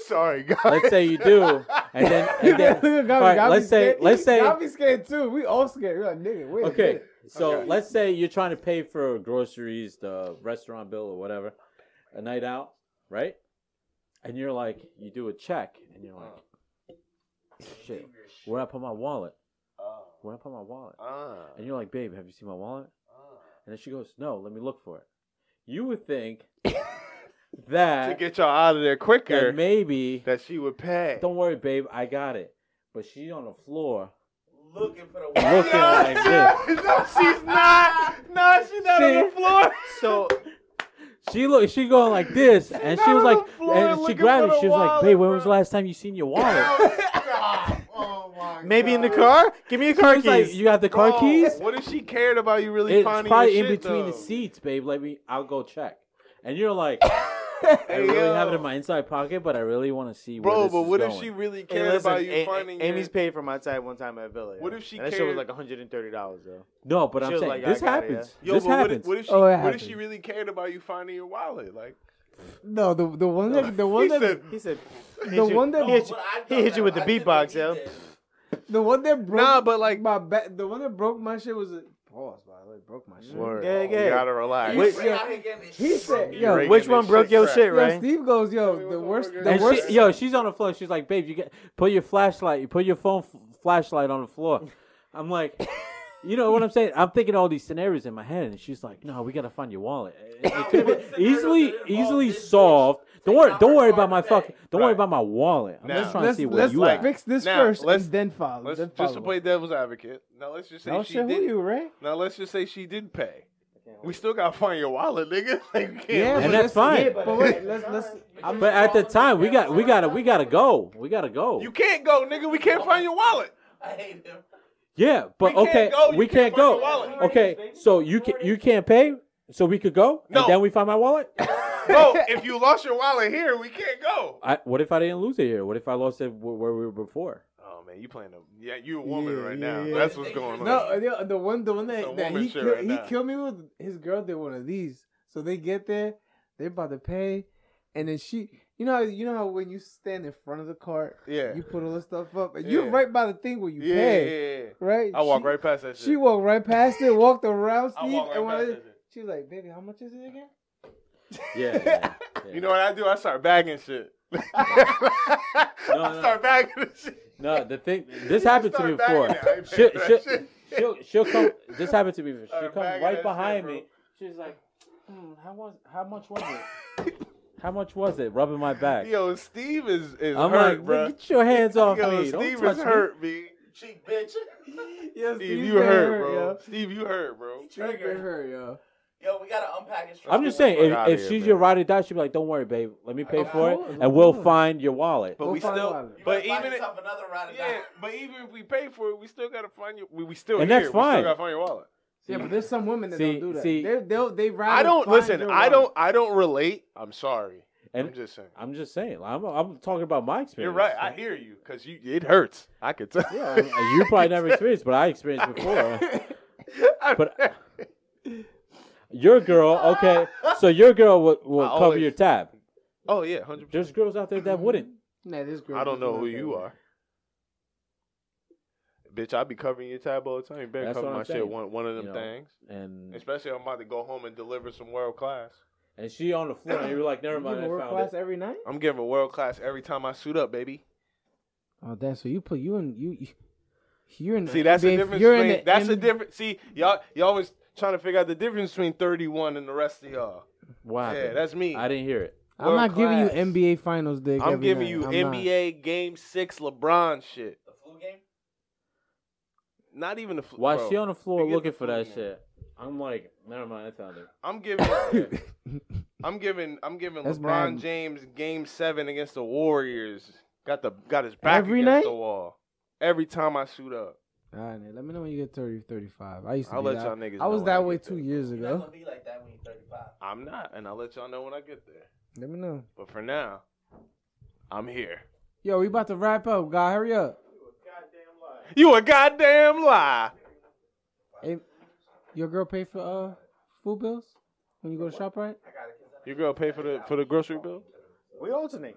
B: <laughs> Sorry, guys.
E: Let's say you do, and then
B: <laughs>
E: and then
A: Gotta be-
E: all right,
A: gotta be
E: let's say-
A: scared.
E: let's say-
A: I'll be scared too. We all scared. We're like, nigga, wait. a
E: okay.
A: minute.
E: So
B: Okay.
E: let's say you're trying to pay for groceries, the restaurant bill, or whatever, a night out, right? And you're like, you do a check, and you're like, shit, where I put my wallet? Where I put my wallet?
B: Uh,
E: And you're like, babe, have you seen my wallet? And then she goes, no, let me look for it. You
B: <laughs>
E: would think
B: to
E: that,
B: get y'all out of there quicker,
E: that maybe,
B: that she would pay.
E: don't worry, babe, I got it. But she on the floor
C: Looking for the
E: looking like
B: <laughs>
E: this.
B: no, she's not. No, she's not on the
E: See?
B: floor. <laughs>
E: So she look, she going like this, and she
B: not on
E: was like,
B: the floor
E: and she
B: looking
E: grabbed
B: for
E: it. She
B: the
E: was like,
B: wallet,
E: "Babe, when was the
B: bro."
E: last time you seen
B: <laughs>
E: your wallet?"
A: Oh my
D: Maybe in the
A: God.
D: car? Give me your
E: She
D: car
E: was
D: keys.
E: like, "You got the car
B: Bro,
E: keys?
B: What if she cared about you really
E: It's
B: finding
E: probably in
B: your shit,
E: between
B: though?
E: the seats, babe. Let me, I'll go check." And
B: <laughs>
E: you're like, "I
B: Hey,
E: really have it
B: yo.
E: in my inside pocket, but I really want to see." where
B: Bro,
E: this
B: but
E: is
B: what if
E: going."
B: she really
D: Hey,
B: cared
D: listen,
B: about you
D: A- A-
B: finding your-
D: Amy's paid for my tie one time at Villa.
B: What if she
D: and that shit
B: cared-
D: was like $130, though.
E: No, but
D: She
E: I'm
D: was
E: saying
D: like, I
E: this
D: got it,
E: happens.
B: Yo,
E: this
B: but what
E: happens.
B: if, what if she
A: Oh, it
B: what if she
A: happens.
B: really cared about you finding your wallet? Like
A: No, the the one that the
B: <laughs> he
A: one that
B: said,
D: He said, he
A: The
D: hit you-
A: one that-
D: he hit you, he hit you with the beatbox, yo.
A: the one that broke
B: Nah, but like-
A: my back, the one that broke my shit was a pause. By the way, broke my shit.
D: Word.
B: oh,
D: Yeah,
B: you
D: yeah.
B: gotta relax.
A: Wait,
B: Wait,
A: yeah. He said,
B: You're
A: yo,
B: breaking
D: Which one
B: this
D: broke your
B: crack.
D: shit,
A: yo,
D: right?
A: Steve goes,
B: Tell me
A: yo,
B: what
A: the
B: the
A: worst,
B: fuck
A: the
E: And
B: is-
A: worst.
E: she, yo, she's on the floor. She's like, "Babe, you get put your flashlight. You put your phone f- flashlight on the floor." I'm like,
B: <laughs>
E: you know what I'm saying? I'm thinking all these scenarios in my head, and she's like, "No, we gotta find your wallet." It,
B: <laughs>
E: it could have been easily, easily solved. Don't worry, don't worry about my fucking. Don't worry
B: Right.
E: about my wallet. I'm
B: Now,
E: just trying
A: let's
E: to see where
A: let's
E: you
A: like
E: at.
A: fix this
B: Now,
A: 1st
B: let's-
A: and then follow.
B: Let's
A: then follow.
B: just to play devil's advocate. Now let's just say
A: no
B: she
A: shit, who
B: did.
A: you, Ray?
B: Now let's just say she did pay. We still gotta find your wallet, nigga. <laughs> Like, we can't
A: Yeah,
B: lose.
E: And that's fine.
A: Yeah, but wait,
B: <laughs>
A: let's let's. I'm,
E: but at the time, we got, we gotta, we gotta go. We gotta go.
B: you can't go, nigga. We can't find your <laughs> wallet.
C: I hate him.
E: yeah, but
B: We can't
E: okay,
B: go. You
E: we
B: can't
E: can't,
B: find your
E: go.
B: wallet.
E: Okay, so you can, you can't pay, so we could go,
B: No.
E: and then we find
B: <laughs>
E: my wallet.
B: Bro, if you lost your wallet here, we can't go.
E: I, what if I didn't lose it here? What if I lost it wh- where we were before?
B: Oh man, you playing a yeah, you a woman
A: Yeah,
B: right
A: yeah,
B: now.
A: yeah.
B: That's what's going on.
A: no, the, the one, the one
B: It's a
A: that, that
B: woman
A: he
B: shit
A: kill,
B: right
A: he
B: now.
A: killed me with. His girl did one of these, so they get there, they're about to pay, and then she, you know, how, you know how when you stand in front of the cart,
B: yeah.
A: you put all this stuff up, and you're
B: Yeah.
A: right by the thing where you
B: yeah,
A: pay,
B: yeah, yeah.
A: right?
B: I walk
A: She-
B: right past that shit.
A: She walked right past it, walked around
B: I
A: Steve,
B: walk right
A: and when
B: past
A: I-
B: that shit.
A: she was like, "Baby, how much is it again?"
E: Yeah.
B: <laughs>
E: yeah, yeah.
B: You know what I do? I start bagging shit. <laughs> I
E: no.
B: start bagging the shit.
E: No, the thing. This
B: You
E: happened to
B: start
E: me
B: bagging
E: before.
B: it. I ain't
E: She'll,
B: paying for
E: she'll,
B: that shit. <laughs>
E: she'll, she'll come. This happened to me. before. She'll
B: Alright,
E: come
B: bagging that
E: right
B: shit,
E: behind
B: bro.
E: me. She's like, hmm, how was how much was
B: <laughs>
E: it? How much was it? Rubbing my back.
B: Yo, Steve is is
E: I'm
B: hurt,
E: like,
B: bro.
E: get your hands
B: <laughs>
E: off
B: Yo,
E: me! Don't
B: Steve
E: touch
B: is
E: me.
B: hurt, me.
C: Cheek bitch.
A: Yeah,
B: Steve, you hurt, bro. Steve, you hurt, bro.
C: Triggered.
A: her, yo.
C: Yo, we gotta unpack his.
E: I'm just
C: trigger.
E: saying,
B: outta
E: if, if
B: here,
E: she's
B: man.
E: your ride or die, she'd be like, "Don't worry, babe. Let me pay
C: Of
E: for
A: course,
E: it,
A: of
E: and we'll
A: course.
E: find your wallet."
B: But
A: We'll
B: we
A: find
B: still,
A: one.
C: You
B: but
C: gotta find
B: even if,
C: yourself another ride or die.
B: yeah, but even if we pay for it, we still gotta find your. We, we still
E: And
B: here.
E: that's
B: We
E: fine.
B: still gotta find your wallet.
A: Yeah, but there's some women that
E: See,
A: don't do that.
E: see-
A: They're- they'll they rather
B: I don't
A: find
B: listen.
A: your
B: I
A: wallet.
B: don't. I don't relate. I'm sorry.
E: And-
B: I'm just saying.
E: I'm just saying. I'm, I'm talking about my experience.
B: You're right. I hear you because you. It hurts. I could tell.
E: yeah, I mean, <laughs> you probably never experienced, but I
B: <laughs>
E: experienced before.
B: but
E: Your girl, okay. So your girl will,
B: <laughs> I
E: will cover
B: always-
E: your tab.
B: oh yeah, hundred.
E: There's girls out there that wouldn't.
A: Nah, this girl.
B: I
A: doesn't
B: don't know who
A: that
B: you
A: way.
B: are. Bitch, I be covering your tab all the time. You better
E: That's
B: cover
E: what I'm
B: my shit
E: saying.
B: one one of them
E: You know.
B: things.
E: And
B: Especially I'm about to go home and deliver some world class.
E: and she on the floor, and you're like, never
A: You
E: mind,
A: give
E: I
A: a work
E: found
A: class
E: it.
A: every night.
B: I'm giving world class every time I suit up, baby.
A: Oh, that's so you put you in you. you- You're in the
B: See, that's the
A: NBA
B: difference
A: You're in
B: between
A: the
B: that's
A: M-
B: the difference. See, y'all y'all was trying to figure out the difference between 31 and the rest of y'all.
E: Wow.
B: Yeah, that's me.
E: I didn't hear it.
A: I'm not giving you
B: world-class.
A: NBA Finals, dick.
B: I'm
A: every
B: giving
A: night.
B: you
A: I'm not.
B: NBA Game Six LeBron shit.
C: The flu game.
B: Not even the fl-
E: Why
B: bro,
E: she on the floor
B: you get
E: looking
B: the
E: for that
B: phone now.
E: shit? I'm like, never mind, I found it.
A: <laughs>
B: I'm giving. I'm giving. I'm giving
A: That's
B: LeBron
A: mad.
B: James Game Seven against the Warriors. Got the got his back
A: Every
B: against
A: night?
B: the wall. Every time I shoot up,
A: All right, man, let me know when you get 30, 35. I used to.
B: I'll
A: be
B: let
A: that.
B: y'all niggas.
A: I was
B: know when
A: that
B: I
A: way
B: get
A: two
B: there.
A: years
C: You're not
A: ago.
C: gonna be like that when you're 35.
B: I'm not, and I'll let y'all know when I get there.
A: Let me know.
B: But for now, I'm here.
A: Yo, we about to wrap up, guy. Hurry up.
B: You a goddamn lie.
A: Hey, your girl pay for uh food bills when you go to shop, right?
B: You girl pay for the for the grocery bill?
D: We alternate.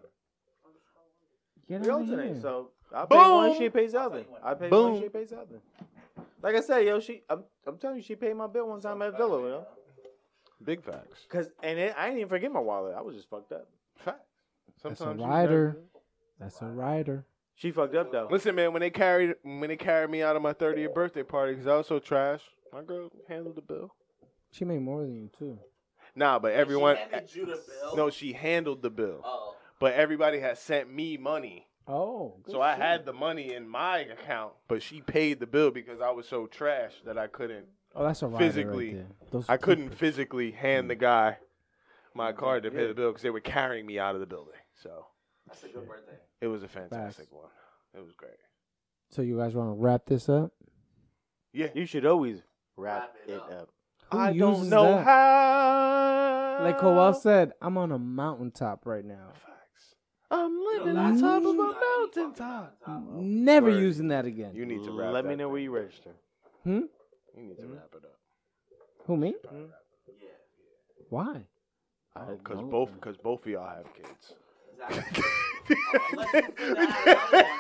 A: Get
D: We
A: out of here.
D: alternate. So I pay one,
B: Boom.
D: she pays the other. I pay
B: Boom.
D: one, she pays the other. Like I said, yo, she. I'm, I'm telling you, she paid my bill one time at Villa, you know.
B: Big facts.
D: Cause and it, I didn't even forget my wallet. I was just fucked up.
B: Facts.
A: That's a
B: Sometimes you
A: rider.
B: never-
A: That's a rider.
D: She fucked up though.
B: Listen, man, when they carried when they carried me out of my 30th birthday party because I was so trash, my girl handled the bill.
A: She made more than you too.
B: Nah, but
C: She
B: everyone.
C: handed you the bill?
B: No, she handled the bill,
C: Oh.
B: but everybody had sent me money,
A: Oh, good
B: so I
A: shit.
B: had the money in my account, but she paid the bill because I was so trash that I couldn't.
A: Oh, that's a rider
B: physically,
A: Right there. Those
B: I couldn't
A: people-
B: physically hand the guy
A: Mm,
B: my card to pay
D: Yeah.
B: the bill because they were carrying me out of the building. So
C: That's a good birthday.
B: it was a fantastic
A: Facts.
B: one. It was great.
A: So you guys want to wrap this up?
B: Yeah,
D: You should always wrap
C: Wrap it
D: it
C: up.
D: up.
A: Who
B: I
A: uses
B: don't know
A: that?
B: how.
A: Like Kowal said, I'm on a mountaintop right now.
B: Facts. I'm living
A: know,
B: on
A: last
B: top
A: time
B: of
A: you
B: a
C: Not any fucking
B: mountaintop.
C: mountaintop.
A: Never
B: Word.
A: using that again.
B: You need to wrap.
D: Let me
B: that
D: know where
B: thing.
D: you register.
A: hmm?
B: You need to
D: Mhm.
B: wrap it up.
A: Who me?
C: Yeah.
A: Why?
B: Because both, because both of y'all have kids. Mm-hmm.
C: Exactly. Unless you figure out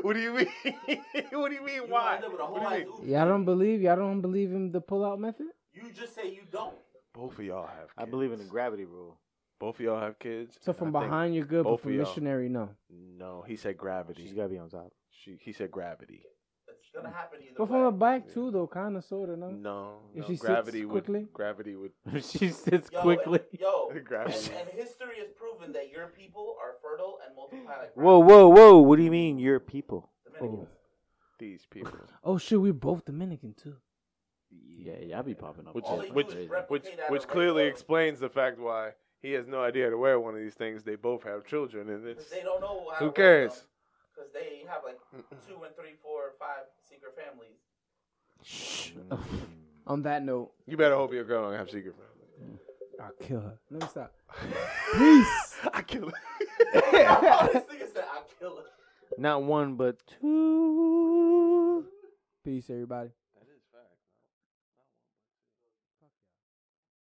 B: <laughs> what do you mean? <laughs> what do you mean?
C: You
B: Why?
C: end up with a
B: What
C: whole
B: do you
C: ass
B: mean?
C: oof.
A: Y'all don't believe? Y'all don't believe in the pull-out method?
C: You just say you don't.
B: Both of y'all have. Kids.
D: I believe in the gravity rule.
B: Both of y'all have kids.
A: So
B: and
A: from
B: I think-
A: behind you're good,
B: both
A: but
B: of
A: from
B: y'all.
A: missionary, no.
B: No, he said
D: She's
B: gravity.
D: gotta be on top.
B: She, he said gravity.
C: It's gonna happen either
A: But
C: way.
A: from the back
B: Yeah.
A: too, though, kind of, sort of, no.
B: No,
A: If
B: no,
A: she sits
B: gravity would.
A: quickly?
B: Gravity would.
D: <laughs> she sits
C: Yo,
D: <laughs> quickly.
B: <laughs>
C: and- yo, and,
B: Gravity.
C: and history has proven that your people are fertile and multiply like
D: Whoa, whoa, whoa! What do you mean, your people?
C: Dominicans.
B: These people.
A: Oh shit, we both Dominican too.
E: Yeah, yeah, I be popping up.
B: Which
C: All
B: is-
C: they do
B: which-
C: is replicate
B: which
C: out of
B: which
C: like
B: clearly
C: the-
B: explains the fact why he has no idea how to wear one of these things. They both have children, and it's
C: 'cause they don't know how
B: who
C: to raise
B: cares?
C: them, 'cause they have like two and three, four, and five secret
B: <laughs>
C: families. <laughs>
A: On that note,
B: you better hope your girl don't have secret family.
A: I'll kill her. Let me stop. <laughs> Peace.
B: I kill it. <laughs>
C: this nigga said, "I'll kill her."
D: Not one, but two.
A: Peace, everybody.